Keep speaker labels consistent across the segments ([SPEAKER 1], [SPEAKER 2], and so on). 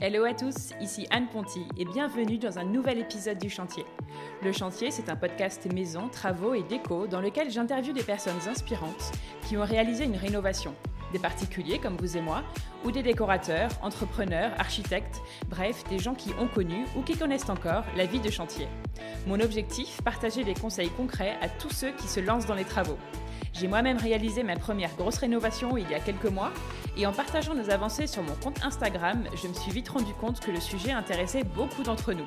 [SPEAKER 1] Hello à tous, ici Anne Ponty et bienvenue dans un nouvel épisode du Chantier. Le Chantier, c'est un podcast maison, travaux et déco dans lequel j'interviewe des personnes inspirantes qui ont réalisé une rénovation, des particuliers comme vous et moi, ou des décorateurs, entrepreneurs, architectes, bref, des gens qui ont connu ou qui connaissent encore la vie de chantier. Mon objectif, partager des conseils concrets à tous ceux qui se lancent dans les travaux. J'ai moi-même réalisé ma première grosse rénovation il y a quelques mois et en partageant nos avancées sur mon compte Instagram, je me suis vite rendu compte que le sujet intéressait beaucoup d'entre nous.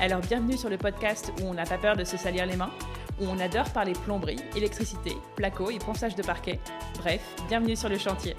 [SPEAKER 1] Alors bienvenue sur le podcast où on n'a pas peur de se salir les mains, où on adore parler plomberie, électricité, placo et ponçage de parquet. Bref, bienvenue sur le chantier.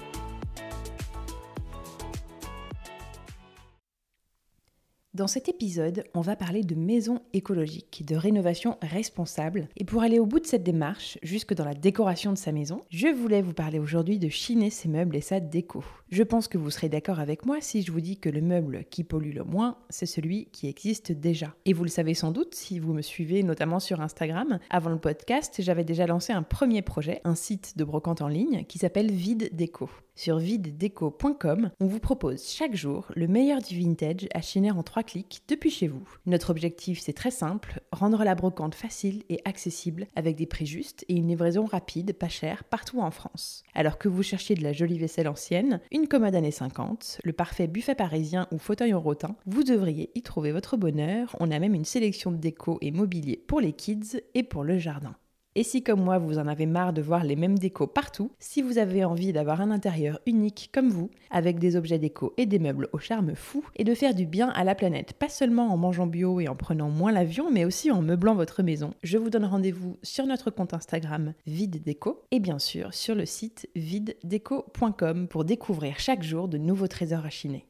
[SPEAKER 1] Dans cet épisode, on va parler de maison écologique, de rénovation responsable. Et pour aller au bout de cette démarche, jusque dans la décoration de sa maison, je voulais vous parler aujourd'hui de chiner ses meubles et sa déco. Je pense que vous serez d'accord avec moi si je vous dis que le meuble qui pollue le moins, c'est celui qui existe déjà. Et vous le savez sans doute si vous me suivez notamment sur Instagram. Avant le podcast, j'avais déjà lancé un premier projet, un site de brocante en ligne qui s'appelle Vide Déco. Sur videdeco.com, on vous propose chaque jour le meilleur du vintage à chiner en trois clics depuis chez vous. Notre objectif, c'est très simple, rendre la brocante facile et accessible avec des prix justes et une livraison rapide, pas chère, partout en France. Alors que vous cherchiez de la jolie vaisselle ancienne, une commode années 50, le parfait buffet parisien ou fauteuil en rotin, vous devriez y trouver votre bonheur. On a même une sélection de déco et mobilier pour les kids et pour le jardin. Et si comme moi vous en avez marre de voir les mêmes décos partout, si vous avez envie d'avoir un intérieur unique comme vous, avec des objets déco et des meubles au charme fou, et de faire du bien à la planète, pas seulement en mangeant bio et en prenant moins l'avion, mais aussi en meublant votre maison, je vous donne rendez-vous sur notre compte Instagram Vide Déco et bien sûr sur le site videdeco.com pour découvrir chaque jour de nouveaux trésors à chiner.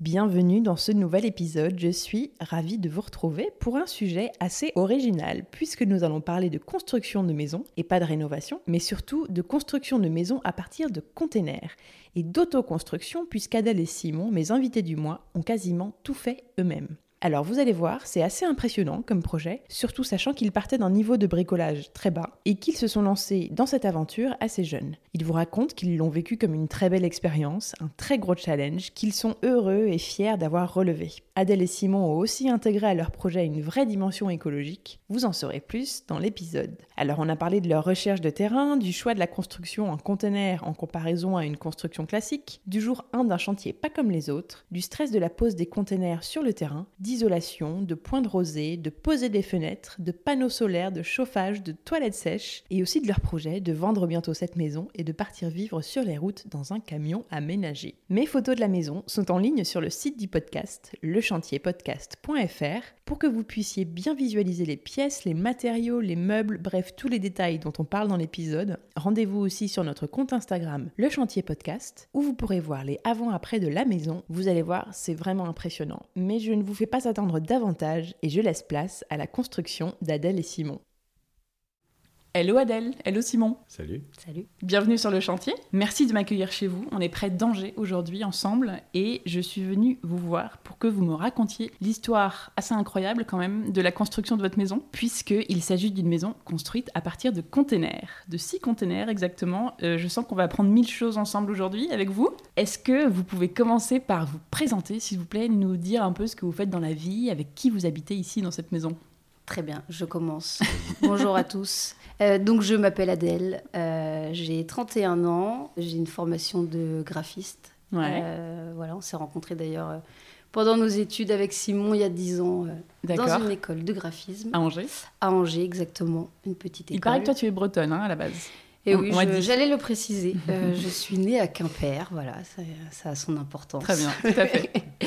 [SPEAKER 1] Bienvenue dans ce nouvel épisode, je suis ravie de vous retrouver pour un sujet assez original puisque nous allons parler de construction de maisons et pas de rénovation, mais surtout de construction de maisons à partir de containers et d'autoconstruction puisqu'Adèle et Simon, mes invités du mois, ont quasiment tout fait eux-mêmes. Alors vous allez voir, c'est assez impressionnant comme projet, surtout sachant qu'ils partaient d'un niveau de bricolage très bas et qu'ils se sont lancés dans cette aventure assez jeunes. Ils vous racontent qu'ils l'ont vécu comme une très belle expérience, un très gros challenge, qu'ils sont heureux et fiers d'avoir relevé. Adèle et Simon ont aussi intégré à leur projet une vraie dimension écologique. Vous en saurez plus dans l'épisode. Alors on a parlé de leur recherche de terrain, du choix de la construction en conteneur en comparaison à une construction classique, du jour 1 d'un chantier pas comme les autres, du stress de la pose des conteneurs sur le terrain, d'isolation, de points de rosée, de poser des fenêtres, de panneaux solaires, de chauffage, de toilettes sèches, et aussi de leur projet de vendre bientôt cette maison et de partir vivre sur les routes dans un camion aménagé. Mes photos de la maison sont en ligne sur le site du podcast, lechantierpodcast.fr, pour que vous puissiez bien visualiser les pièces, les matériaux, les meubles, bref, tous les détails dont on parle dans l'épisode. Rendez-vous aussi sur notre compte Instagram, le chantier podcast, où vous pourrez voir les avant-après de la maison. Vous allez voir, c'est vraiment impressionnant. Mais je ne vous fais pas attendre davantage et je laisse place à la construction d'Adèle et Simon. Hello Adèle, hello Simon.
[SPEAKER 2] Salut.
[SPEAKER 3] Salut.
[SPEAKER 1] Bienvenue sur le chantier. Merci de m'accueillir chez vous. On est près d'Angers aujourd'hui ensemble et je suis venue vous voir pour que vous me racontiez l'histoire assez incroyable quand même de la construction de votre maison puisqu'il s'agit d'une maison construite à partir de containers, de six containers exactement. Euh, je sens qu'on va apprendre mille choses ensemble aujourd'hui avec vous. Est-ce que vous pouvez commencer par vous présenter s'il vous plaît, nous dire un peu ce que vous faites dans la vie, avec qui vous habitez ici dans cette maison
[SPEAKER 3] Très bien, je commence. Bonjour à tous. Euh, donc, je m'appelle Adèle, euh, j'ai 31 ans, j'ai une formation de graphiste.
[SPEAKER 1] Ouais,
[SPEAKER 3] Euh, voilà, on s'est rencontrés d'ailleurs euh, pendant nos études avec Simon il y a 10 ans euh, dans
[SPEAKER 1] d'accord.
[SPEAKER 3] une école de graphisme
[SPEAKER 1] À Angers.
[SPEAKER 3] à Angers, exactement, une petite école.
[SPEAKER 1] Il paraît que toi tu es bretonne hein, à la base.
[SPEAKER 3] Et
[SPEAKER 1] on-
[SPEAKER 3] oui,
[SPEAKER 1] on m'a
[SPEAKER 3] je-
[SPEAKER 1] dit.
[SPEAKER 3] j'allais le préciser. Euh, je suis née à Quimper, voilà, ça, ça a son importance.
[SPEAKER 1] Très bien, tout à fait.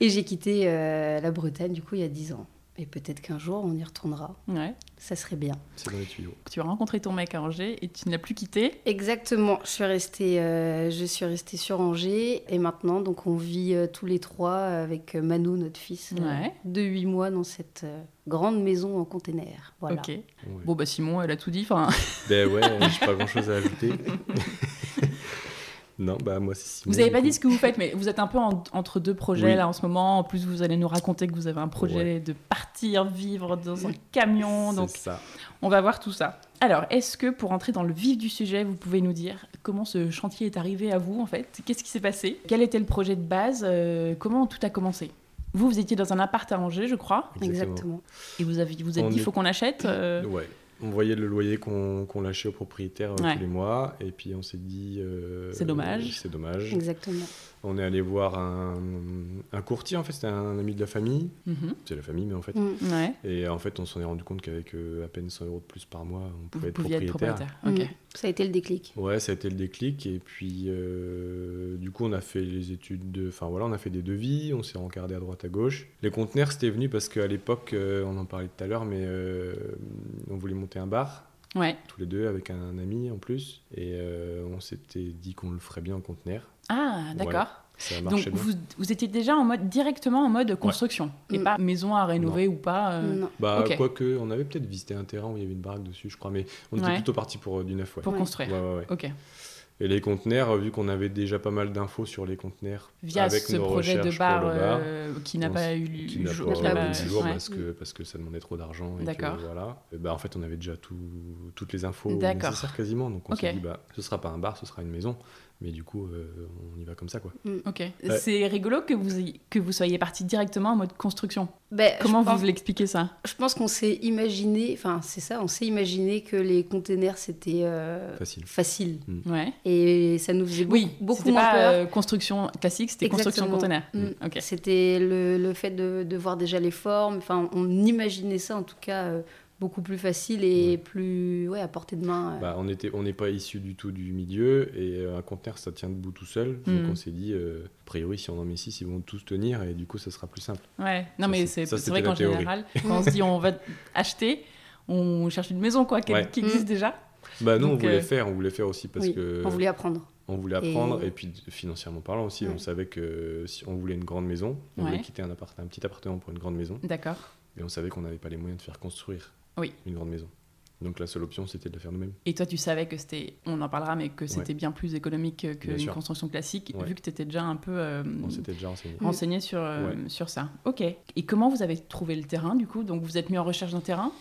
[SPEAKER 3] Et j'ai quitté euh, la Bretagne du coup il y a 10 ans. Et peut-être qu'un jour on y retournera,
[SPEAKER 1] Ouais.
[SPEAKER 3] ça serait bien.
[SPEAKER 2] C'est dans les tuyaux.
[SPEAKER 1] Tu as rencontré ton mec à Angers et tu ne l'as plus quitté.
[SPEAKER 3] Exactement, je suis restée, euh, je suis restée sur Angers et maintenant donc on vit euh, tous les trois avec euh, Mano, notre fils, euh,
[SPEAKER 1] Ouais.
[SPEAKER 3] de 8 mois dans cette euh, grande maison en container. Voilà.
[SPEAKER 1] Ok.
[SPEAKER 2] Ouais.
[SPEAKER 1] Bon bah Simon, elle a tout dit. Enfin,
[SPEAKER 2] Ben ouais, j'ai pas grand chose à ajouter. Non, bah moi c'est Simon.
[SPEAKER 4] Vous n'avez pas
[SPEAKER 2] du
[SPEAKER 4] dit ce que vous faites, mais vous êtes un peu en- entre deux projets
[SPEAKER 2] Oui.
[SPEAKER 4] là en ce moment. En plus, vous allez nous raconter que vous avez un projet
[SPEAKER 2] Ouais.
[SPEAKER 4] de partir vivre dans un
[SPEAKER 2] coup.
[SPEAKER 4] camion. Donc,
[SPEAKER 2] C'est ça.
[SPEAKER 4] on va voir tout ça. Alors, est-ce que pour entrer dans le vif du sujet, vous pouvez nous dire comment ce chantier est arrivé à vous en fait Qu'est-ce qui s'est passé Quel était le projet de base Euh, Comment tout a commencé vous, vous étiez dans un appart à Angers, je crois,
[SPEAKER 3] Exactement.
[SPEAKER 4] et vous avez, vous êtes
[SPEAKER 2] On
[SPEAKER 4] dit, il
[SPEAKER 2] est-
[SPEAKER 4] faut qu'on achète. euh,
[SPEAKER 2] Ouais. On voyait le loyer qu'on qu'on lâchait au propriétaire euh,
[SPEAKER 4] Ouais.
[SPEAKER 2] tous les mois, et puis on s'est dit. euh,
[SPEAKER 4] C'est dommage.
[SPEAKER 2] C'est dommage.
[SPEAKER 3] Exactement.
[SPEAKER 2] On est allé voir un, un courtier, en fait, c'était un ami de la famille.
[SPEAKER 4] mhm,
[SPEAKER 2] C'est la famille, mais en fait.
[SPEAKER 3] Mm.
[SPEAKER 4] ouais.
[SPEAKER 2] Et en fait, on s'en est rendu compte qu'avec euh, à peine 100 euros de plus par mois, on
[SPEAKER 4] Vous
[SPEAKER 2] pouvait
[SPEAKER 4] pouviez
[SPEAKER 2] être propriétaire.
[SPEAKER 4] Ok.
[SPEAKER 3] Mm. Ça a été le déclic.
[SPEAKER 2] Ouais, ça a été le déclic. Et puis, euh, du coup, on a fait les études de. Enfin, voilà, on a fait des devis, on s'est rencardé à droite, à gauche. Les conteneurs, c'était venu parce qu'à l'époque, euh, on en parlait tout à l'heure, mais euh, on voulait monter un bar,
[SPEAKER 4] Ouais.
[SPEAKER 2] tous les deux, avec un ami en plus. Et euh, on s'était dit qu'on le ferait bien en conteneur.
[SPEAKER 4] Ah, d'accord.
[SPEAKER 2] Ça a
[SPEAKER 4] Donc
[SPEAKER 2] marché bien.
[SPEAKER 4] vous, vous étiez déjà en mode directement en mode construction et
[SPEAKER 3] Mm.
[SPEAKER 4] pas maison à rénover ou pas. euh,
[SPEAKER 3] Non.
[SPEAKER 2] Bah,
[SPEAKER 4] ok.
[SPEAKER 2] quoique, on avait peut-être visité un terrain où il y avait une baraque dessus, je crois, mais on était
[SPEAKER 4] Ouais.
[SPEAKER 2] plutôt parti pour euh, du neuf, ouais.
[SPEAKER 4] Pour
[SPEAKER 3] Ouais.
[SPEAKER 4] construire.
[SPEAKER 2] Ouais, ouais, ouais.
[SPEAKER 4] Ok.
[SPEAKER 2] Et les conteneurs, euh, vu qu'on avait déjà pas mal d'infos sur les conteneurs,
[SPEAKER 4] Via
[SPEAKER 2] avec
[SPEAKER 4] ce
[SPEAKER 2] nos
[SPEAKER 4] projet de
[SPEAKER 2] recherches
[SPEAKER 4] bar,
[SPEAKER 2] pour le bar,
[SPEAKER 4] euh, qui n'a
[SPEAKER 2] on
[SPEAKER 4] pas
[SPEAKER 2] s-
[SPEAKER 4] eu lieu.
[SPEAKER 2] qui n'a
[SPEAKER 4] jour-
[SPEAKER 2] pas
[SPEAKER 4] qui
[SPEAKER 3] n'a
[SPEAKER 4] n'a
[SPEAKER 2] eu
[SPEAKER 4] pas-
[SPEAKER 2] toujours
[SPEAKER 4] ouais.
[SPEAKER 2] parce, que, parce que ça demandait trop d'argent. et que,
[SPEAKER 4] D'accord.
[SPEAKER 2] Voilà. Et bah, en fait, on avait déjà tout, toutes les infos
[SPEAKER 4] D'accord.
[SPEAKER 2] nécessaires quasiment. Donc on
[SPEAKER 4] Ok.
[SPEAKER 2] s'est dit, bah, ce sera pas un bar, ce sera une maison. Mais du coup, euh, on y va comme ça. quoi.
[SPEAKER 4] Ok. C'est rigolo que vous ayez- que vous soyez parti directement en mode construction.
[SPEAKER 3] Ben, je
[SPEAKER 4] Comment vous
[SPEAKER 3] pense-
[SPEAKER 4] l'expliquez ça
[SPEAKER 3] Je pense qu'on s'est imaginé, enfin c'est ça, on s'est imaginé que les containers c'était euh,
[SPEAKER 2] Facile.
[SPEAKER 3] facile.
[SPEAKER 4] Ouais.
[SPEAKER 3] Et ça nous faisait beaucoup,
[SPEAKER 4] Oui.
[SPEAKER 3] beaucoup
[SPEAKER 4] C'était
[SPEAKER 3] moins
[SPEAKER 4] pas
[SPEAKER 3] peur.
[SPEAKER 4] euh, construction classique, c'était construction
[SPEAKER 3] Exactement.
[SPEAKER 4] conteneur.
[SPEAKER 3] Mm.
[SPEAKER 4] Ok.
[SPEAKER 3] C'était le, le fait de, de voir déjà les formes, enfin on imaginait ça en tout cas euh, beaucoup plus facile et
[SPEAKER 2] Ouais.
[SPEAKER 3] plus ouais, à portée de main. euh.
[SPEAKER 2] Bah, on était, on n'est pas issu du tout du milieu et euh, un conteneur ça tient debout tout seul. Donc
[SPEAKER 4] Mm.
[SPEAKER 2] on s'est dit, euh, a priori, si on en met 6, ils vont tous tenir et du coup, ça sera plus simple.
[SPEAKER 4] Ouais, non
[SPEAKER 2] Ça,
[SPEAKER 4] mais c'est
[SPEAKER 2] c'est- ça,
[SPEAKER 4] c'est
[SPEAKER 2] c'était
[SPEAKER 4] vrai
[SPEAKER 2] la
[SPEAKER 4] qu'en
[SPEAKER 2] théorie.
[SPEAKER 4] général, quand on se dit on va acheter, on cherche une maison quoi, qui,
[SPEAKER 2] Ouais.
[SPEAKER 4] qui
[SPEAKER 3] Mm.
[SPEAKER 4] existe déjà.
[SPEAKER 2] Bah, nous,
[SPEAKER 4] Donc,
[SPEAKER 2] on voulait
[SPEAKER 4] euh,
[SPEAKER 2] faire, on voulait faire aussi parce
[SPEAKER 3] Oui,
[SPEAKER 2] que.
[SPEAKER 3] On voulait apprendre.
[SPEAKER 2] On voulait apprendre,
[SPEAKER 3] Et-
[SPEAKER 2] et, puis financièrement parlant aussi,
[SPEAKER 3] Ouais.
[SPEAKER 2] on savait que si on voulait une grande maison, on
[SPEAKER 4] Ouais.
[SPEAKER 2] voulait quitter un, appart- un petit appartement pour une grande maison,
[SPEAKER 4] D'accord.
[SPEAKER 2] et on savait qu'on n'avait pas les moyens de faire construire
[SPEAKER 4] Oui.
[SPEAKER 2] une grande maison. Donc la seule option, c'était de la faire nous-mêmes.
[SPEAKER 4] Et toi, tu savais que c'était, on en parlera, mais que c'était bien plus économique euh,
[SPEAKER 2] Bien
[SPEAKER 4] qu'une
[SPEAKER 2] sûr.
[SPEAKER 4] construction classique,
[SPEAKER 2] Ouais.
[SPEAKER 4] vu que tu étais déjà un peu euh,
[SPEAKER 2] On s'était déjà renseigné.
[SPEAKER 3] Mm.
[SPEAKER 4] renseigné sur, euh, sur ça. Ok. Et comment vous avez trouvé le terrain, du coup Donc, vous êtes mis en recherche d'un terrain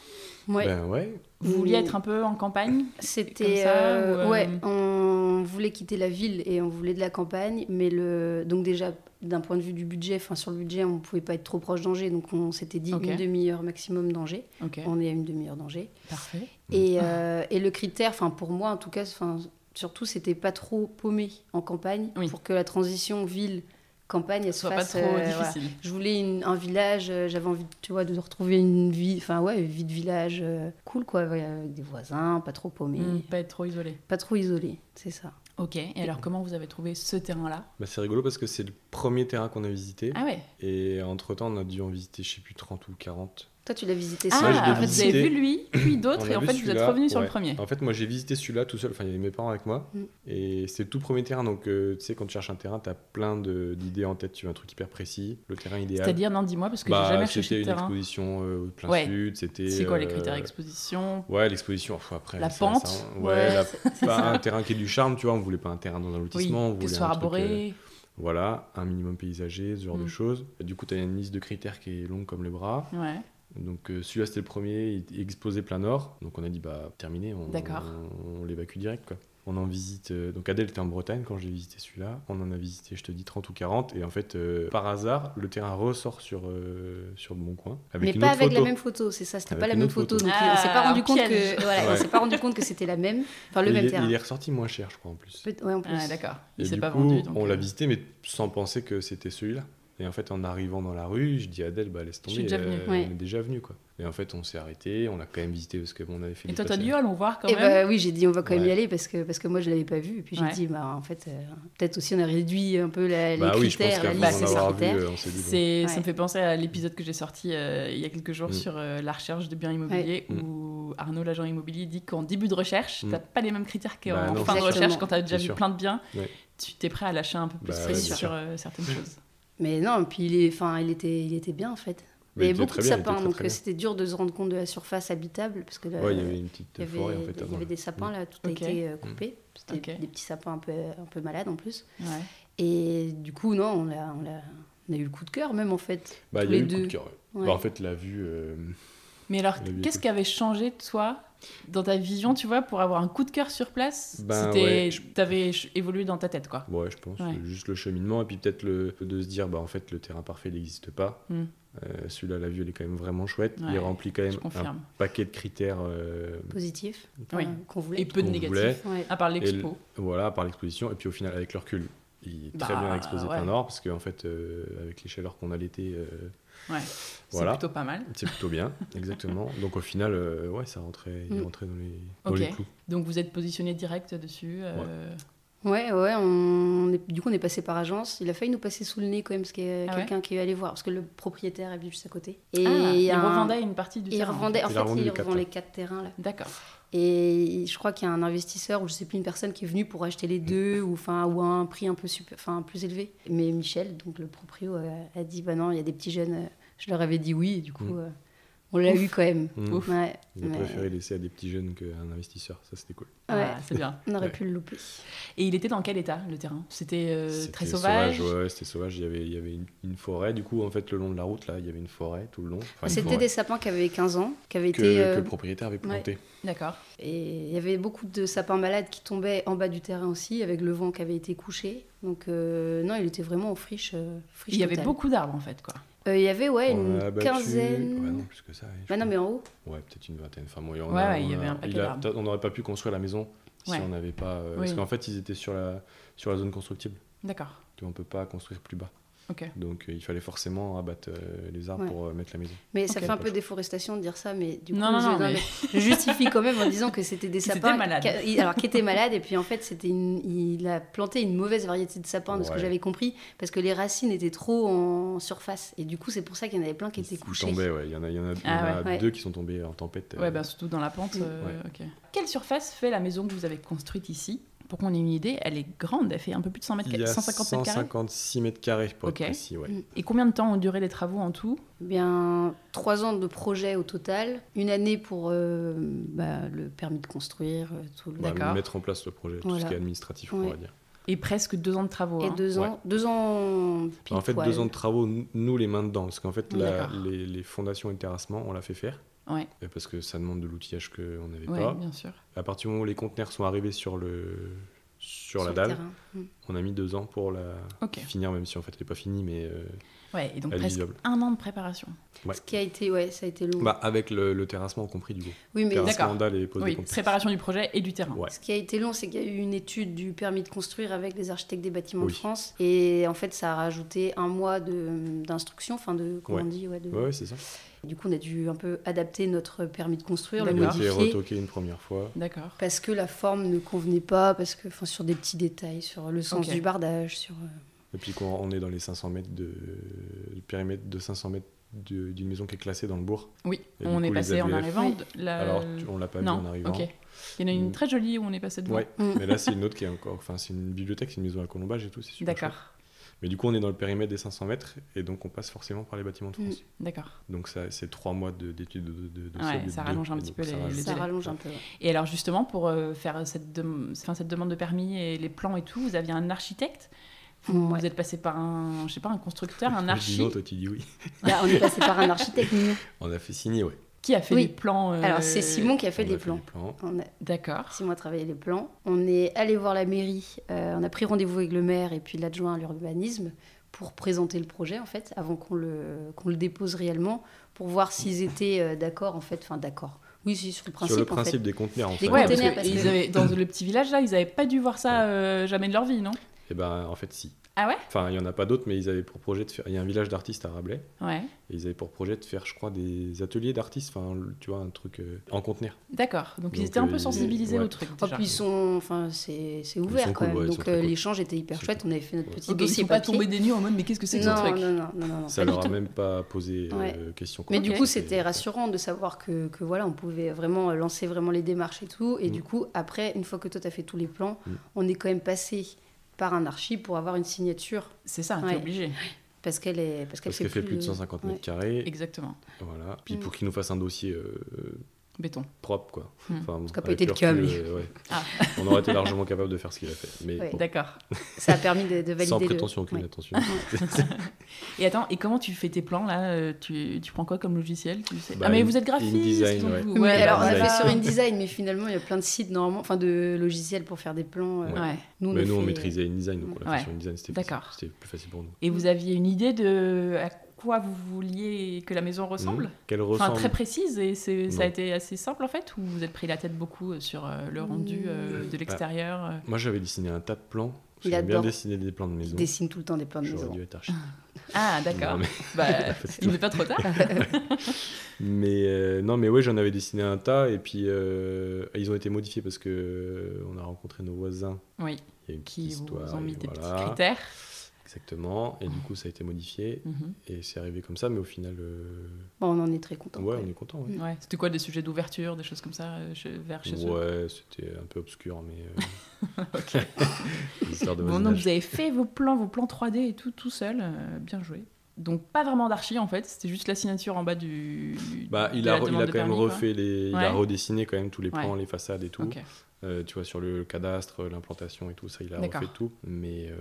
[SPEAKER 3] Ouais.
[SPEAKER 2] Ben ouais,
[SPEAKER 4] Vous vouliez
[SPEAKER 3] Mm.
[SPEAKER 4] être un peu en campagne comme
[SPEAKER 3] C'était
[SPEAKER 4] ça,
[SPEAKER 3] euh,
[SPEAKER 4] ou, euh,
[SPEAKER 3] ouais, on voulait quitter la ville et on voulait de la campagne, mais le donc déjà d'un point de vue du budget, enfin sur le budget, on pouvait pas être trop proche d'Angers, donc on s'était dit
[SPEAKER 4] Ok.
[SPEAKER 3] une demi-heure maximum d'Angers.
[SPEAKER 4] Ok,
[SPEAKER 3] On est à une demi-heure d'Angers.
[SPEAKER 4] parfait.
[SPEAKER 2] Mm.
[SPEAKER 3] Et,
[SPEAKER 2] Ah.
[SPEAKER 3] euh, et le critère, enfin pour moi en tout cas, enfin surtout c'était pas trop paumé en campagne
[SPEAKER 4] Oui.
[SPEAKER 3] pour que la transition ville campagne elle
[SPEAKER 4] Ce
[SPEAKER 3] se
[SPEAKER 4] soit pas
[SPEAKER 3] fasse
[SPEAKER 4] trop
[SPEAKER 3] euh, voilà.
[SPEAKER 4] difficile.
[SPEAKER 3] Je voulais une- un village, euh, j'avais envie, tu vois, de retrouver une vie, enfin ouais, une vie de village euh, cool quoi, ouais, avec des voisins, pas trop paumé.
[SPEAKER 4] Mm, pas être trop isolé.
[SPEAKER 3] Pas trop isolé, c'est ça.
[SPEAKER 4] Ok. Et alors, comment vous avez trouvé ce terrain-là
[SPEAKER 2] Bah, c'est rigolo parce que c'est le premier terrain qu'on a visité,
[SPEAKER 4] Ah ouais.
[SPEAKER 2] et entre-temps, on a dû en visiter, je sais plus, 30 ou 40.
[SPEAKER 3] Toi, tu l'as visité
[SPEAKER 2] moi, je
[SPEAKER 3] seul.
[SPEAKER 2] l'ai
[SPEAKER 4] Ah,
[SPEAKER 3] en fait,
[SPEAKER 4] vous
[SPEAKER 2] visité.
[SPEAKER 4] avez vu lui, puis d'autres,
[SPEAKER 2] On a
[SPEAKER 4] et en
[SPEAKER 2] vu
[SPEAKER 4] fait, vous êtes
[SPEAKER 2] celui-là,
[SPEAKER 4] revenu sur le
[SPEAKER 2] ouais. Bah,
[SPEAKER 4] premier.
[SPEAKER 2] En fait, moi, j'ai visité celui-là tout seul, enfin, il y avait mes parents avec moi,
[SPEAKER 3] Mm.
[SPEAKER 2] et c'est le tout premier terrain, donc euh, tu sais, quand tu cherches un terrain, t'as plein de- d'idées en tête, tu veux un truc hyper précis, le terrain idéal.
[SPEAKER 4] C'est-à-dire, non, dis-moi, parce que
[SPEAKER 2] Bah,
[SPEAKER 4] j'ai jamais
[SPEAKER 2] c'était
[SPEAKER 4] cherché
[SPEAKER 2] une
[SPEAKER 4] le terrain.
[SPEAKER 2] exposition euh, plein
[SPEAKER 4] Ouais.
[SPEAKER 2] sud, c'était.
[SPEAKER 4] C'est quoi les
[SPEAKER 2] euh,
[SPEAKER 4] critères exposition
[SPEAKER 2] Ouais, l'exposition. enfin, après,
[SPEAKER 4] La
[SPEAKER 2] ça-
[SPEAKER 4] pente
[SPEAKER 2] ça- ouais,
[SPEAKER 3] Ouais,
[SPEAKER 2] la- pas un terrain qui est du charme, tu vois. On voulait pas un terrain dans un
[SPEAKER 4] Oui,
[SPEAKER 2] lotissement. on
[SPEAKER 4] que
[SPEAKER 2] voulait
[SPEAKER 4] ce soit
[SPEAKER 2] un truc, euh,
[SPEAKER 4] arboré.
[SPEAKER 2] voilà, un minimum paysager, ce genre
[SPEAKER 4] Mm.
[SPEAKER 2] de choses. Et du coup, tu as une liste de critères qui est longue comme le bras.
[SPEAKER 4] Ouais.
[SPEAKER 2] Donc, euh, celui-là, c'était le premier. Il exposait plein nord. Donc, on a dit, bah, terminé, on,
[SPEAKER 4] D'accord.
[SPEAKER 2] on, on l'évacue direct, quoi. On en visite. euh, donc, Adèle était en Bretagne quand j'ai visité celui-là. On en a visité, je te dis, 30 ou 40. Et en fait, euh, par hasard, le terrain ressort sur, euh, sur le bon coin. Avec
[SPEAKER 3] Mais
[SPEAKER 2] une
[SPEAKER 3] pas
[SPEAKER 2] autre
[SPEAKER 3] avec
[SPEAKER 2] photo.
[SPEAKER 3] la même photo, c'est ça. C'était
[SPEAKER 2] Avec
[SPEAKER 3] pas la
[SPEAKER 2] une
[SPEAKER 3] même
[SPEAKER 2] autre
[SPEAKER 3] photo,
[SPEAKER 2] photo.
[SPEAKER 3] donc
[SPEAKER 4] Ah,
[SPEAKER 3] on s'est pas rendu
[SPEAKER 4] un
[SPEAKER 3] compte
[SPEAKER 4] piège.
[SPEAKER 3] que voilà, on
[SPEAKER 2] Ouais.
[SPEAKER 3] s'est pas rendu compte que c'était la même, enfin le
[SPEAKER 2] il,
[SPEAKER 3] même
[SPEAKER 2] est,
[SPEAKER 3] terrain.
[SPEAKER 2] il est ressorti moins cher, je crois, en plus.
[SPEAKER 3] Peut- ouais, en plus.
[SPEAKER 4] Ah, d'accord.
[SPEAKER 2] Et
[SPEAKER 4] Il s'est
[SPEAKER 2] du
[SPEAKER 4] pas
[SPEAKER 2] coup,
[SPEAKER 4] vendu. donc,
[SPEAKER 2] on
[SPEAKER 4] euh,
[SPEAKER 2] l'a visité, mais sans penser que c'était celui-là. Et en fait, en arrivant dans la rue, je dis à Adèle, bah laisse
[SPEAKER 4] Je
[SPEAKER 2] tomber.
[SPEAKER 4] suis déjà venue.
[SPEAKER 3] Ouais.
[SPEAKER 2] On est déjà venu, quoi. Et en fait, on s'est arrêté, on l'a quand même visité parce que bon, on avait fait
[SPEAKER 4] Et
[SPEAKER 2] des
[SPEAKER 4] toi, t'as
[SPEAKER 2] passages.
[SPEAKER 4] dit, oh, allons voir quand
[SPEAKER 3] Et
[SPEAKER 4] même.
[SPEAKER 3] bah oui, j'ai dit on va quand même y
[SPEAKER 2] Ouais.
[SPEAKER 3] aller parce que parce que moi je l'avais pas vu. Et puis j'ai
[SPEAKER 4] Ouais.
[SPEAKER 3] dit bah en fait euh, peut-être aussi on a réduit un peu la,
[SPEAKER 2] Bah
[SPEAKER 3] les
[SPEAKER 2] oui, je pense
[SPEAKER 3] critères, la
[SPEAKER 2] qu'avant
[SPEAKER 4] bah,
[SPEAKER 3] liste
[SPEAKER 2] d'en
[SPEAKER 3] des
[SPEAKER 4] c'est
[SPEAKER 2] avoir vu,
[SPEAKER 3] critères.
[SPEAKER 2] euh, on s'est dit, bon,
[SPEAKER 4] C'est,
[SPEAKER 3] Ouais.
[SPEAKER 4] Ça me fait penser à l'épisode que j'ai sorti euh, il y a quelques jours
[SPEAKER 2] Mm.
[SPEAKER 4] sur euh, la recherche de biens immobiliers où Arnaud, l'agent immobilier, dit qu'en début de recherche,
[SPEAKER 2] Mm.
[SPEAKER 4] t'as pas les mêmes critères qu'en
[SPEAKER 2] Bah non,
[SPEAKER 4] fin de
[SPEAKER 3] Exactement.
[SPEAKER 4] recherche quand t'as déjà
[SPEAKER 2] Bien
[SPEAKER 4] vu
[SPEAKER 2] sûr.
[SPEAKER 4] plein de biens.
[SPEAKER 2] Ouais.
[SPEAKER 4] Tu t'es prêt à lâcher un peu plus
[SPEAKER 2] Bah,
[SPEAKER 4] prise
[SPEAKER 2] bien
[SPEAKER 4] sur
[SPEAKER 2] sûr.
[SPEAKER 4] euh, certaines choses.
[SPEAKER 3] Mais non, et puis il est, enfin il était il était bien en fait.
[SPEAKER 2] Mais
[SPEAKER 3] Mais il
[SPEAKER 2] il
[SPEAKER 3] y avait
[SPEAKER 2] était
[SPEAKER 3] beaucoup
[SPEAKER 2] très
[SPEAKER 3] de
[SPEAKER 2] bien, il était
[SPEAKER 3] sapins,
[SPEAKER 2] très,
[SPEAKER 3] donc
[SPEAKER 2] très
[SPEAKER 3] euh,
[SPEAKER 2] bien.
[SPEAKER 3] c'était dur de se rendre compte de la surface habitable. Parce que là,
[SPEAKER 2] Ouais, il y avait une petite
[SPEAKER 3] il y avait-
[SPEAKER 2] forêt en fait. Mm.
[SPEAKER 3] il y
[SPEAKER 2] avant.
[SPEAKER 3] avait des sapins là, tout a
[SPEAKER 4] Ok. Mm.
[SPEAKER 3] été euh, coupé. C'était
[SPEAKER 4] Ok.
[SPEAKER 3] des petits sapins un peu, un peu malades en plus.
[SPEAKER 4] Ouais.
[SPEAKER 3] Et du coup, non, on a, on a, on a eu le coup de cœur même en fait.
[SPEAKER 2] Bah,
[SPEAKER 3] tous
[SPEAKER 2] il y a
[SPEAKER 3] les
[SPEAKER 2] eu le coup
[SPEAKER 3] deux.
[SPEAKER 2] de cœur. ouais.
[SPEAKER 3] Ouais.
[SPEAKER 2] Bah, en fait, la vue. euh,
[SPEAKER 4] Mais alors,
[SPEAKER 2] La vie est
[SPEAKER 4] qu'est-ce
[SPEAKER 2] cool.
[SPEAKER 4] qui avait changé, toi, dans ta vision, tu vois, pour avoir un coup de cœur sur place
[SPEAKER 2] Ben ouais,
[SPEAKER 4] C'était,
[SPEAKER 2] je-
[SPEAKER 4] t'avais évolué dans ta tête, quoi.
[SPEAKER 2] Ouais, je pense.
[SPEAKER 4] Ouais.
[SPEAKER 2] euh, Juste le cheminement et puis peut-être le- de se dire, bah en fait, le terrain parfait n'existe pas.
[SPEAKER 4] Mm.
[SPEAKER 2] Euh, Celui-là, la vue, elle est quand même vraiment chouette. Il
[SPEAKER 4] Ouais,
[SPEAKER 2] remplit quand même
[SPEAKER 4] Je
[SPEAKER 2] un
[SPEAKER 4] confirme.
[SPEAKER 2] paquet de critères. euh,
[SPEAKER 3] Positif,
[SPEAKER 4] Oui.
[SPEAKER 3] euh, qu'on voulait.
[SPEAKER 4] Et peu de
[SPEAKER 2] qu'on
[SPEAKER 4] négatifs,
[SPEAKER 2] voulait.
[SPEAKER 3] Ouais.
[SPEAKER 4] à part
[SPEAKER 2] Et le-
[SPEAKER 4] l'expo.
[SPEAKER 2] Voilà, par l'exposition. Et puis au final, avec le recul, il est très
[SPEAKER 4] Bah,
[SPEAKER 2] bien exposé
[SPEAKER 4] ouais.
[SPEAKER 2] plein nord parce qu'en fait, euh, avec les chaleurs qu'on a l'été, euh,
[SPEAKER 4] Ouais.
[SPEAKER 2] voilà.
[SPEAKER 4] C'est plutôt pas mal.
[SPEAKER 2] c'est plutôt bien. Exactement. Donc au final, euh, ouais, ça rentrait, il
[SPEAKER 3] Mm.
[SPEAKER 2] rentrait dans les, dans
[SPEAKER 4] Ok.
[SPEAKER 2] les clous.
[SPEAKER 4] Donc vous êtes positionné direct dessus. euh,
[SPEAKER 3] Ouais, ouais, on est- du coup on est passé par agence. Il a failli nous passer sous le nez quand même, parce qu'il y a
[SPEAKER 4] Ah ouais
[SPEAKER 3] quelqu'un qui est allé voir, parce que le propriétaire habite juste à côté. Et
[SPEAKER 4] Ah,
[SPEAKER 3] il, y
[SPEAKER 4] il
[SPEAKER 3] a un-
[SPEAKER 4] revendait une partie du
[SPEAKER 3] il
[SPEAKER 4] terrain.
[SPEAKER 3] revendait, en
[SPEAKER 2] Il a
[SPEAKER 3] fait,
[SPEAKER 2] revendu
[SPEAKER 3] il
[SPEAKER 2] les quatre
[SPEAKER 3] revend
[SPEAKER 2] terrains.
[SPEAKER 3] les quatre terrains là.
[SPEAKER 4] D'accord.
[SPEAKER 3] Et je crois qu'il y a un investisseur, ou je sais plus, une personne qui est venue pour acheter les deux, ou, enfin, ou à un prix un peu super, enfin, plus élevé. Mais Michel, donc le proprio, euh, a dit Bah non, il y a des petits jeunes. euh, Je leur avais dit oui, et du coup,
[SPEAKER 2] Mm.
[SPEAKER 3] euh, on l'a
[SPEAKER 4] Ouf.
[SPEAKER 3] eu quand même.
[SPEAKER 2] Mm.
[SPEAKER 4] Ouf.
[SPEAKER 3] Ouais,
[SPEAKER 2] Ils ont
[SPEAKER 3] mais
[SPEAKER 2] préféré laisser à des petits jeunes qu'à un investisseur. Ça, c'était cool.
[SPEAKER 3] Ouais.
[SPEAKER 4] Ah, c'est bien.
[SPEAKER 3] on aurait
[SPEAKER 2] Ouais.
[SPEAKER 3] pu le louper.
[SPEAKER 4] Et il était dans quel état le terrain C'était euh,
[SPEAKER 2] C'était
[SPEAKER 4] très sauvage.
[SPEAKER 2] ouais, c'était sauvage. Il y avait, il y avait une, une forêt. Du coup, en fait, le long de la route, là, il y avait une forêt tout le long. Enfin, une
[SPEAKER 3] C'était
[SPEAKER 2] forêt
[SPEAKER 3] des sapins qui avaient 15 ans, qui avaient
[SPEAKER 2] que,
[SPEAKER 3] été.
[SPEAKER 2] que
[SPEAKER 3] euh,
[SPEAKER 2] le propriétaire avait
[SPEAKER 3] ouais.
[SPEAKER 2] planté.
[SPEAKER 4] D'accord.
[SPEAKER 3] Et il y avait beaucoup de sapins malades qui tombaient en bas du terrain aussi, avec le vent qui avait été couché. Donc, euh, non, il était vraiment en friche. euh, friche
[SPEAKER 4] Il y avait
[SPEAKER 3] totale.
[SPEAKER 4] beaucoup d'arbres en fait, quoi.
[SPEAKER 3] Euh, il y avait, ouais,
[SPEAKER 2] On
[SPEAKER 3] une
[SPEAKER 2] a abattu-
[SPEAKER 3] quinzaine.
[SPEAKER 2] Ouais, non, plus que ça. ouais, je
[SPEAKER 3] Bah non,
[SPEAKER 2] crois.
[SPEAKER 3] mais en haut.
[SPEAKER 2] Ouais, peut-être une vingtaine. Enfin, bon, on a-
[SPEAKER 4] Ouais, ouais, il y
[SPEAKER 2] on a-
[SPEAKER 4] avait un paquet
[SPEAKER 2] il a-
[SPEAKER 4] d'arbres.
[SPEAKER 2] peut-être On n'aurait pas pu construire la maison
[SPEAKER 4] Ouais.
[SPEAKER 2] si on n'avait pas. euh, Parce
[SPEAKER 4] Oui.
[SPEAKER 2] qu'en fait, ils étaient sur la, sur la zone constructible.
[SPEAKER 4] D'accord.
[SPEAKER 2] Tu vois, On peut pas construire plus bas.
[SPEAKER 4] Ok.
[SPEAKER 2] Donc, euh, il fallait forcément abattre euh, les arbres
[SPEAKER 3] Ouais.
[SPEAKER 2] pour euh, mettre la maison.
[SPEAKER 3] Mais ça
[SPEAKER 4] Ok.
[SPEAKER 3] fait un peu déforestation de dire ça, mais du coup,
[SPEAKER 4] Non, non,
[SPEAKER 3] je,
[SPEAKER 4] non, mais-
[SPEAKER 3] mais je justifie quand même en disant que c'était des
[SPEAKER 4] Qu'ils étaient
[SPEAKER 3] sapins.
[SPEAKER 4] malades.
[SPEAKER 3] qui- alors, qui étaient malades, et puis en fait, c'était une- il a planté une mauvaise variété de sapins, de ce que
[SPEAKER 2] Ouais.
[SPEAKER 3] j'avais compris, parce que les racines étaient trop en surface. Et du coup, c'est pour ça qu'il y en avait plein qui
[SPEAKER 2] Ils
[SPEAKER 3] étaient couchés.
[SPEAKER 2] tombaient, ouais. Il y en a, il y en a, il y en
[SPEAKER 4] Ah
[SPEAKER 2] a
[SPEAKER 3] ouais.
[SPEAKER 2] deux qui sont tombés en tempête. euh,
[SPEAKER 4] Ouais, bah, surtout dans la pente.
[SPEAKER 3] Mm.
[SPEAKER 4] euh, ok. Quelle surface fait la maison que vous avez construite ici Pour qu'on ait une idée, elle est grande. Elle fait un peu plus de 100 mètres,
[SPEAKER 2] il y
[SPEAKER 4] carrés-
[SPEAKER 2] a
[SPEAKER 4] 150 mètres carrés.
[SPEAKER 2] 156 mètres carrés pour
[SPEAKER 4] Ok.
[SPEAKER 2] être précis, ouais.
[SPEAKER 3] Mmh,
[SPEAKER 4] Et combien de temps ont duré les travaux en tout
[SPEAKER 3] Eh Bien, trois ans de projet au total, une année pour euh, bah, le permis de construire, euh, tout le
[SPEAKER 2] Ouais,
[SPEAKER 4] D'accord.
[SPEAKER 2] mettre en place le projet, tout ce
[SPEAKER 3] Voilà.
[SPEAKER 2] qui est administratif, on
[SPEAKER 3] Ouais.
[SPEAKER 2] va dire.
[SPEAKER 4] Et presque deux ans de travaux.
[SPEAKER 3] Et
[SPEAKER 4] hein.
[SPEAKER 3] deux ans, deux ans. pile
[SPEAKER 2] en fait,
[SPEAKER 3] poil.
[SPEAKER 2] deux ans de travaux, nous- nous les mains dedans. Parce qu'en fait,
[SPEAKER 4] Oui,
[SPEAKER 2] la-
[SPEAKER 4] d'accord.
[SPEAKER 2] les, les fondations et le terrassement, on l'a fait faire.
[SPEAKER 4] Ouais.
[SPEAKER 2] Euh, Parce que ça demande de l'outillage qu'on n'avait
[SPEAKER 4] Ouais,
[SPEAKER 2] pas.
[SPEAKER 4] bien sûr.
[SPEAKER 2] À partir du moment où les conteneurs sont arrivés sur, le, sur, la
[SPEAKER 3] le
[SPEAKER 2] dalle,
[SPEAKER 3] terrain. Mm.
[SPEAKER 2] on a mis deux ans pour la
[SPEAKER 4] Ok.
[SPEAKER 2] finir, même si en fait elle n'est pas finie. Mais euh,
[SPEAKER 4] Ouais, et donc
[SPEAKER 2] Elle est
[SPEAKER 4] presque
[SPEAKER 2] visible.
[SPEAKER 4] un an de préparation.
[SPEAKER 3] Ce qui a été, ouais, ça a été long.
[SPEAKER 2] bah, avec le, le terrassement compris, du coup.
[SPEAKER 3] oui, mais
[SPEAKER 2] Terrassement, dalle et pose
[SPEAKER 4] Oui,
[SPEAKER 2] des conteneurs.
[SPEAKER 4] préparation du projet et du terrain.
[SPEAKER 2] Ouais.
[SPEAKER 3] Ce qui a été long, c'est qu'il y a eu une étude du permis de construire avec les architectes des bâtiments
[SPEAKER 2] Oui.
[SPEAKER 3] de France. Et en fait, ça a rajouté un mois de- d'instruction, enfin de. Comment
[SPEAKER 2] Ouais.
[SPEAKER 3] on dit ouais, de-
[SPEAKER 2] Ouais, ouais, c'est ça.
[SPEAKER 3] Du coup, on a dû un peu adapter notre permis de construire, le
[SPEAKER 2] Il a
[SPEAKER 4] D'accord.
[SPEAKER 2] été
[SPEAKER 3] modifier.
[SPEAKER 2] retoqué une première fois.
[SPEAKER 4] D'accord.
[SPEAKER 3] Parce que la forme ne convenait pas, parce que, enfin, sur des petits détails, sur le sens
[SPEAKER 4] Ok.
[SPEAKER 3] du bardage, sur. euh,
[SPEAKER 2] Et puis quand on est dans les 500 mètres de du périmètre de 500 mètres de- d'une maison qui est classée dans le bourg.
[SPEAKER 4] Oui,
[SPEAKER 2] Et
[SPEAKER 4] on
[SPEAKER 2] du
[SPEAKER 4] est
[SPEAKER 2] coup, les
[SPEAKER 4] passé en
[SPEAKER 2] AVF.
[SPEAKER 4] arrivant. de- la-
[SPEAKER 2] Alors tu- on l'a pas
[SPEAKER 4] Euh, non,
[SPEAKER 2] vu en arrivant.
[SPEAKER 4] ok. Il y en a une
[SPEAKER 2] Mm.
[SPEAKER 4] très jolie où on est passé devant.
[SPEAKER 2] Ouais,
[SPEAKER 3] Mm.
[SPEAKER 2] mais là c'est une autre qui est encore. Enfin, c'est une bibliothèque, c'est une maison à colombage et tout, c'est super.
[SPEAKER 4] D'accord,
[SPEAKER 2] chouette. Mais du coup, on est dans le périmètre des 500 mètres et donc on passe forcément par les bâtiments de
[SPEAKER 3] Mm.
[SPEAKER 2] France.
[SPEAKER 4] d'accord.
[SPEAKER 2] Donc ça, c'est trois mois de- d'études de, de, de
[SPEAKER 4] Ouais,
[SPEAKER 2] sol, de
[SPEAKER 4] ça
[SPEAKER 2] deux,
[SPEAKER 4] rallonge un
[SPEAKER 2] et
[SPEAKER 4] petit
[SPEAKER 2] donc
[SPEAKER 4] peu
[SPEAKER 2] ça
[SPEAKER 4] les-
[SPEAKER 2] rallonge.
[SPEAKER 4] les
[SPEAKER 3] Ça
[SPEAKER 4] délais.
[SPEAKER 3] rallonge un peu. ouais.
[SPEAKER 4] Et alors justement, pour euh, faire cette, dem- enfin, cette demande de permis et les plans et tout, vous aviez un architecte Vous,
[SPEAKER 3] Ouais.
[SPEAKER 4] vous êtes passé par un, je sais pas, un constructeur, un
[SPEAKER 2] Moi, je dis
[SPEAKER 4] archi
[SPEAKER 2] non, toi tu dis oui.
[SPEAKER 3] Là, on est passé par un architecte. nous.
[SPEAKER 2] On a fait signer, ouais.
[SPEAKER 4] qui a fait
[SPEAKER 3] Oui.
[SPEAKER 4] les plans. euh,
[SPEAKER 3] Alors, c'est Simon qui a fait
[SPEAKER 2] On
[SPEAKER 3] les
[SPEAKER 2] a
[SPEAKER 3] plans. On a-
[SPEAKER 4] D'accord.
[SPEAKER 3] Six mois à travailler les plans. On est allé voir la mairie, euh, on a pris rendez-vous avec le maire et puis l'adjoint à l'urbanisme pour présenter le projet en fait, avant qu'on le, qu'on le dépose réellement, pour voir s'ils étaient euh, d'accord en fait, enfin d'accord. Oui, si, sur le principe.
[SPEAKER 2] Sur le
[SPEAKER 3] en fait.
[SPEAKER 2] principe des conteneurs, en fait.
[SPEAKER 3] Des
[SPEAKER 4] Ouais, parce
[SPEAKER 3] conteneurs,
[SPEAKER 4] que
[SPEAKER 3] parce
[SPEAKER 4] ils
[SPEAKER 3] que-
[SPEAKER 4] avaient- dans le petit village là, ils n'avaient pas dû voir ça euh, jamais de leur vie, non
[SPEAKER 2] Et ben, en fait, si.
[SPEAKER 4] Ah ouais
[SPEAKER 2] Enfin, il y en a pas d'autres, mais ils avaient pour projet de faire. Il y a un village d'artistes à Rabelais.
[SPEAKER 4] Ouais.
[SPEAKER 2] Et ils avaient pour projet de faire, je crois, des ateliers d'artistes, enfin, le- tu vois, un truc euh, en conteneur.
[SPEAKER 4] D'accord. Donc, ils
[SPEAKER 2] Donc,
[SPEAKER 4] étaient un
[SPEAKER 2] euh,
[SPEAKER 4] peu
[SPEAKER 2] ils-
[SPEAKER 4] sensibilisés
[SPEAKER 2] ouais.
[SPEAKER 4] au truc.
[SPEAKER 3] Oh,
[SPEAKER 4] déjà.
[SPEAKER 3] puis ils sont, enfin c'est c'est ouvert
[SPEAKER 2] sont
[SPEAKER 3] quand
[SPEAKER 2] cool,
[SPEAKER 3] même.
[SPEAKER 2] ouais, ils sont
[SPEAKER 3] Donc
[SPEAKER 2] très
[SPEAKER 3] euh,
[SPEAKER 2] cool.
[SPEAKER 3] l'échange était hyper
[SPEAKER 2] Ils sont
[SPEAKER 3] chouette. On avait fait notre
[SPEAKER 2] Ouais.
[SPEAKER 3] petit
[SPEAKER 4] Ok, ils
[SPEAKER 3] dossier
[SPEAKER 4] sont pas
[SPEAKER 3] papier.
[SPEAKER 4] tombés des nues en mode mais qu'est-ce que c'est que ce
[SPEAKER 3] non,
[SPEAKER 4] truc
[SPEAKER 3] non, non, non, non, non.
[SPEAKER 2] Ça
[SPEAKER 4] Pas du
[SPEAKER 2] leur a
[SPEAKER 4] tout.
[SPEAKER 2] même pas posé euh,
[SPEAKER 3] Ouais.
[SPEAKER 2] question. quoi.
[SPEAKER 3] Mais
[SPEAKER 4] Ok.
[SPEAKER 3] du coup, c'était rassurant de savoir que, que voilà, on pouvait vraiment euh, lancer vraiment les démarches et tout. Et
[SPEAKER 2] Mm.
[SPEAKER 3] du coup, après, une fois que toi, tu as fait tous les plans,
[SPEAKER 2] Mm.
[SPEAKER 3] on est quand même passé par un archi pour avoir une signature.
[SPEAKER 4] C'est ça, t'es
[SPEAKER 3] Ouais.
[SPEAKER 4] obligé.
[SPEAKER 3] Parce qu'elle est, parce qu'elle
[SPEAKER 2] parce qu'elle fait plus de 150 mètres
[SPEAKER 3] ouais.
[SPEAKER 2] carrés.
[SPEAKER 4] Exactement.
[SPEAKER 2] Voilà. Puis
[SPEAKER 3] Mm.
[SPEAKER 2] pour qu'ils nous fassent un dossier euh,
[SPEAKER 4] Béton.
[SPEAKER 2] propre, quoi.
[SPEAKER 4] Mm.
[SPEAKER 2] Enfin, bon,
[SPEAKER 3] Ça n'a pas
[SPEAKER 2] avec
[SPEAKER 3] été le
[SPEAKER 2] leur
[SPEAKER 3] cas,
[SPEAKER 2] cul,
[SPEAKER 3] mais-
[SPEAKER 2] euh, ouais.
[SPEAKER 4] Ah.
[SPEAKER 2] On aurait été largement capable de faire ce qu'il a fait. Mais
[SPEAKER 3] Ouais.
[SPEAKER 2] bon,
[SPEAKER 4] D'accord.
[SPEAKER 3] Ça a permis de, de valider.
[SPEAKER 2] sans
[SPEAKER 3] le-
[SPEAKER 2] prétention aucune,
[SPEAKER 3] Ouais.
[SPEAKER 2] attention.
[SPEAKER 4] Et attends, et comment tu fais tes plans là euh, tu, tu prends quoi comme logiciel tu sais
[SPEAKER 2] Bah,
[SPEAKER 4] Ah mais
[SPEAKER 2] in-
[SPEAKER 4] vous êtes graphiste
[SPEAKER 2] InDesign,
[SPEAKER 4] donc
[SPEAKER 2] ouais.
[SPEAKER 4] vous-
[SPEAKER 3] Oui, alors on a
[SPEAKER 2] bah,
[SPEAKER 3] fait
[SPEAKER 2] ça-
[SPEAKER 3] sur InDesign, mais finalement il y a plein de sites normalement, enfin de logiciels pour faire des plans. euh,
[SPEAKER 2] Ouais.
[SPEAKER 4] Ouais.
[SPEAKER 3] Nous,
[SPEAKER 2] mais
[SPEAKER 3] a
[SPEAKER 2] nous, on
[SPEAKER 3] fait- euh,
[SPEAKER 2] maîtrisait InDesign, donc on l'a
[SPEAKER 4] Ouais.
[SPEAKER 2] fait sur InDesign, c'était facile.
[SPEAKER 4] D'accord.
[SPEAKER 2] C'était plus facile pour nous.
[SPEAKER 4] Et vous aviez une idée de à quoi vous vouliez que la maison ressemble
[SPEAKER 2] Mm. Qu'elle
[SPEAKER 4] Enfin,
[SPEAKER 2] ressemble.
[SPEAKER 4] très précise et c'est- ça a
[SPEAKER 2] Non.
[SPEAKER 4] été assez simple en fait ou vous êtes pris la tête beaucoup euh, sur euh, le rendu euh, de l'extérieur euh
[SPEAKER 2] Moi, j'avais dessiné un tas de plans. parce que
[SPEAKER 3] Il
[SPEAKER 2] J'aime bien
[SPEAKER 3] adore.
[SPEAKER 2] dessiner des plans de
[SPEAKER 3] Il
[SPEAKER 2] maison.
[SPEAKER 3] dessine tout le temps des plans de
[SPEAKER 2] J'aurais
[SPEAKER 3] maison.
[SPEAKER 2] dû être architecte.
[SPEAKER 4] Ah d'accord.
[SPEAKER 2] Non, mais
[SPEAKER 4] Bah,
[SPEAKER 2] c'est
[SPEAKER 4] il n'est pas trop tard.
[SPEAKER 2] mais, euh, non, mais ouais, j'en avais dessiné un tas et puis euh, ils ont été modifiés parce que euh, on a rencontré nos voisins.
[SPEAKER 4] oui,
[SPEAKER 2] Il y a une petite
[SPEAKER 4] qui
[SPEAKER 2] histoire.
[SPEAKER 4] vous ont
[SPEAKER 2] et
[SPEAKER 4] mis des
[SPEAKER 2] voilà.
[SPEAKER 4] petits critères.
[SPEAKER 2] Exactement. Et du coup, ça a été modifié
[SPEAKER 4] Mhm.
[SPEAKER 2] et c'est arrivé comme ça. Mais au final, euh,
[SPEAKER 3] Bon, on en est très content.
[SPEAKER 2] ouais, on est content. Ouais,
[SPEAKER 4] Ouais. C'était quoi des sujets d'ouverture, des choses comme ça euh, chez- vers chez eux
[SPEAKER 2] Ouais, c'était un peu obscur, mais. euh, Une histoire de
[SPEAKER 4] Bon, donc
[SPEAKER 2] voisinage.
[SPEAKER 4] vous avez fait vos plans, vos plans 3D et tout, tout seul. euh, bien joué. Donc pas vraiment d'archi en fait, c'était juste la signature en bas du. du-
[SPEAKER 2] Bah, il
[SPEAKER 4] de
[SPEAKER 2] a,
[SPEAKER 4] la
[SPEAKER 2] re- il
[SPEAKER 4] demande
[SPEAKER 2] a
[SPEAKER 4] de
[SPEAKER 2] quand même
[SPEAKER 4] permis, quoi.
[SPEAKER 2] refait les. Il
[SPEAKER 4] Ouais.
[SPEAKER 2] a redessiné quand même tous les plans, les façades et tout.
[SPEAKER 4] Ok.
[SPEAKER 2] Euh, tu vois, sur le cadastre, euh, l'implantation et tout, ça, il a
[SPEAKER 4] D'accord.
[SPEAKER 2] refait tout. Mais euh,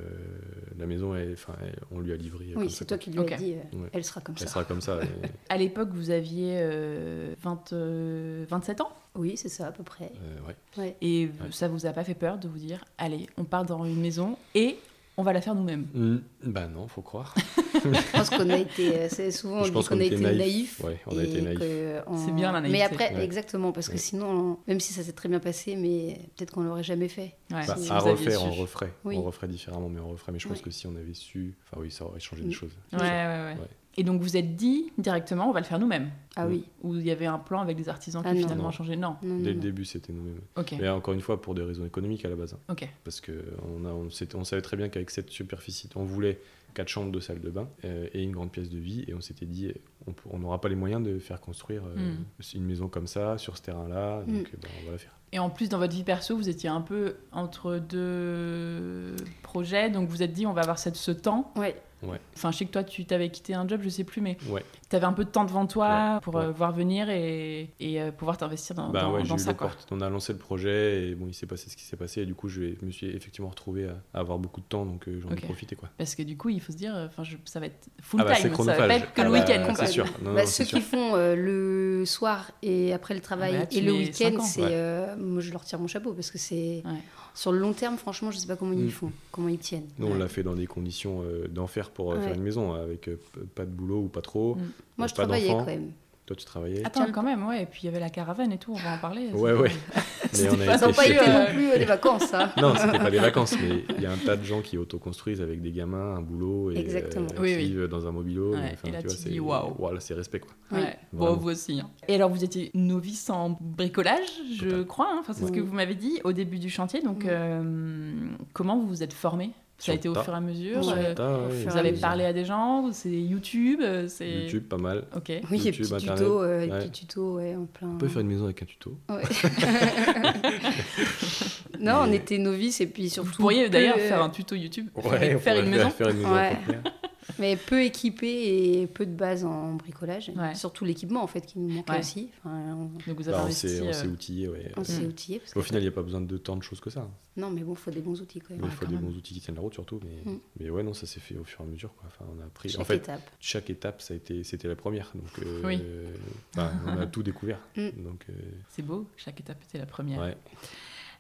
[SPEAKER 2] la maison, elle- enfin, elle- on lui a livré. euh, comme
[SPEAKER 3] Oui,
[SPEAKER 2] ça,
[SPEAKER 3] c'est
[SPEAKER 2] quoi.
[SPEAKER 3] toi qui lui as
[SPEAKER 4] Ok.
[SPEAKER 3] dit. euh,
[SPEAKER 2] Ouais.
[SPEAKER 3] Elle sera comme
[SPEAKER 2] Elle
[SPEAKER 3] ça.
[SPEAKER 2] sera comme ça. et,
[SPEAKER 4] À l'époque, vous aviez euh, 20, euh, 27 ans
[SPEAKER 3] Oui, c'est ça à peu près.
[SPEAKER 2] euh, ouais.
[SPEAKER 4] et
[SPEAKER 2] Ouais.
[SPEAKER 4] ça vous a pas fait peur de vous dire allez, on part dans une maison et on va la faire nous-mêmes.
[SPEAKER 2] Mm, bah non, faut croire.
[SPEAKER 3] Je pense qu'on a été, euh, c'est souvent
[SPEAKER 2] Je
[SPEAKER 3] on dit
[SPEAKER 2] pense
[SPEAKER 3] qu'on a été naïf.
[SPEAKER 2] Ouais, on a été
[SPEAKER 3] et
[SPEAKER 2] naïf.
[SPEAKER 3] que on-
[SPEAKER 4] C'est bien, la
[SPEAKER 3] Mais
[SPEAKER 4] naïveté.
[SPEAKER 3] après,
[SPEAKER 2] Ouais.
[SPEAKER 3] exactement, parce que
[SPEAKER 2] Ouais.
[SPEAKER 3] sinon, même si ça s'est très bien passé, mais peut-être qu'on l'aurait jamais fait.
[SPEAKER 4] Ouais,
[SPEAKER 2] Bah,
[SPEAKER 4] si
[SPEAKER 2] à
[SPEAKER 4] vous aviez
[SPEAKER 2] refaire, on
[SPEAKER 4] su.
[SPEAKER 2] referait.
[SPEAKER 3] Oui.
[SPEAKER 2] On referait différemment, mais on referait. Mais je pense
[SPEAKER 3] Ouais.
[SPEAKER 2] que si on avait su. Enfin, oui, ça aurait changé
[SPEAKER 3] Mm.
[SPEAKER 2] des choses.
[SPEAKER 4] Ouais, ouais, ouais.
[SPEAKER 2] Ouais.
[SPEAKER 4] Et donc vous êtes dit directement on va le faire nous-mêmes
[SPEAKER 3] Ah
[SPEAKER 2] Mm.
[SPEAKER 3] oui.
[SPEAKER 4] Ou il y avait un plan avec des artisans
[SPEAKER 3] Ah
[SPEAKER 4] qui
[SPEAKER 3] non.
[SPEAKER 4] finalement
[SPEAKER 2] Non.
[SPEAKER 4] ont changé Non.
[SPEAKER 3] Non, non,
[SPEAKER 2] Dès le
[SPEAKER 3] non.
[SPEAKER 2] début, c'était nous-mêmes.
[SPEAKER 4] Ok.
[SPEAKER 2] Mais encore une fois, pour des raisons économiques à la base. hein.
[SPEAKER 4] Ok.
[SPEAKER 2] Parce qu'on on s'était- on savait très bien qu'avec cette superficie, on voulait quatre chambres, deux salles de bain euh, et une grande pièce de vie. Et on s'était dit, on peut- on n'aura pas les moyens de faire construire euh,
[SPEAKER 4] Mm.
[SPEAKER 2] une maison comme ça, sur ce terrain-là.
[SPEAKER 4] Hmm.
[SPEAKER 3] Mm.
[SPEAKER 2] Donc, euh, bah, on va la faire.
[SPEAKER 4] Et en plus, dans votre vie perso, vous étiez un peu entre deux projets, donc vous vous êtes dit on va avoir cette- ce temps.
[SPEAKER 3] Ouais.
[SPEAKER 4] Enfin, je sais que toi, tu t'avais quitté un job, je sais plus, mais
[SPEAKER 2] Ouais.
[SPEAKER 4] tu avais un peu de temps devant toi pour
[SPEAKER 2] ouais.
[SPEAKER 4] euh, voir venir et, et, euh, pouvoir t'investir dans,
[SPEAKER 2] Bah
[SPEAKER 4] dans-
[SPEAKER 2] ouais,
[SPEAKER 4] dans
[SPEAKER 2] j'ai eu
[SPEAKER 4] ça. Quoi.
[SPEAKER 2] l'opport- On a lancé le projet et bon, il s'est passé ce qui s'est passé. Et du coup, je vais- je me suis effectivement retrouvé à, à avoir beaucoup de temps, donc euh, j'en
[SPEAKER 4] Ok.
[SPEAKER 2] ai profité quoi.
[SPEAKER 4] Parce que du coup, il faut se dire, euh, enfin, je- ça va être full
[SPEAKER 2] Ah bah, c'est
[SPEAKER 4] time, ça va pas
[SPEAKER 2] chronophage.
[SPEAKER 4] être que
[SPEAKER 2] Ah
[SPEAKER 4] le
[SPEAKER 2] bah,
[SPEAKER 4] week-end. quoi.
[SPEAKER 2] C'est sûr. Non,
[SPEAKER 3] Bah,
[SPEAKER 2] non,
[SPEAKER 3] ceux
[SPEAKER 2] c'est
[SPEAKER 3] qui
[SPEAKER 2] sûr.
[SPEAKER 3] font euh, le soir et après le travail
[SPEAKER 4] Ah bah, tu
[SPEAKER 3] et le
[SPEAKER 4] mets cinq
[SPEAKER 3] week-end,
[SPEAKER 4] ans.
[SPEAKER 3] c'est
[SPEAKER 2] Ouais.
[SPEAKER 3] euh, moi je leur tire mon chapeau parce que c'est
[SPEAKER 4] Ouais.
[SPEAKER 3] sur le long terme, franchement, je sais pas comment
[SPEAKER 2] Mm.
[SPEAKER 3] ils font, comment ils tiennent.
[SPEAKER 2] Nous, on l'a fait dans des conditions euh, d'enfer pour euh,
[SPEAKER 3] Ouais.
[SPEAKER 2] faire une maison, avec euh, p- pas de boulot ou pas trop.
[SPEAKER 4] Mm.
[SPEAKER 3] Moi, je
[SPEAKER 2] pas
[SPEAKER 3] travaillais
[SPEAKER 2] d'enfants.
[SPEAKER 3] quand même.
[SPEAKER 2] Toi, tu travaillais.
[SPEAKER 4] Attends, quand même, ouais. Et puis il y avait la caravane et tout, on va en parler.
[SPEAKER 2] ouais,
[SPEAKER 4] c'était-
[SPEAKER 2] ouais.
[SPEAKER 4] c'était
[SPEAKER 2] on a
[SPEAKER 4] pas
[SPEAKER 2] été
[SPEAKER 3] Ils n'ont pas
[SPEAKER 2] chez-
[SPEAKER 3] été non plus euh, les vacances, hein.
[SPEAKER 2] Non, c'était pas des vacances, mais il y a un tas de gens qui autoconstruisent avec des gamins, un boulot et
[SPEAKER 3] Exactement.
[SPEAKER 2] qui
[SPEAKER 4] Oui, oui.
[SPEAKER 2] vivent dans un mobilo.
[SPEAKER 4] Ouais,
[SPEAKER 2] enfin,
[SPEAKER 4] et là,
[SPEAKER 2] tu vois,
[SPEAKER 4] tu
[SPEAKER 2] c'est-
[SPEAKER 4] dis, waouh.
[SPEAKER 2] là, c'est respect quoi.
[SPEAKER 3] Oui.
[SPEAKER 4] Ouais. Bon,
[SPEAKER 2] Vraiment.
[SPEAKER 4] vous aussi. hein. Et alors, vous étiez novice en bricolage, je
[SPEAKER 2] Total.
[SPEAKER 4] crois. hein. Enfin, c'est ce que
[SPEAKER 3] Oui.
[SPEAKER 4] vous m'avez dit au début du chantier. Donc,
[SPEAKER 3] Oui.
[SPEAKER 4] euh, comment vous vous êtes formé Ça
[SPEAKER 2] Sur
[SPEAKER 4] a
[SPEAKER 2] le
[SPEAKER 4] été au
[SPEAKER 2] tas.
[SPEAKER 4] fur et à mesure
[SPEAKER 3] Sur le
[SPEAKER 4] euh,
[SPEAKER 2] Ah,
[SPEAKER 3] Vous
[SPEAKER 2] ouais,
[SPEAKER 4] Vous
[SPEAKER 3] Sur
[SPEAKER 4] avez
[SPEAKER 3] le-
[SPEAKER 4] parlé à des gens ou C'est YouTube euh, c'est...
[SPEAKER 2] YouTube, pas mal.
[SPEAKER 4] Ok.
[SPEAKER 3] Oui, et
[SPEAKER 2] YouTube,
[SPEAKER 3] petits
[SPEAKER 2] Internet.
[SPEAKER 3] tutos, euh, et
[SPEAKER 2] Ouais.
[SPEAKER 3] petits tutos, ouais, en plein.
[SPEAKER 2] On peut faire une maison avec un tuto.
[SPEAKER 3] Ouais. non, on
[SPEAKER 2] Mais-
[SPEAKER 3] était novices et puis surtout.
[SPEAKER 4] Vous pourriez d'ailleurs
[SPEAKER 3] peu,
[SPEAKER 4] faire
[SPEAKER 3] euh,
[SPEAKER 4] un tuto YouTube, faire, faire une maison.
[SPEAKER 2] Faire une maison
[SPEAKER 3] Ouais.
[SPEAKER 2] complète.
[SPEAKER 3] Mais peu équipés et peu de base en bricolage.
[SPEAKER 4] Ouais.
[SPEAKER 3] Surtout l'équipement, en fait, qui nous manquait
[SPEAKER 4] Ouais.
[SPEAKER 3] aussi. Enfin, on
[SPEAKER 4] Donc, vous avez
[SPEAKER 2] Bah, on
[SPEAKER 4] investi.
[SPEAKER 2] s'est on
[SPEAKER 4] euh,
[SPEAKER 2] s'est outillé. ouais.
[SPEAKER 3] on s'est
[SPEAKER 4] Mm.
[SPEAKER 3] outillés. parce
[SPEAKER 2] Hmm. Au
[SPEAKER 3] que-
[SPEAKER 2] final, il n'y a pas besoin de tant de choses que ça.
[SPEAKER 3] Non, mais bon, il faut des bons outils quand
[SPEAKER 2] Mais
[SPEAKER 3] même.
[SPEAKER 2] Il
[SPEAKER 4] Ouais,
[SPEAKER 2] faut
[SPEAKER 4] quand
[SPEAKER 2] des
[SPEAKER 4] même.
[SPEAKER 2] bons outils qui tiennent la route surtout. Mais,
[SPEAKER 3] Mm.
[SPEAKER 2] mais ouais, non, ça s'est fait au fur et à mesure. Quoi. Enfin, on a appris.
[SPEAKER 3] Chaque
[SPEAKER 2] en fait,
[SPEAKER 3] étape.
[SPEAKER 2] chaque étape, ça a été, c'était la première. Donc, euh,
[SPEAKER 4] Oui.
[SPEAKER 2] bah, on a tout découvert.
[SPEAKER 3] Mm.
[SPEAKER 2] Donc, euh,
[SPEAKER 4] C'est beau, chaque étape était la première.
[SPEAKER 2] ouais.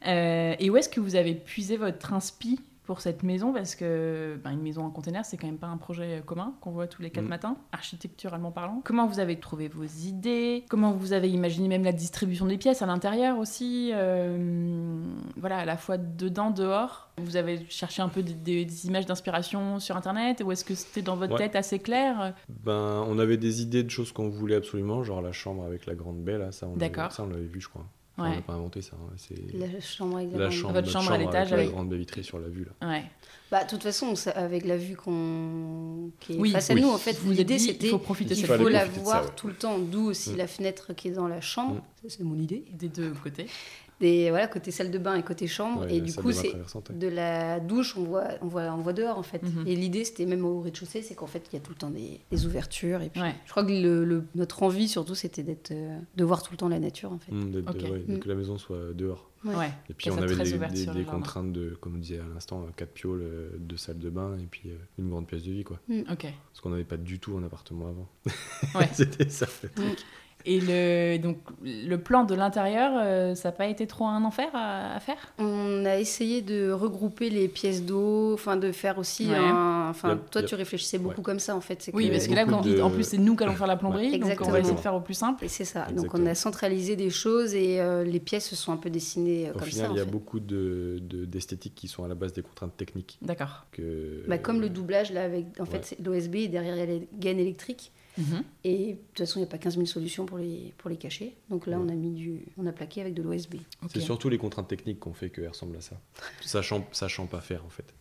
[SPEAKER 4] Euh, et où est-ce que vous avez puisé votre inspi pour cette maison Parce que ben, une maison en container, c'est quand même pas un projet commun qu'on voit tous les quatre
[SPEAKER 2] Mm.
[SPEAKER 4] matins, architecturalement parlant. Comment vous avez trouvé vos idées Comment vous avez imaginé même la distribution des pièces à l'intérieur aussi euh, Voilà, à la fois dedans, dehors. Vous avez cherché un peu des, des- des images d'inspiration sur Internet Ou est-ce que c'était dans votre
[SPEAKER 2] Ouais.
[SPEAKER 4] tête assez clair
[SPEAKER 2] Ben, on avait des idées de choses qu'on voulait absolument, genre la chambre avec la grande baie, là, ça, on l'avait,
[SPEAKER 4] D'accord.
[SPEAKER 2] ça, on l'avait vu, je crois. Enfin, On
[SPEAKER 4] Ouais.
[SPEAKER 2] n'a pas inventé ça. hein, C'est
[SPEAKER 3] La chambre avec
[SPEAKER 2] la,
[SPEAKER 3] la, grande-
[SPEAKER 2] chambre,
[SPEAKER 4] Votre
[SPEAKER 2] notre
[SPEAKER 4] chambre à l'étage
[SPEAKER 2] avec
[SPEAKER 4] avec-
[SPEAKER 2] la grande baie vitrée sur la vue, là.
[SPEAKER 4] ouais.
[SPEAKER 3] Bah, de toute façon, ça- avec la vue qu'on qui est
[SPEAKER 4] Oui.
[SPEAKER 3] face à
[SPEAKER 2] Oui.
[SPEAKER 3] nous, en fait,
[SPEAKER 4] Vous vous êtes
[SPEAKER 3] l'idée
[SPEAKER 4] dit, il
[SPEAKER 3] c'était
[SPEAKER 4] faut profiter de
[SPEAKER 3] il
[SPEAKER 4] cette
[SPEAKER 2] faut
[SPEAKER 3] faut
[SPEAKER 2] aller
[SPEAKER 3] la
[SPEAKER 2] profiter de ça,
[SPEAKER 3] voir
[SPEAKER 2] ouais.
[SPEAKER 3] tout le temps, d'où aussi
[SPEAKER 2] Mm.
[SPEAKER 3] la fenêtre qui est dans la chambre.
[SPEAKER 2] Mm.
[SPEAKER 3] Ça, C'est mon idée.
[SPEAKER 4] des deux côtés.
[SPEAKER 3] des voilà côté salle de bain et côté chambre
[SPEAKER 2] Ouais,
[SPEAKER 3] et
[SPEAKER 2] la
[SPEAKER 3] du
[SPEAKER 2] salle
[SPEAKER 3] coup
[SPEAKER 2] de bain
[SPEAKER 3] c'est
[SPEAKER 2] traversante, ouais.
[SPEAKER 3] de la douche on voit on voit on voit dehors en fait
[SPEAKER 4] Mhm.
[SPEAKER 3] et l'idée c'était même au rez-de-chaussée c'est qu'en fait il y a tout le temps des, des ouvertures et puis
[SPEAKER 4] Ouais.
[SPEAKER 3] je crois que le, le- notre envie surtout c'était d'être euh, de voir tout le temps la nature en fait
[SPEAKER 2] Mm, d'être-
[SPEAKER 4] Ok.
[SPEAKER 2] ouais, de-
[SPEAKER 3] Mm.
[SPEAKER 2] que la maison soit dehors.
[SPEAKER 3] Ouais.
[SPEAKER 4] Ouais.
[SPEAKER 2] Et puis
[SPEAKER 4] Qu'elle
[SPEAKER 2] on
[SPEAKER 4] soit
[SPEAKER 2] avait
[SPEAKER 4] très
[SPEAKER 2] des,
[SPEAKER 4] ouverte
[SPEAKER 2] des-
[SPEAKER 4] sur
[SPEAKER 2] des
[SPEAKER 4] le jardin.
[SPEAKER 2] contraintes de, comme on disait à l'instant, euh, quatre pioles, euh, deux salles de bain et puis euh, une grande pièce de vie, quoi.
[SPEAKER 4] Ok.
[SPEAKER 2] Parce qu'on n'avait pas du tout un appartement avant.
[SPEAKER 4] Ouais.
[SPEAKER 2] C'était ça. en fait.
[SPEAKER 4] Et le, donc, le plan de l'intérieur, euh, ça n'a pas été trop un enfer à, à faire
[SPEAKER 3] on a essayé de regrouper les pièces d'eau enfin de faire aussi
[SPEAKER 4] Ouais.
[SPEAKER 3] un enfin
[SPEAKER 2] Y a-
[SPEAKER 3] toi
[SPEAKER 2] y a-
[SPEAKER 3] tu réfléchissais beaucoup
[SPEAKER 2] ouais.
[SPEAKER 3] comme ça en fait c'est
[SPEAKER 4] Oui,
[SPEAKER 3] que-
[SPEAKER 4] parce que là,
[SPEAKER 2] beaucoup
[SPEAKER 4] quand on dit-
[SPEAKER 2] de-
[SPEAKER 4] en plus, c'est nous qui allons faire la plomberie, donc on
[SPEAKER 3] Exactement.
[SPEAKER 4] va essayer de faire au plus simple.
[SPEAKER 3] et c'est ça. Donc on
[SPEAKER 2] Exactement.
[SPEAKER 3] a centralisé des choses et euh, les pièces se sont un peu dessinées euh,
[SPEAKER 2] Au
[SPEAKER 3] comme
[SPEAKER 2] final,
[SPEAKER 3] ça. en
[SPEAKER 2] il y a
[SPEAKER 3] fait.
[SPEAKER 2] beaucoup de- de- d'esthétiques qui sont à la base des contraintes techniques.
[SPEAKER 4] D'accord.
[SPEAKER 2] Que,
[SPEAKER 3] Bah, comme le doublage là avec en
[SPEAKER 2] Ouais.
[SPEAKER 3] fait c'est l'OSB et derrière il y a les gaines électriques.
[SPEAKER 4] Mhm.
[SPEAKER 3] Et de toute façon, il n'y a pas 15 000 solutions pour les, pour les cacher. Donc là,
[SPEAKER 2] Ouais.
[SPEAKER 3] on a mis du, on a plaqué avec de l'OSB.
[SPEAKER 4] Ok.
[SPEAKER 2] C'est surtout les contraintes techniques qu'on fait qu'elles ressemblent à ça. Sachant, sachant pas faire, en fait.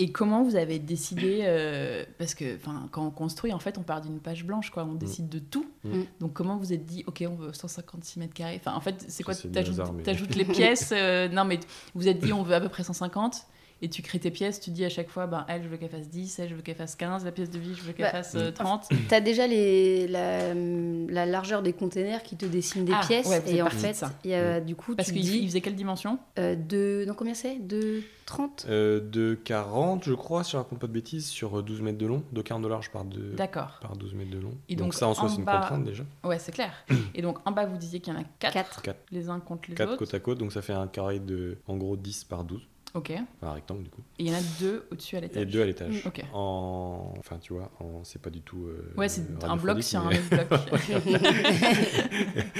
[SPEAKER 4] Et comment vous avez décidé euh, Parce que 'fin, quand on construit, en fait, on part d'une page blanche, quoi. On décide de tout.
[SPEAKER 2] Mm.
[SPEAKER 4] Donc comment vous êtes dit, ok, on veut 156 mètres carrés Enfin, en fait, c'est
[SPEAKER 2] Ça,
[SPEAKER 4] quoi
[SPEAKER 2] c'est
[SPEAKER 4] T'ajoutes
[SPEAKER 2] du hasard, mais-
[SPEAKER 4] t'ajoutes les pièces euh, Non, mais t- vous êtes dit, on veut à peu près 150 et tu crées tes pièces, tu dis à chaque fois, ben, elle, je veux qu'elle fasse 10, elle, je veux qu'elle fasse 15, la pièce de vie, je veux qu'elle
[SPEAKER 3] Bah,
[SPEAKER 4] fasse euh, 30.
[SPEAKER 3] Tu as déjà les, la, la largeur des containers qui te dessine des
[SPEAKER 4] Ah,
[SPEAKER 3] pièces.
[SPEAKER 4] ouais, vous êtes
[SPEAKER 3] et en
[SPEAKER 4] parti de
[SPEAKER 3] fait,
[SPEAKER 4] ça.
[SPEAKER 3] il y a, du coup,
[SPEAKER 4] Parce
[SPEAKER 3] tu
[SPEAKER 4] qu'il il
[SPEAKER 3] dis
[SPEAKER 4] faisait quelle dimension
[SPEAKER 3] euh, de. Non, combien c'est De 30
[SPEAKER 2] Euh, de 40, je crois, si je raconte pas de bêtises, sur 12 mètres de long. De 40 de large par, de,
[SPEAKER 4] D'accord.
[SPEAKER 2] par 12 mètres de long.
[SPEAKER 4] Et
[SPEAKER 2] donc,
[SPEAKER 4] donc,
[SPEAKER 2] ça, en soi,
[SPEAKER 4] en
[SPEAKER 2] c'est une
[SPEAKER 4] bas-
[SPEAKER 2] contrainte déjà.
[SPEAKER 4] Ouais, c'est clair. Et donc en bas, vous disiez qu'il y en a 4,
[SPEAKER 3] 4.
[SPEAKER 2] Quatre.
[SPEAKER 4] les uns contre les
[SPEAKER 2] 4
[SPEAKER 4] autres.
[SPEAKER 2] côte à côte, donc ça fait un carré de, en gros, 10 par 12.
[SPEAKER 4] Ok. Et
[SPEAKER 2] Enfin, un rectangle, du coup.
[SPEAKER 4] il y en a deux au-dessus à
[SPEAKER 2] Et
[SPEAKER 4] l'étage.
[SPEAKER 2] 2 à l'étage.
[SPEAKER 4] Mm.
[SPEAKER 2] Euh,
[SPEAKER 4] Ok.
[SPEAKER 2] En... Enfin, tu vois, en... c'est pas du tout... euh,
[SPEAKER 4] Ouais, c'est un
[SPEAKER 2] radiophonique,
[SPEAKER 4] bloc sur un
[SPEAKER 2] mais-
[SPEAKER 4] autre bloc.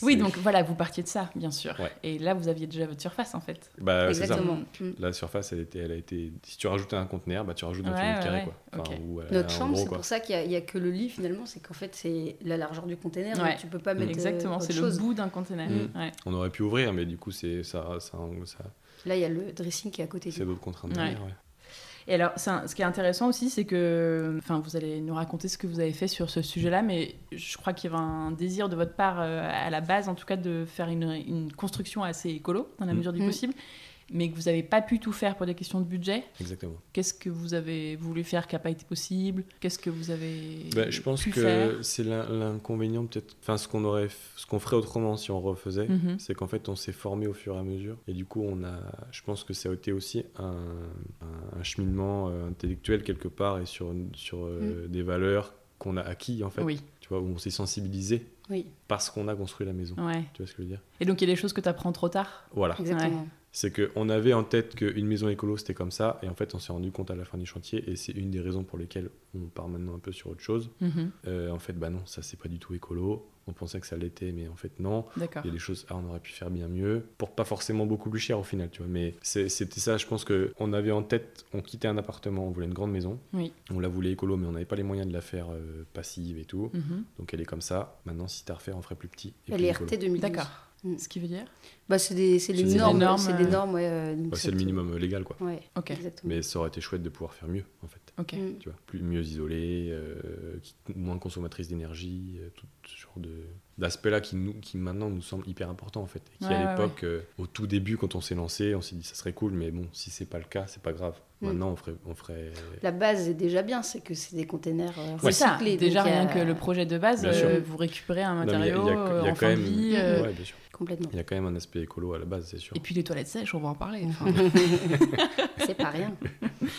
[SPEAKER 4] Oui,
[SPEAKER 2] C'est-
[SPEAKER 4] donc voilà, vous partiez de ça, bien sûr.
[SPEAKER 2] Ouais.
[SPEAKER 4] Et là, vous aviez déjà votre surface, en fait.
[SPEAKER 2] Bah, c'est ça.
[SPEAKER 3] Exactement. Mm.
[SPEAKER 2] La surface, elle, était, elle a été. Si tu rajoutes un conteneur, bah, tu rajoutes un
[SPEAKER 4] Ouais,
[SPEAKER 2] kilomètre
[SPEAKER 4] ouais,
[SPEAKER 2] carré.
[SPEAKER 4] ouais.
[SPEAKER 2] Quoi. Enfin,
[SPEAKER 4] Ok.
[SPEAKER 2] ou, euh,
[SPEAKER 3] Notre
[SPEAKER 2] en
[SPEAKER 3] chambre,
[SPEAKER 2] gros,
[SPEAKER 3] c'est
[SPEAKER 2] quoi.
[SPEAKER 3] pour ça qu'il n'y a, que le lit finalement, c'est qu'en fait c'est la largeur du container,
[SPEAKER 4] Ouais.
[SPEAKER 3] donc tu peux pas mettre euh,
[SPEAKER 4] Exactement,
[SPEAKER 3] autre
[SPEAKER 4] c'est le
[SPEAKER 3] chose.
[SPEAKER 4] bout d'un conteneur.
[SPEAKER 2] Mm.
[SPEAKER 4] Ouais.
[SPEAKER 2] On aurait pu ouvrir, mais du coup, c'est ça, ça, ça,
[SPEAKER 3] Là il y a le dressing qui est à côté.
[SPEAKER 2] c'est d'autres contraintes
[SPEAKER 4] Ouais.
[SPEAKER 2] derrière. ouais.
[SPEAKER 4] Et alors, c'est un- ce qui est intéressant aussi, c'est que, enfin, vous allez nous raconter ce que vous avez fait sur ce sujet-là, mais je crois qu'il y avait un désir de votre part, euh, à la base, en tout cas, de faire une, une construction assez écolo, dans la
[SPEAKER 2] Mm.
[SPEAKER 4] mesure du
[SPEAKER 3] Mm.
[SPEAKER 4] possible, mais que vous n'avez pas pu tout faire pour des questions de budget.
[SPEAKER 2] Exactement.
[SPEAKER 4] Qu'est-ce que vous avez voulu faire qui n'a pas été possible Qu'est-ce que vous avez
[SPEAKER 2] Bah, je pense
[SPEAKER 4] pu faire
[SPEAKER 2] que c'est l'in- l'inconvénient, peut-être. Enfin, ce qu'on aurait, f- ce qu'on ferait autrement si on refaisait,
[SPEAKER 4] Mhm.
[SPEAKER 2] c'est qu'en fait, on s'est formé au fur et à mesure. Et du coup, on a. Je pense que ça a été aussi un, un- un cheminement euh, intellectuel quelque part et sur, une- sur euh, des valeurs qu'on a acquis en fait.
[SPEAKER 4] Mm. Oui,
[SPEAKER 2] Tu vois, où on s'est sensibilisé
[SPEAKER 3] Oui,
[SPEAKER 2] parce qu'on a construit la maison.
[SPEAKER 4] ouais.
[SPEAKER 2] Tu vois ce que je veux dire
[SPEAKER 4] Et donc, il y a des choses que tu apprends trop tard
[SPEAKER 2] Voilà.
[SPEAKER 3] exactement.
[SPEAKER 2] C'est qu'on avait en tête qu'une maison écolo c'était comme ça, et en fait on s'est rendu compte à la fin du chantier, et c'est une des raisons pour lesquelles on part maintenant un peu sur autre chose.
[SPEAKER 4] Mhm.
[SPEAKER 2] Euh, en fait, bah non, ça c'est pas du tout écolo. On pensait que ça l'était, mais en fait non.
[SPEAKER 4] D'accord.
[SPEAKER 2] Il y a des choses, ah, on aurait pu faire bien mieux, pour pas forcément beaucoup plus cher au final, tu vois. Mais c'est- c'était ça, je pense que on avait en tête, on quittait un appartement, on voulait une grande maison.
[SPEAKER 4] Oui.
[SPEAKER 2] On la voulait écolo, mais on n'avait pas les moyens de la faire euh, passive et tout.
[SPEAKER 4] Mhm.
[SPEAKER 2] Donc elle est comme ça. Maintenant, si t'as à refaire, on ferait plus petit. et
[SPEAKER 3] Elle
[SPEAKER 2] plus
[SPEAKER 3] est
[SPEAKER 2] écolo.
[SPEAKER 3] RT 2012.
[SPEAKER 4] D'accord.
[SPEAKER 3] Mm.
[SPEAKER 4] Ce qui veut dire
[SPEAKER 3] Bah, c'est des, c'est les
[SPEAKER 2] C'est des
[SPEAKER 3] normes,
[SPEAKER 4] normes,
[SPEAKER 3] c'est
[SPEAKER 4] euh,
[SPEAKER 3] des normes, ouais. euh, donc
[SPEAKER 2] Bah,
[SPEAKER 3] ça
[SPEAKER 2] c'est le
[SPEAKER 3] te-
[SPEAKER 2] minimum euh, légal, quoi.
[SPEAKER 3] Ouais.
[SPEAKER 4] Ok.
[SPEAKER 3] Exactement.
[SPEAKER 2] Mais ça aurait été chouette de pouvoir faire mieux, en fait.
[SPEAKER 4] Ok.
[SPEAKER 3] Mm.
[SPEAKER 2] tu vois, plus, mieux isolée, euh, qui- moins consommatrice d'énergie, euh, tout ce genre de d'aspects-là qui, nous, qui maintenant nous semble hyper important en fait. Et qui
[SPEAKER 4] Ouais, ouais,
[SPEAKER 2] à l'époque, euh, au tout début, quand on s'est lancé, on s'est dit ça serait cool, mais bon, si c'est pas le cas, c'est pas grave.
[SPEAKER 3] Mm.
[SPEAKER 2] Maintenant, on ferait. On ferait...
[SPEAKER 3] La base est déjà bien, c'est que c'est des containers euh,
[SPEAKER 4] C'est ça.
[SPEAKER 3] recyclés. donc
[SPEAKER 4] Déjà
[SPEAKER 3] il y a-
[SPEAKER 4] rien que le projet de base,
[SPEAKER 2] Bien
[SPEAKER 4] euh,
[SPEAKER 3] sûr.
[SPEAKER 4] vous récupérez un
[SPEAKER 2] Non, mais il y a-
[SPEAKER 4] matériau
[SPEAKER 2] il y a- il y a
[SPEAKER 4] euh, en
[SPEAKER 2] quand
[SPEAKER 4] fin de
[SPEAKER 2] même-
[SPEAKER 4] vie.
[SPEAKER 3] Mhm.
[SPEAKER 4] euh,
[SPEAKER 2] Ouais, bien sûr.
[SPEAKER 3] Complètement.
[SPEAKER 2] Il y a quand même un aspect écolo à la base, c'est sûr.
[SPEAKER 4] Et puis les toilettes sèches, on va en parler.
[SPEAKER 3] c'est pas rien.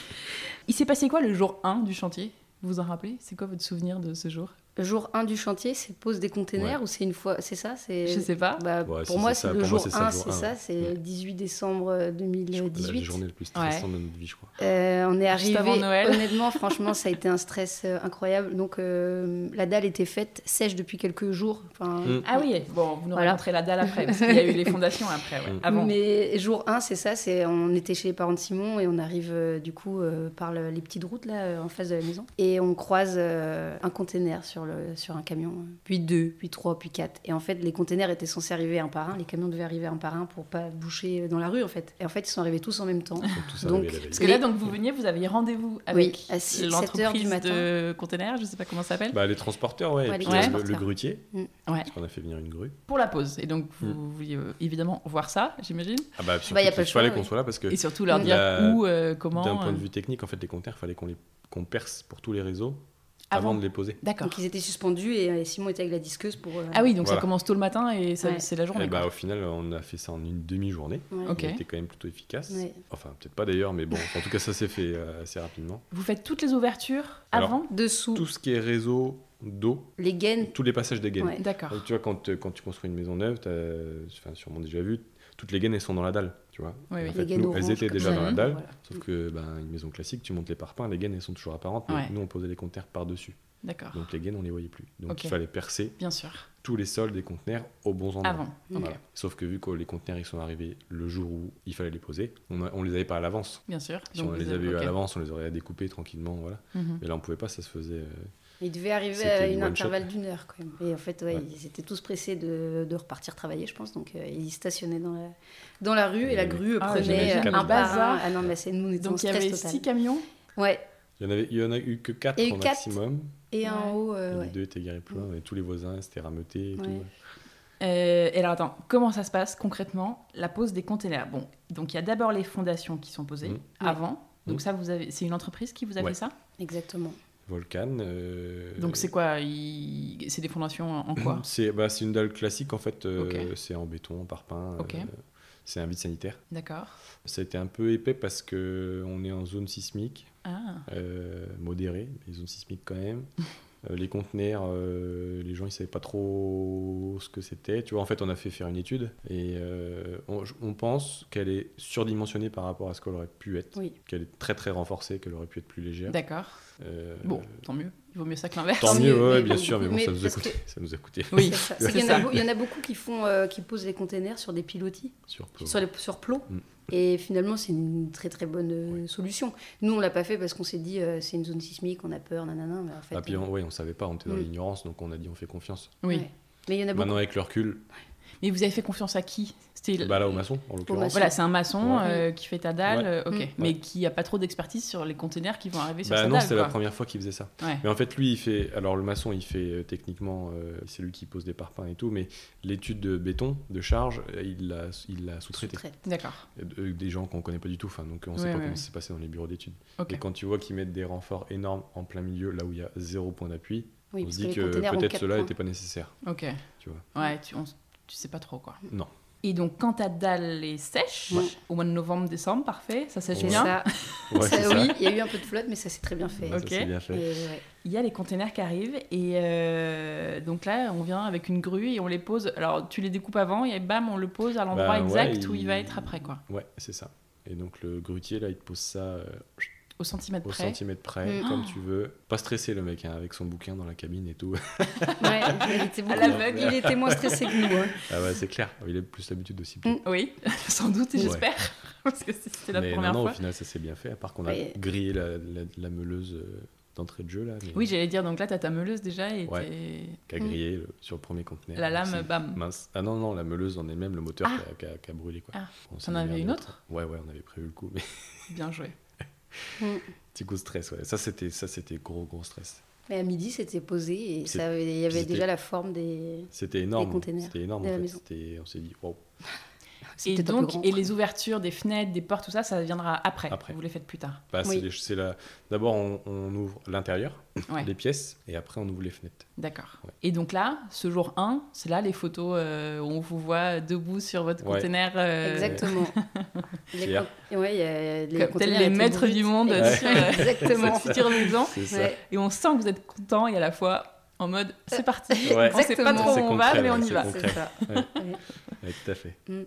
[SPEAKER 4] Il s'est passé quoi le jour 1 du chantier Vous vous en rappelez C'est quoi votre souvenir de ce jour
[SPEAKER 3] Jour 1 du chantier, c'est pose des containers ou c'est une fois. C'est ça c'est...
[SPEAKER 4] Je sais pas.
[SPEAKER 3] Bah,
[SPEAKER 2] Ouais,
[SPEAKER 3] pour
[SPEAKER 2] si,
[SPEAKER 3] moi,
[SPEAKER 2] c'est
[SPEAKER 3] c'est
[SPEAKER 2] ça.
[SPEAKER 3] le
[SPEAKER 2] Pour moi,
[SPEAKER 3] jour
[SPEAKER 2] c'est ça, le
[SPEAKER 3] 1,
[SPEAKER 2] jour
[SPEAKER 3] c'est
[SPEAKER 2] un,
[SPEAKER 3] ça,
[SPEAKER 2] ouais.
[SPEAKER 3] c'est le 18 décembre euh,
[SPEAKER 2] Je crois que La
[SPEAKER 3] 2018.
[SPEAKER 2] journée la plus stressante de notre vie, je crois.
[SPEAKER 3] Euh, on est
[SPEAKER 4] Juste
[SPEAKER 3] arrivé.
[SPEAKER 4] avant Noël.
[SPEAKER 3] Honnêtement, franchement, ça a été un stress euh, incroyable. Donc, euh, la dalle était faite, sèche depuis quelques jours. Enfin,
[SPEAKER 2] Mm.
[SPEAKER 4] Ah oui, bon, vous nous
[SPEAKER 3] Voilà.
[SPEAKER 4] raconterez la dalle après, parce qu'il y a eu les fondations après, ouais,
[SPEAKER 2] Mm.
[SPEAKER 4] avant.
[SPEAKER 3] Mais jour 1, c'est ça, c'est on était chez les parents de Simon et on arrive euh, du coup euh, par le- les petites routes là euh, en face de la maison et on croise euh, un container sur le le, sur un camion, euh, puis deux, puis trois, puis quatre. Et en fait, les containers étaient censés arriver un par un, les camions devaient arriver un par un pour pas boucher euh, dans la rue en fait. Et en fait, ils sont arrivés tous en même temps.
[SPEAKER 2] tous
[SPEAKER 3] Donc,
[SPEAKER 2] arrivés la veille.
[SPEAKER 4] Parce que là, donc, vous veniez, vous aviez rendez-vous avec
[SPEAKER 3] à six- sept heures du
[SPEAKER 4] l'entreprise
[SPEAKER 3] matin.
[SPEAKER 4] de containers, je sais pas comment ça s'appelle,
[SPEAKER 2] Bah, les transporteurs, ouais.
[SPEAKER 3] Ouais,
[SPEAKER 2] et
[SPEAKER 3] les
[SPEAKER 2] puis, euh, le,
[SPEAKER 3] transporteurs.
[SPEAKER 2] le grutier,
[SPEAKER 4] ouais,
[SPEAKER 2] parce qu'on a fait venir une grue.
[SPEAKER 4] pour la pause. Et donc, vous
[SPEAKER 2] Mm.
[SPEAKER 4] vouliez euh, évidemment voir ça, j'imagine,
[SPEAKER 2] Ah bah, surtout
[SPEAKER 3] Bah, y a
[SPEAKER 2] qu'il
[SPEAKER 3] pas le choix,
[SPEAKER 2] fallait
[SPEAKER 3] ouais.
[SPEAKER 2] qu'on soit là parce que
[SPEAKER 4] et surtout leur
[SPEAKER 3] Mm.
[SPEAKER 4] dire
[SPEAKER 2] Bah,
[SPEAKER 4] où, euh, comment.
[SPEAKER 2] Euh, d'un point de
[SPEAKER 4] euh,
[SPEAKER 2] vue technique, en fait, les conteneurs, fallait qu'on les qu'on perce pour tous les réseaux
[SPEAKER 4] euh, Avant.
[SPEAKER 2] avant, de les poser.
[SPEAKER 4] D'accord.
[SPEAKER 3] Donc ils étaient suspendus et, euh, Simon était avec la disqueuse pour. euh,
[SPEAKER 4] Ah oui, donc ça
[SPEAKER 2] Voilà.
[SPEAKER 4] commence tôt le matin et ça-
[SPEAKER 3] Ouais.
[SPEAKER 4] c'est la journée.
[SPEAKER 2] Et bah,
[SPEAKER 4] quoi.
[SPEAKER 2] au final, on a fait ça en une demi-journée.
[SPEAKER 3] ouais.
[SPEAKER 4] Ok.
[SPEAKER 2] On était quand même plutôt efficace.
[SPEAKER 3] Ouais.
[SPEAKER 2] Enfin, peut-être pas d'ailleurs, mais bon, en tout cas, ça s'est fait euh, assez rapidement.
[SPEAKER 4] Vous faites toutes les ouvertures
[SPEAKER 2] Alors,
[SPEAKER 4] avant
[SPEAKER 3] Dessous,
[SPEAKER 2] Tout ce qui est réseau d'eau,
[SPEAKER 3] les gaines.
[SPEAKER 2] tous les passages des gaines.
[SPEAKER 3] Mm. Ouais.
[SPEAKER 4] D'accord.
[SPEAKER 2] Donc, tu vois, quand, euh, quand tu construis une maison neuve, t'as- euh, enfin, sûrement déjà vu, toutes les gaines, elles sont dans la dalle, tu vois.
[SPEAKER 4] Oui,
[SPEAKER 2] Et
[SPEAKER 4] oui.
[SPEAKER 2] En
[SPEAKER 3] Les
[SPEAKER 2] fait,
[SPEAKER 3] gaines
[SPEAKER 2] nous, elles
[SPEAKER 3] oranges,
[SPEAKER 2] étaient
[SPEAKER 3] comme
[SPEAKER 2] déjà
[SPEAKER 4] ça,
[SPEAKER 2] dans la
[SPEAKER 4] hein,
[SPEAKER 2] dalle,
[SPEAKER 3] voilà.
[SPEAKER 2] sauf que, ben, une maison classique, tu montes les parpaings, les gaines, elles sont toujours apparentes, mais
[SPEAKER 4] Ouais.
[SPEAKER 2] nous, on posait les conteneurs par-dessus.
[SPEAKER 4] D'accord.
[SPEAKER 2] Donc, les gaines, on les voyait plus. Donc,
[SPEAKER 4] Ok.
[SPEAKER 2] il fallait percer
[SPEAKER 4] Bien sûr.
[SPEAKER 2] tous les sols des conteneurs au bon endroit.
[SPEAKER 4] Avant. Ok.
[SPEAKER 2] Voilà. Sauf que vu que les conteneurs ils sont arrivés le jour où il fallait les poser, on, a- on les avait pas à l'avance.
[SPEAKER 4] Bien sûr.
[SPEAKER 2] Si
[SPEAKER 4] Donc
[SPEAKER 2] on
[SPEAKER 4] vous
[SPEAKER 2] les
[SPEAKER 4] avez-
[SPEAKER 2] avait eu à
[SPEAKER 4] ok.
[SPEAKER 2] l'avance, on les aurait découpés tranquillement, voilà.
[SPEAKER 4] Mhm.
[SPEAKER 2] Mais là on pouvait pas, ça se faisait. euh,
[SPEAKER 3] Ils devaient arriver
[SPEAKER 2] C'était
[SPEAKER 3] à
[SPEAKER 2] du
[SPEAKER 3] une
[SPEAKER 2] one shot.
[SPEAKER 3] intervalle d'une heure quand même. Et en fait, ouais,
[SPEAKER 2] Ouais.
[SPEAKER 3] ils étaient tous pressés de, de repartir travailler, je pense. Donc euh, ils stationnaient dans la, dans la rue et la
[SPEAKER 2] Oui.
[SPEAKER 3] grue
[SPEAKER 4] Ah,
[SPEAKER 3] prenait
[SPEAKER 2] j'imagine.
[SPEAKER 3] euh, un
[SPEAKER 2] Le
[SPEAKER 3] par un.
[SPEAKER 4] bazar.
[SPEAKER 3] Ah non, mais c'est nous, on était en
[SPEAKER 4] Donc il y
[SPEAKER 3] stress
[SPEAKER 4] avait
[SPEAKER 3] total.
[SPEAKER 4] six camions.
[SPEAKER 3] Ouais,
[SPEAKER 2] Il y en avait, il y en a eu que 4
[SPEAKER 3] Il y a eu
[SPEAKER 2] au
[SPEAKER 3] quatre.
[SPEAKER 2] maximum.
[SPEAKER 3] et un
[SPEAKER 4] Ouais. Mm.
[SPEAKER 3] en haut. euh,
[SPEAKER 2] Et
[SPEAKER 3] ouais.
[SPEAKER 2] Les deux étaient garés plus loin, et tous les voisins c'était rameuté et
[SPEAKER 3] Ouais.
[SPEAKER 2] tout.
[SPEAKER 4] Euh, et alors attends, comment ça se passe concrètement la pose des containers Bon, donc il y a d'abord les fondations qui sont posées
[SPEAKER 2] Mhm.
[SPEAKER 4] avant. Donc
[SPEAKER 2] Mhm.
[SPEAKER 4] ça, vous avez, c'est une entreprise qui vous a
[SPEAKER 2] Ouais.
[SPEAKER 4] fait ça
[SPEAKER 3] Exactement.
[SPEAKER 2] Volcan. euh,
[SPEAKER 4] Donc c'est quoi il- C'est des fondations en quoi
[SPEAKER 2] C'est bah, c'est une dalle classique en fait, euh,
[SPEAKER 4] Ok.
[SPEAKER 2] c'est en béton, en parpaing.
[SPEAKER 4] Ok.
[SPEAKER 2] euh, c'est un vide sanitaire.
[SPEAKER 4] D'accord.
[SPEAKER 2] Ça a été un peu épais parce que on est en zone sismique.
[SPEAKER 4] Ah,
[SPEAKER 2] euh, modéré, mais zones sismiques quand même. Euh, les conteneurs, euh, les gens ils savaient pas trop ce que c'était. Tu vois, en fait, on a fait faire une étude et euh, on, je- on pense qu'elle est surdimensionnée par rapport à ce qu'elle aurait pu être.
[SPEAKER 3] Oui.
[SPEAKER 2] Qu'elle est très très renforcée, qu'elle aurait pu être plus légère.
[SPEAKER 4] d'accord.
[SPEAKER 2] Euh,
[SPEAKER 4] Bon, tant mieux. Il vaut mieux ça que l'inverse.
[SPEAKER 2] Tant
[SPEAKER 3] Tant
[SPEAKER 2] mieux,
[SPEAKER 3] mieux,
[SPEAKER 2] ouais,
[SPEAKER 3] mais
[SPEAKER 2] bien
[SPEAKER 3] bon,
[SPEAKER 2] sûr, mais bon,
[SPEAKER 3] mais
[SPEAKER 2] ça, nous a
[SPEAKER 3] parce
[SPEAKER 2] coûté, ça nous a coûté. hein,
[SPEAKER 4] Oui,
[SPEAKER 3] C'est ça.
[SPEAKER 4] c'est
[SPEAKER 3] C'est qu'il y en
[SPEAKER 4] ça.
[SPEAKER 3] a beau- Il y, en a beaucoup qui, font, euh, qui posent les containers sur des pilotis,
[SPEAKER 2] Sur
[SPEAKER 3] sur, les, sur plot.
[SPEAKER 2] Mm.
[SPEAKER 3] Et finalement, c'est une très très bonne euh, solution. Nous, on l'a pas fait parce qu'on s'est dit euh, c'est une zone sismique, on a peur, nanana. Mais en fait,
[SPEAKER 2] Ah, puis
[SPEAKER 3] euh,
[SPEAKER 2] on, ouais, on savait pas, on était dans
[SPEAKER 3] Mm. Ah,
[SPEAKER 2] l'ignorance, donc on a dit on fait confiance.
[SPEAKER 4] Oui.
[SPEAKER 3] ouais. euh, Mais il y en a beaucoup.
[SPEAKER 2] Maintenant, avec le recul,
[SPEAKER 4] Mais vous avez fait confiance à qui C'était
[SPEAKER 2] bah là, au maçon, en l'occurrence.
[SPEAKER 3] maçon.
[SPEAKER 4] voilà, c'est un maçon
[SPEAKER 2] Ouais.
[SPEAKER 4] euh, qui fait ta dalle,
[SPEAKER 2] Ouais.
[SPEAKER 4] euh, ok,
[SPEAKER 3] Mm.
[SPEAKER 4] mais qui a pas trop d'expertise sur les containers qui vont arriver sur
[SPEAKER 2] Bah
[SPEAKER 4] sa
[SPEAKER 2] non,
[SPEAKER 4] dalle.
[SPEAKER 2] c'était la
[SPEAKER 4] quoi.
[SPEAKER 2] première fois qu'il faisait ça.
[SPEAKER 4] Ouais.
[SPEAKER 2] Mais en fait, lui, il fait. Alors, le maçon, il fait euh, techniquement. euh, c'est lui qui pose des parpaings et tout, mais l'étude de béton, de charge, euh, il l'a il l'a sous-traité.
[SPEAKER 3] Sous-traite.
[SPEAKER 4] D'accord.
[SPEAKER 2] Euh, Des gens qu'on connaît pas du tout, enfin, donc on sait
[SPEAKER 4] Ouais,
[SPEAKER 2] pas
[SPEAKER 4] ouais,
[SPEAKER 2] comment
[SPEAKER 4] ouais.
[SPEAKER 2] ça s'est passé dans les bureaux d'études.
[SPEAKER 4] Ok.
[SPEAKER 2] Et quand tu vois qu'ils mettent des renforts énormes en plein milieu, là où il y a zéro point d'appui,
[SPEAKER 3] Oui,
[SPEAKER 2] on
[SPEAKER 3] parce
[SPEAKER 2] se
[SPEAKER 3] que
[SPEAKER 2] dit
[SPEAKER 3] les
[SPEAKER 2] que
[SPEAKER 3] containers ont
[SPEAKER 2] peut-être
[SPEAKER 3] quatre
[SPEAKER 2] cela
[SPEAKER 3] points.
[SPEAKER 2] n'était pas nécessaire.
[SPEAKER 4] Ok.
[SPEAKER 2] Tu vois.
[SPEAKER 4] Ouais, tu, on s- tu sais pas trop quoi.
[SPEAKER 2] Non.
[SPEAKER 4] Et donc quand ta dalle est sèche,
[SPEAKER 3] Ouais.
[SPEAKER 4] au mois de novembre, décembre, parfait, ça sèche
[SPEAKER 2] Ouais.
[SPEAKER 4] bien.
[SPEAKER 3] Ça,
[SPEAKER 2] Ouais,
[SPEAKER 3] ça,
[SPEAKER 2] c'est ça.
[SPEAKER 3] oui, il y a eu un peu de flotte, mais ça s'est très bien fait.
[SPEAKER 2] Ouais, ça,
[SPEAKER 4] Ok.
[SPEAKER 2] c'est bien fait.
[SPEAKER 3] Et ouais.
[SPEAKER 4] Il y a les containers qui arrivent et euh, donc là on vient avec une grue et on les pose. Alors tu les découpes avant et bam on le pose à l'endroit
[SPEAKER 2] Bah, ouais,
[SPEAKER 4] exact où il
[SPEAKER 2] il-
[SPEAKER 4] va être après quoi,
[SPEAKER 2] Ouais, c'est ça. Et donc, le grutier, là, il te pose ça euh,
[SPEAKER 4] au centimètre
[SPEAKER 2] au
[SPEAKER 4] près.
[SPEAKER 2] centimètre près,
[SPEAKER 3] Mm.
[SPEAKER 2] comme tu veux. Pas stressé, le mec, hein, avec son bouquin dans la cabine et tout.
[SPEAKER 3] Ouais, il, était beaucoup-
[SPEAKER 4] l'aveugle.
[SPEAKER 3] il était moins stressé que nous. hein.
[SPEAKER 2] ah ouais, c'est clair. Il a plus l'habitude aussi.
[SPEAKER 3] Mm.
[SPEAKER 4] Oui, sans doute et
[SPEAKER 2] Ouais.
[SPEAKER 4] j'espère parce que si c'était la
[SPEAKER 2] mais
[SPEAKER 4] première
[SPEAKER 2] non, non,
[SPEAKER 4] fois.
[SPEAKER 2] au final, ça s'est bien fait, à part qu'on a
[SPEAKER 3] Mais-
[SPEAKER 2] grillé la, la- la meuleuse euh, d'entrée de jeu, là, mais-
[SPEAKER 4] Oui, j'allais dire, donc là, t'as ta meuleuse déjà et
[SPEAKER 2] Ouais.
[SPEAKER 4] t'es-
[SPEAKER 2] qui a grillé le- sur le premier conteneur.
[SPEAKER 4] la lame,
[SPEAKER 2] C'est
[SPEAKER 4] bam.
[SPEAKER 2] Mince. Ah non, non, la meuleuse en elle-même, le moteur
[SPEAKER 4] Ah.
[SPEAKER 2] qui, a, qui a- qui a brûlé. Quoi.
[SPEAKER 4] Ah.
[SPEAKER 2] On
[SPEAKER 4] T'en
[SPEAKER 2] s'est
[SPEAKER 4] avais
[SPEAKER 2] démerdé
[SPEAKER 4] une
[SPEAKER 2] autre- Ouais, ouais, on avait prévu le coup, mais
[SPEAKER 4] Bien joué.
[SPEAKER 2] petit coup de stress, ouais. Ça, c'était, ça, c'était gros, gros stress.
[SPEAKER 3] Mais à midi, c'était posé et
[SPEAKER 2] C'est-
[SPEAKER 3] ça avait- il y avait
[SPEAKER 2] c'était-
[SPEAKER 3] déjà la forme des.
[SPEAKER 2] C'était énorme.
[SPEAKER 3] containers
[SPEAKER 2] C'était énorme,
[SPEAKER 3] de
[SPEAKER 2] en
[SPEAKER 3] la
[SPEAKER 2] fait.
[SPEAKER 3] maison.
[SPEAKER 2] C'était- on s'est dit, wow.
[SPEAKER 3] C'est
[SPEAKER 4] Et
[SPEAKER 3] peut-être un peu
[SPEAKER 4] donc,
[SPEAKER 3] grand.
[SPEAKER 4] et les ouvertures des fenêtres, des portes, tout ça, ça viendra après.
[SPEAKER 2] Après.
[SPEAKER 4] Vous les faites plus tard.
[SPEAKER 2] Bah, c'est
[SPEAKER 3] Oui.
[SPEAKER 2] les- c'est la... D'abord, on, on ouvre l'intérieur,
[SPEAKER 4] Ouais.
[SPEAKER 2] les pièces, et après, on ouvre les fenêtres.
[SPEAKER 4] D'accord.
[SPEAKER 2] Ouais.
[SPEAKER 4] Et donc là, ce jour 1, c'est là les photos euh, où on vous voit debout sur votre
[SPEAKER 2] Ouais.
[SPEAKER 4] container. euh,
[SPEAKER 3] Exactement. les
[SPEAKER 2] Fier.
[SPEAKER 3] con- ouais, il y a- les
[SPEAKER 4] Comme- tels
[SPEAKER 3] containers
[SPEAKER 4] les
[SPEAKER 3] étaient
[SPEAKER 4] maîtres
[SPEAKER 3] bourrés.
[SPEAKER 4] du monde
[SPEAKER 3] Ex-
[SPEAKER 4] sur, euh,
[SPEAKER 3] Exactement.
[SPEAKER 4] sur Futur Maison.
[SPEAKER 2] C'est ça.
[SPEAKER 3] Ouais.
[SPEAKER 4] Et on sent que vous êtes content et à la fois en mode c'est parti.
[SPEAKER 2] Ouais.
[SPEAKER 4] On sait pas
[SPEAKER 3] Exactement.
[SPEAKER 4] trop où
[SPEAKER 2] C'est
[SPEAKER 4] on
[SPEAKER 2] concret,
[SPEAKER 4] va, mais
[SPEAKER 2] ouais,
[SPEAKER 4] on y
[SPEAKER 2] c'est
[SPEAKER 4] va.
[SPEAKER 2] concret.
[SPEAKER 3] C'est ça.
[SPEAKER 2] Ouais, tout à fait.
[SPEAKER 3] Mm.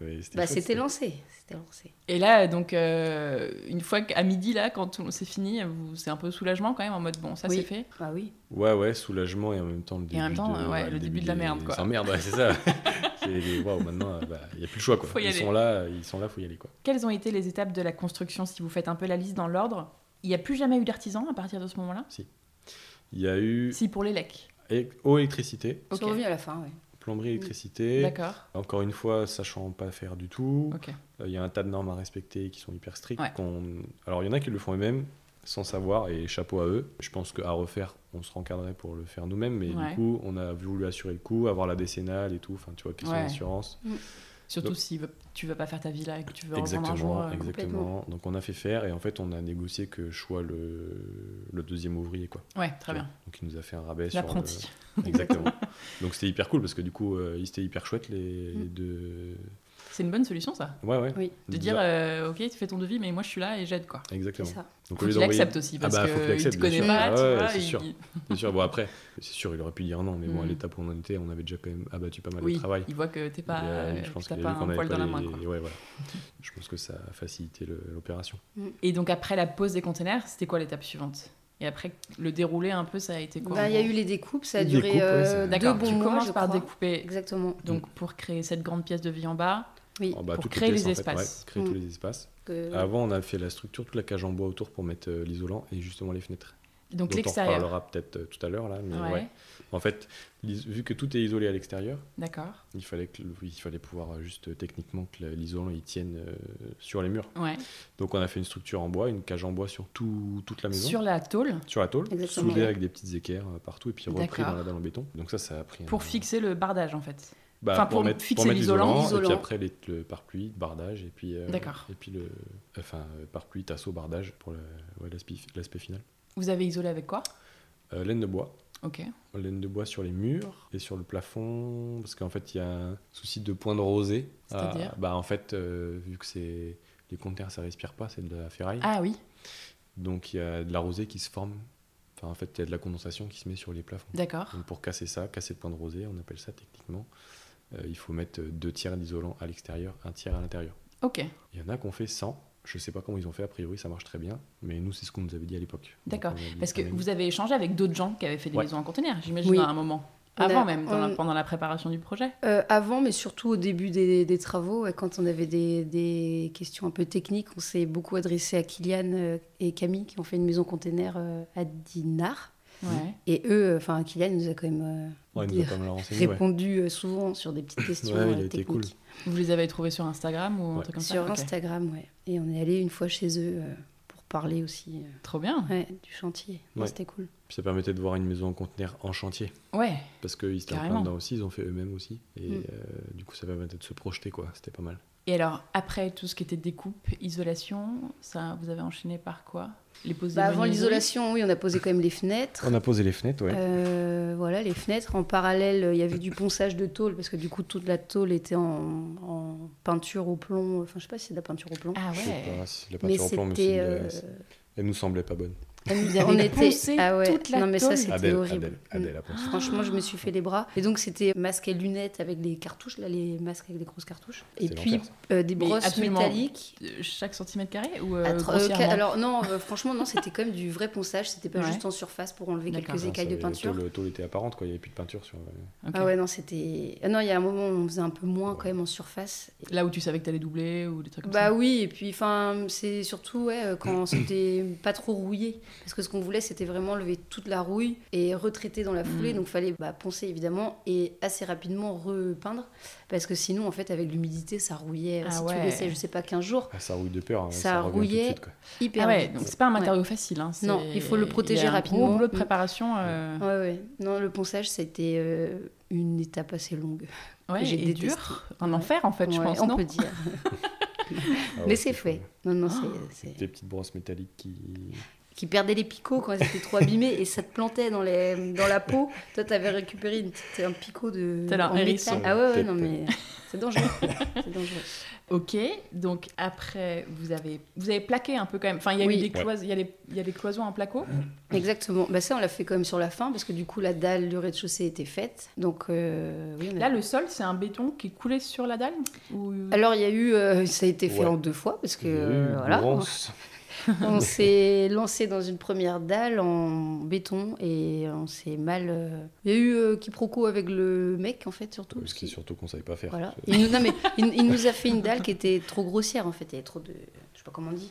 [SPEAKER 2] Ouais, c'était
[SPEAKER 3] Bah,
[SPEAKER 2] chouette,
[SPEAKER 3] c'était lancé. C'était lancé.
[SPEAKER 4] Et là, donc, euh, une fois qu'à midi, là, quand tout- c'est fini, vous- c'est un peu soulagement quand même, en mode bon, ça
[SPEAKER 3] Oui.
[SPEAKER 4] c'est fait.
[SPEAKER 3] Ah oui.
[SPEAKER 2] Ouais, ouais, soulagement et en même temps le début.
[SPEAKER 4] Et en même temps,
[SPEAKER 2] de,
[SPEAKER 4] euh, ouais, le début de la
[SPEAKER 2] des-
[SPEAKER 4] merde, quoi.
[SPEAKER 2] Sans merde, ouais, c'est ça. C'est des- Waouh, maintenant, il n'y a plus le choix, quoi.
[SPEAKER 4] Faut y
[SPEAKER 2] ils
[SPEAKER 4] aller.
[SPEAKER 2] sont là, ils sont là, faut y aller, quoi.
[SPEAKER 4] Quelles ont été les étapes de la construction si vous faites un peu la liste dans l'ordre Il n'y a plus jamais eu d'artisan à partir de ce moment-là
[SPEAKER 2] Il y a eu
[SPEAKER 4] Si, pour les lecs.
[SPEAKER 2] élec- eau, électricité,
[SPEAKER 3] Ils sont
[SPEAKER 4] Ok.
[SPEAKER 3] revenus à la fin, oui.
[SPEAKER 2] plomberie, électricité.
[SPEAKER 4] Mm. D'accord.
[SPEAKER 2] Encore une fois, sachant pas faire du tout.
[SPEAKER 4] Ok.
[SPEAKER 2] Euh, Il y a un tas de normes à respecter qui sont hyper strictes.
[SPEAKER 4] Ouais.
[SPEAKER 2] qu'on- Alors, il y en a qui le font eux-mêmes sans savoir et chapeau à eux. Je pense qu'à refaire, on se rencarderait pour le faire nous-mêmes, mais
[SPEAKER 4] Ouais.
[SPEAKER 2] du coup, on a voulu assurer le coup, avoir la décennale et tout. Enfin, tu vois, question
[SPEAKER 4] Ouais.
[SPEAKER 2] d'assurance.
[SPEAKER 4] Surtout
[SPEAKER 2] Donc-
[SPEAKER 4] si v- tu vas pas faire ta villa et que tu veux revendre un jour.
[SPEAKER 2] Exactement,
[SPEAKER 4] euh,
[SPEAKER 2] exactement. Donc on a fait faire et en fait on a négocié que je sois le, le deuxième ouvrier quoi.
[SPEAKER 4] Ouais, très bien.
[SPEAKER 2] Donc il nous a fait un rabais sur le...
[SPEAKER 4] L'apprenti.
[SPEAKER 2] Exactement. Donc c'était hyper cool parce que du coup euh, ils étaient hyper chouettes les, les
[SPEAKER 3] Mm.
[SPEAKER 2] deux.
[SPEAKER 4] C'est une bonne solution, ça.
[SPEAKER 2] Ouais ouais.
[SPEAKER 3] Oui.
[SPEAKER 4] De dire, euh, ok, tu fais ton devis, mais moi je suis là et j'aide, quoi.
[SPEAKER 3] C'est
[SPEAKER 2] Exactement.
[SPEAKER 3] ça.
[SPEAKER 2] Donc
[SPEAKER 4] Faut qu'il accepte aussi,
[SPEAKER 2] Ah
[SPEAKER 4] parce
[SPEAKER 2] bah, faut qu'il
[SPEAKER 4] que il
[SPEAKER 2] accepte,
[SPEAKER 4] te
[SPEAKER 2] bien
[SPEAKER 4] connaît
[SPEAKER 2] sûr.
[SPEAKER 4] pas,
[SPEAKER 2] Ah
[SPEAKER 4] tu
[SPEAKER 2] ouais,
[SPEAKER 4] vois,
[SPEAKER 2] c'est
[SPEAKER 4] il-
[SPEAKER 2] sûr. Bien sûr. Bon après c'est sûr il aurait pu dire non mais bon à
[SPEAKER 4] Mm.
[SPEAKER 2] l'étape où on en était on avait déjà quand même abattu pas mal
[SPEAKER 4] oui,
[SPEAKER 2] de travail.
[SPEAKER 4] il voit que t'es pas,
[SPEAKER 2] Et, euh,
[SPEAKER 4] euh,
[SPEAKER 2] je pense
[SPEAKER 4] que t'as
[SPEAKER 2] qu'il
[SPEAKER 4] pas
[SPEAKER 2] a vu qu'on
[SPEAKER 4] un
[SPEAKER 2] avait
[SPEAKER 4] poil
[SPEAKER 2] pas
[SPEAKER 4] dans la
[SPEAKER 2] les-
[SPEAKER 4] main, quoi.
[SPEAKER 2] ouais, voilà. Je pense que ça a facilité le- l'opération.
[SPEAKER 4] Et donc après la pose des containers, c'était quoi l'étape suivante Et après le déroulé un peu, ça a été quoi
[SPEAKER 3] Bah, Il y a
[SPEAKER 4] en gros
[SPEAKER 3] eu les découpes, ça a
[SPEAKER 2] Les
[SPEAKER 3] duré
[SPEAKER 2] découpes, ouais,
[SPEAKER 3] euh,
[SPEAKER 2] ça-
[SPEAKER 4] D'accord,
[SPEAKER 3] deux bons
[SPEAKER 4] tu
[SPEAKER 3] mois,
[SPEAKER 4] commences
[SPEAKER 3] je
[SPEAKER 4] par
[SPEAKER 3] crois.
[SPEAKER 4] découper.
[SPEAKER 3] Exactement.
[SPEAKER 4] Donc
[SPEAKER 2] Mm.
[SPEAKER 4] pour créer cette grande pièce de vie en bas,
[SPEAKER 3] Oui.
[SPEAKER 2] Ah bah,
[SPEAKER 4] Pour
[SPEAKER 2] toutes
[SPEAKER 4] créer les
[SPEAKER 2] en fait,
[SPEAKER 4] espaces.
[SPEAKER 2] ouais, créer
[SPEAKER 3] Mm.
[SPEAKER 2] tous les espaces.
[SPEAKER 3] que-
[SPEAKER 2] Avant, on a fait la structure, toute la cage en bois autour pour mettre euh, l'isolant et justement les fenêtres.
[SPEAKER 4] donc
[SPEAKER 2] Dont On
[SPEAKER 4] l'extérieur.
[SPEAKER 2] reparlera peut-être euh, tout à l'heure là, mais
[SPEAKER 4] Ouais,
[SPEAKER 2] ouais. En fait, l'is- vu que tout est isolé à l'extérieur,
[SPEAKER 4] d'accord.
[SPEAKER 2] il fallait que le- il fallait pouvoir euh, juste euh, techniquement que la- l'isolant il tienne euh, sur les murs.
[SPEAKER 4] Ouais.
[SPEAKER 2] Donc on a fait une structure en bois, une cage en bois sur tout- toute la maison.
[SPEAKER 4] Sur la tôle
[SPEAKER 2] sur la tôle,
[SPEAKER 3] Exactement.
[SPEAKER 2] soudée avec des petites équerres euh, partout et puis repris
[SPEAKER 4] D'accord.
[SPEAKER 2] dans la dalle en béton. Donc ça, ça a pris.
[SPEAKER 4] pour
[SPEAKER 2] un-
[SPEAKER 4] fixer le bardage en fait.
[SPEAKER 2] Bah,
[SPEAKER 4] Enfin, pour
[SPEAKER 2] mettre,
[SPEAKER 4] fixer
[SPEAKER 2] mettre
[SPEAKER 4] l'isolant,
[SPEAKER 2] Et puis
[SPEAKER 3] l'isolant.
[SPEAKER 2] après, les- le pare-pluie, bardage, et puis, euh,
[SPEAKER 4] D'accord.
[SPEAKER 2] et puis le. Enfin, euh, pare-pluie, tasseau, bardage pour le- ouais, l'aspect l'aspect final.
[SPEAKER 4] Vous avez isolé avec quoi
[SPEAKER 2] Euh, laine de bois.
[SPEAKER 4] Ok.
[SPEAKER 2] Laine de bois sur les murs et sur le plafond, parce qu'en fait, il y a un souci de point de rosée.
[SPEAKER 4] C'est-à-dire
[SPEAKER 2] Ah, Bah, en fait, euh, vu que c'est. Les conteneurs, ça respire pas, c'est de la ferraille.
[SPEAKER 4] Ah oui,
[SPEAKER 2] Donc, il y a de la rosée qui se forme. Enfin, en fait, il y a de la condensation qui se met sur les plafonds.
[SPEAKER 4] d'accord.
[SPEAKER 2] Donc pour casser ça, casser le point de rosée, on appelle ça techniquement, euh, il faut mettre euh, deux tiers d'isolant à l'extérieur, un tiers à l'intérieur.
[SPEAKER 4] Ok,
[SPEAKER 2] Il y en a qu'on fait 100. Je sais pas comment ils ont fait, a priori ça marche très bien, mais nous c'est ce qu'on nous avait dit à l'époque.
[SPEAKER 4] D'accord.
[SPEAKER 2] Donc, on a dit
[SPEAKER 4] parce que
[SPEAKER 2] quand même-
[SPEAKER 4] vous avez échangé avec d'autres gens qui avaient fait des
[SPEAKER 2] Mm. Ouais.
[SPEAKER 4] maisons en conteneur, j'imagine,
[SPEAKER 3] Oui.
[SPEAKER 4] à un moment.
[SPEAKER 3] On a-
[SPEAKER 4] Avant même, dans la-
[SPEAKER 3] on-
[SPEAKER 4] pendant la préparation du projet.
[SPEAKER 3] Euh, avant, mais surtout au début des, des travaux, ouais, quand on avait des, des questions un peu techniques, on s'est beaucoup adressé à Kylian euh, et Camille qui ont fait une maison container euh, à Dinard.
[SPEAKER 2] Mm.
[SPEAKER 4] Ouais.
[SPEAKER 3] Et eux, euh, enfin Kylian nous a quand même euh,
[SPEAKER 2] Ouais, il nous a pas mal renseigné, ouais.
[SPEAKER 3] répondu euh, souvent sur des petites questions
[SPEAKER 2] Ouais, il a
[SPEAKER 3] euh,
[SPEAKER 2] été
[SPEAKER 3] techniques.
[SPEAKER 2] cool.
[SPEAKER 4] Vous les avez trouvés sur Instagram ou un
[SPEAKER 2] Ouais.
[SPEAKER 4] truc comme
[SPEAKER 3] Sur
[SPEAKER 4] ça Ok.
[SPEAKER 3] Instagram, ouais. Et on est allé une fois chez eux euh, pour parler aussi euh,
[SPEAKER 4] Trop bien.
[SPEAKER 3] ouais, du chantier. Non,
[SPEAKER 2] Ouais.
[SPEAKER 3] C'était cool.
[SPEAKER 2] Puis ça permettait de voir une maison en conteneur en chantier,
[SPEAKER 4] Ouais.
[SPEAKER 2] parce qu'ils étaient en
[SPEAKER 4] Carrément.
[SPEAKER 2] plein dedans aussi, ils ont fait eux-mêmes aussi, et
[SPEAKER 3] Mm.
[SPEAKER 2] euh, du coup ça permettait de se projeter quoi, c'était pas mal.
[SPEAKER 4] Et alors, après tout ce qui était découpe, isolation, ça, vous avez enchaîné par quoi Les poses des
[SPEAKER 3] Bah, avant
[SPEAKER 4] menuiseries
[SPEAKER 3] l'isolation, oui, on a posé quand même les fenêtres.
[SPEAKER 2] On a posé les fenêtres, ouais.
[SPEAKER 3] Euh, voilà, les fenêtres. En parallèle, il y avait du ponçage de tôle, parce que du coup, toute la tôle était en, en peinture au plomb. Enfin, je sais pas si c'est de la peinture au plomb.
[SPEAKER 4] Ah
[SPEAKER 2] Je sais
[SPEAKER 4] ouais.
[SPEAKER 2] pas si la peinture au plomb, mais c'est-
[SPEAKER 3] euh,
[SPEAKER 2] elle nous semblait pas bonne.
[SPEAKER 4] Vous
[SPEAKER 3] on
[SPEAKER 4] avez
[SPEAKER 3] était.
[SPEAKER 4] poncé
[SPEAKER 3] Ah ouais,
[SPEAKER 4] toute la
[SPEAKER 3] non, mais ça,
[SPEAKER 4] tôle.
[SPEAKER 3] c'était
[SPEAKER 2] Adèle,
[SPEAKER 3] horrible. Mm.
[SPEAKER 2] Adèle, Adèle a pensé.
[SPEAKER 3] Franchement, je me suis fait les bras. Et donc, c'était masque et lunettes avec les cartouches, là, les masques avec les grosses cartouches. Et
[SPEAKER 2] C'est
[SPEAKER 3] puis,
[SPEAKER 2] l'enfer, ça.
[SPEAKER 3] euh, des
[SPEAKER 4] Mais
[SPEAKER 3] brosses
[SPEAKER 4] absolument.
[SPEAKER 3] métalliques.
[SPEAKER 4] Euh, Chaque centimètre carré ou euh,
[SPEAKER 3] à tra- euh,
[SPEAKER 4] grossièrement
[SPEAKER 3] ca- alors, non, euh, franchement, non, c'était quand même du vrai ponçage. C'était pas
[SPEAKER 4] Ouais.
[SPEAKER 3] juste en surface pour enlever
[SPEAKER 4] D'accord.
[SPEAKER 3] quelques
[SPEAKER 2] Non, ça
[SPEAKER 3] écailles de
[SPEAKER 2] avait-
[SPEAKER 3] peinture.
[SPEAKER 2] tôle- tôle était apparente quoi, il y avait plus de peinture sur. euh,
[SPEAKER 4] Ok.
[SPEAKER 3] Ah ouais, non, c'était. ah Non, il y a un moment, on faisait un peu moins quand
[SPEAKER 2] Ouais.
[SPEAKER 3] même en surface.
[SPEAKER 4] Là où tu savais que t'allais doubler ou des trucs comme
[SPEAKER 3] Bah
[SPEAKER 4] ça
[SPEAKER 3] oui, et puis enfin, c'est surtout ouais, euh, quand c'était pas trop rouillé. Parce que ce qu'on voulait, c'était vraiment lever toute la rouille et retraiter dans la foulée.
[SPEAKER 4] Mm.
[SPEAKER 3] Donc fallait bah, poncer évidemment et assez rapidement repeindre. Parce que sinon, en fait, avec l'humidité, ça rouillait.
[SPEAKER 4] Ah
[SPEAKER 3] si tu
[SPEAKER 4] ouais.
[SPEAKER 3] laissais, je sais pas, 15 jours,
[SPEAKER 2] Ah, ça rouille de peur, hein,
[SPEAKER 3] Ça
[SPEAKER 2] ça, revient tout de
[SPEAKER 3] rouillait.
[SPEAKER 2] suite, quoi.
[SPEAKER 3] hyper
[SPEAKER 4] Ah ouais,
[SPEAKER 3] vite.
[SPEAKER 4] donc c'est pas un matériau facile. hein, c'est-
[SPEAKER 3] Non, il faut le protéger
[SPEAKER 4] il y a un
[SPEAKER 3] rapidement.
[SPEAKER 4] Gros boulot de
[SPEAKER 3] Mm.
[SPEAKER 4] préparation. euh,
[SPEAKER 3] Ouais, ouais. Non, le ponçage, c'était euh, une étape assez longue.
[SPEAKER 4] Ouais,
[SPEAKER 3] J'ai
[SPEAKER 4] et
[SPEAKER 3] détesté.
[SPEAKER 4] dur. Un enfer en fait, je
[SPEAKER 3] Ouais,
[SPEAKER 4] pense.
[SPEAKER 3] on
[SPEAKER 4] non
[SPEAKER 3] peut dire.
[SPEAKER 2] Ah ouais,
[SPEAKER 3] Mais c'est
[SPEAKER 2] chaud.
[SPEAKER 3] fait. Non, non, c'est- c'est.
[SPEAKER 2] Des petites brosses métalliques qui.
[SPEAKER 3] qui perdait les picots quand elles étaient trop abîmées et ça te plantait dans, les, dans la peau. Toi, t'avais récupéré une petite- un picot de.
[SPEAKER 4] T'as l'air
[SPEAKER 3] en
[SPEAKER 4] hérisson.
[SPEAKER 3] métal. Ah ouais, ouais,
[SPEAKER 2] Peut-être.
[SPEAKER 3] non, mais c'est dangereux. C'est dangereux.
[SPEAKER 4] Ok, donc après, vous avez, vous avez plaqué un peu quand même. Enfin, il y a eu
[SPEAKER 3] Oui. Mm.
[SPEAKER 4] des cloisons, il y a des- il y a des cloisons en placo.
[SPEAKER 3] Exactement. Bah, ça, on l'a fait quand même sur la fin parce que du coup, la dalle du rez-de-chaussée était faite. Donc, euh, oui, on a-
[SPEAKER 4] Là, le sol, c'est un béton qui est coulé sur la dalle ou...
[SPEAKER 3] Alors, il y a eu. euh, ça a été fait
[SPEAKER 2] Ouais.
[SPEAKER 3] en deux fois parce que.
[SPEAKER 2] Il y a eu
[SPEAKER 3] euh,
[SPEAKER 2] une
[SPEAKER 3] voilà.
[SPEAKER 2] brosse.
[SPEAKER 3] On s'est lancé dans une première dalle en béton et on s'est mal. euh, Il y a eu euh, quiproquo avec le mec en fait, surtout.
[SPEAKER 2] Euh, Ce qui est surtout qu'on savait pas faire.
[SPEAKER 3] Voilà. Il nous, non, mais il, il nous a fait une dalle qui était trop grossière en fait. Il y avait trop de. Je sais pas comment on dit.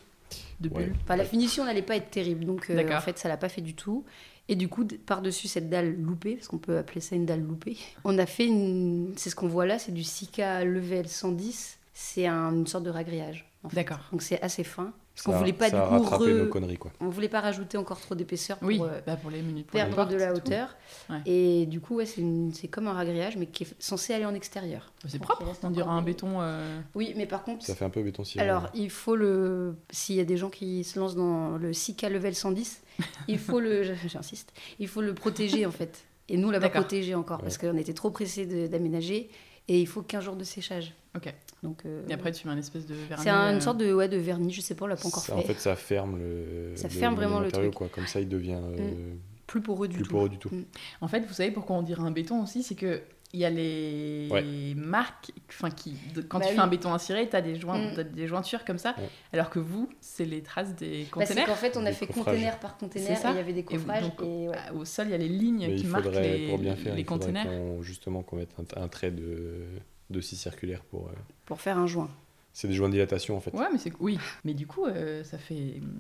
[SPEAKER 4] de
[SPEAKER 2] Ouais.
[SPEAKER 4] bulles.
[SPEAKER 3] Enfin, la finition n'allait pas être terrible. Donc euh,
[SPEAKER 4] D'accord.
[SPEAKER 3] en fait, ça l'a pas fait du tout. Et du coup, d- par-dessus cette dalle loupée, parce qu'on peut appeler ça une dalle loupée, on a fait une. C'est ce qu'on voit là, c'est du Sika level 110. C'est un- une sorte de ragréage. en fait.
[SPEAKER 4] D'accord.
[SPEAKER 3] Donc c'est assez fin. Parce
[SPEAKER 2] Ça
[SPEAKER 3] qu'on
[SPEAKER 2] a-
[SPEAKER 3] voulait pas
[SPEAKER 2] ça a
[SPEAKER 3] du coup.
[SPEAKER 2] rattrapé
[SPEAKER 3] re-
[SPEAKER 2] nos conneries, quoi.
[SPEAKER 3] On voulait pas rajouter encore trop d'épaisseur pour
[SPEAKER 4] Oui,
[SPEAKER 3] euh,
[SPEAKER 4] bah, pour les minutes. pour les
[SPEAKER 3] perdre de
[SPEAKER 4] portes,
[SPEAKER 3] la
[SPEAKER 4] tout.
[SPEAKER 3] hauteur.
[SPEAKER 4] Ouais.
[SPEAKER 3] Et du coup, ouais, c'est une- c'est comme un ragréage, mais qui est censé aller en extérieur.
[SPEAKER 4] C'est
[SPEAKER 3] Donc,
[SPEAKER 4] propre,
[SPEAKER 3] il reste
[SPEAKER 4] on dirait
[SPEAKER 3] encore
[SPEAKER 4] un
[SPEAKER 3] des-
[SPEAKER 4] béton. euh,
[SPEAKER 3] Oui, mais par contre,
[SPEAKER 2] Ça fait un peu béton ciré. hein.
[SPEAKER 3] alors, il faut le. S'il y a des gens qui se lancent dans le 6K level 110, il faut le. J'insiste. Il faut le protéger, en fait. Et nous, on l'a pas
[SPEAKER 4] D'accord.
[SPEAKER 3] protégé encore, parce qu'on était trop pressés de- d'aménager. Et il faut 15 jours de séchage.
[SPEAKER 4] Ok.
[SPEAKER 3] Donc. euh,
[SPEAKER 4] Et après, tu mets un espèce de vernis.
[SPEAKER 3] c'est un-
[SPEAKER 4] euh,
[SPEAKER 3] une sorte de, ouais, de vernis, je sais pas, on l'a pas encore
[SPEAKER 2] Ça,
[SPEAKER 3] fait.
[SPEAKER 2] En fait, ça ferme le.
[SPEAKER 3] Ça ferme vraiment le
[SPEAKER 2] matériau,
[SPEAKER 3] truc. Mm.
[SPEAKER 2] Quoi. Comme ça, il devient euh,
[SPEAKER 3] Plus poreux du
[SPEAKER 2] plus
[SPEAKER 3] tout.
[SPEAKER 2] poreux du tout.
[SPEAKER 4] En fait, vous savez pourquoi on dirait un béton aussi C'est que. Il y a les marques, enfin qui, de- quand
[SPEAKER 3] Bah
[SPEAKER 4] tu
[SPEAKER 3] oui.
[SPEAKER 4] fais un béton à cirer, t'as des joints,
[SPEAKER 3] Mm.
[SPEAKER 4] t'as des jointures comme ça,
[SPEAKER 2] Ouais.
[SPEAKER 4] alors que vous, c'est les traces des
[SPEAKER 3] Bah, c'est
[SPEAKER 4] conteneurs.
[SPEAKER 3] qu'en fait, on a
[SPEAKER 2] Des
[SPEAKER 3] fait
[SPEAKER 2] coffrages.
[SPEAKER 3] container par container,
[SPEAKER 4] C'est ça.
[SPEAKER 3] et il y avait des
[SPEAKER 4] Et vous-
[SPEAKER 3] coffrages.
[SPEAKER 4] donc,
[SPEAKER 3] et ouais.
[SPEAKER 4] Ah, Au sol, il y a les lignes
[SPEAKER 2] Mais
[SPEAKER 4] qui
[SPEAKER 2] il
[SPEAKER 4] marquent
[SPEAKER 2] faudrait,
[SPEAKER 4] les,
[SPEAKER 2] pour bien faire,
[SPEAKER 4] les
[SPEAKER 2] il faudrait
[SPEAKER 4] conteneurs.
[SPEAKER 2] qu'on- justement qu'on mette un, un trait de, de scie circulaire pour. euh,
[SPEAKER 3] pour faire un joint.
[SPEAKER 2] C'est des joints de dilatation en fait.
[SPEAKER 4] Ouais, mais c'est oui. Mais du coup, euh, ça fait hum,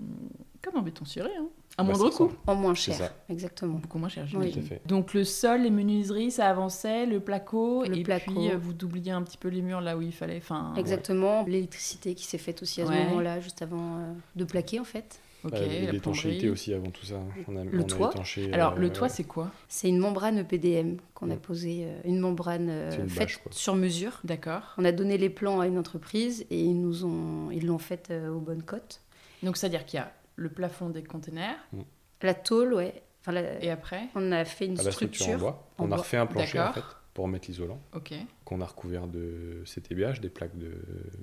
[SPEAKER 4] comme un béton ciré, hein. à
[SPEAKER 2] Bah,
[SPEAKER 4] moindre
[SPEAKER 2] c'est
[SPEAKER 4] coût,
[SPEAKER 2] ça,
[SPEAKER 3] En moins
[SPEAKER 2] C'est
[SPEAKER 3] cher,
[SPEAKER 2] ça.
[SPEAKER 3] exactement.
[SPEAKER 4] beaucoup moins cher.
[SPEAKER 3] Oui.
[SPEAKER 4] j'imagine.
[SPEAKER 2] Tout à fait.
[SPEAKER 4] Donc le sol, les menuiseries, ça avançait, le placo,
[SPEAKER 3] Le
[SPEAKER 4] et
[SPEAKER 3] placo.
[SPEAKER 4] puis euh, vous doubliez un petit peu les murs là où il fallait.
[SPEAKER 2] Ah
[SPEAKER 4] Enfin,
[SPEAKER 3] Exactement. L'électricité qui s'est faite aussi à ce
[SPEAKER 4] Ouais.
[SPEAKER 3] moment-là, juste avant euh, de plaquer en fait.
[SPEAKER 4] ok,
[SPEAKER 2] Ah, les-
[SPEAKER 4] la
[SPEAKER 2] L'étanchéité
[SPEAKER 4] plomberie.
[SPEAKER 2] aussi avant tout ça. hein. On a,
[SPEAKER 3] Le
[SPEAKER 2] on a
[SPEAKER 3] toit.
[SPEAKER 2] étanché,
[SPEAKER 4] Alors
[SPEAKER 2] euh,
[SPEAKER 4] le toit,
[SPEAKER 2] ouais.
[SPEAKER 4] c'est quoi
[SPEAKER 3] C'est une membrane E EPDM qu'on a
[SPEAKER 2] Mm.
[SPEAKER 3] posée, euh, une membrane euh,
[SPEAKER 2] C'est une
[SPEAKER 3] faite
[SPEAKER 2] bâche, quoi.
[SPEAKER 3] sur mesure.
[SPEAKER 4] D'accord.
[SPEAKER 3] On a donné les plans à une entreprise et ils nous ont, ils l'ont faite euh, aux bonnes cotes.
[SPEAKER 4] Donc c'est à dire qu'il y a le plafond des conteneurs,
[SPEAKER 3] La tôle, ouais. Enfin, la-
[SPEAKER 4] et après,
[SPEAKER 3] on a fait une
[SPEAKER 2] Ah, la structure, en bois.
[SPEAKER 3] en
[SPEAKER 2] on a
[SPEAKER 3] bois.
[SPEAKER 2] refait un plancher en fait
[SPEAKER 4] D'accord.
[SPEAKER 2] pour mettre l'isolant
[SPEAKER 4] ok,
[SPEAKER 2] qu'on a recouvert de CTBH, des plaques de,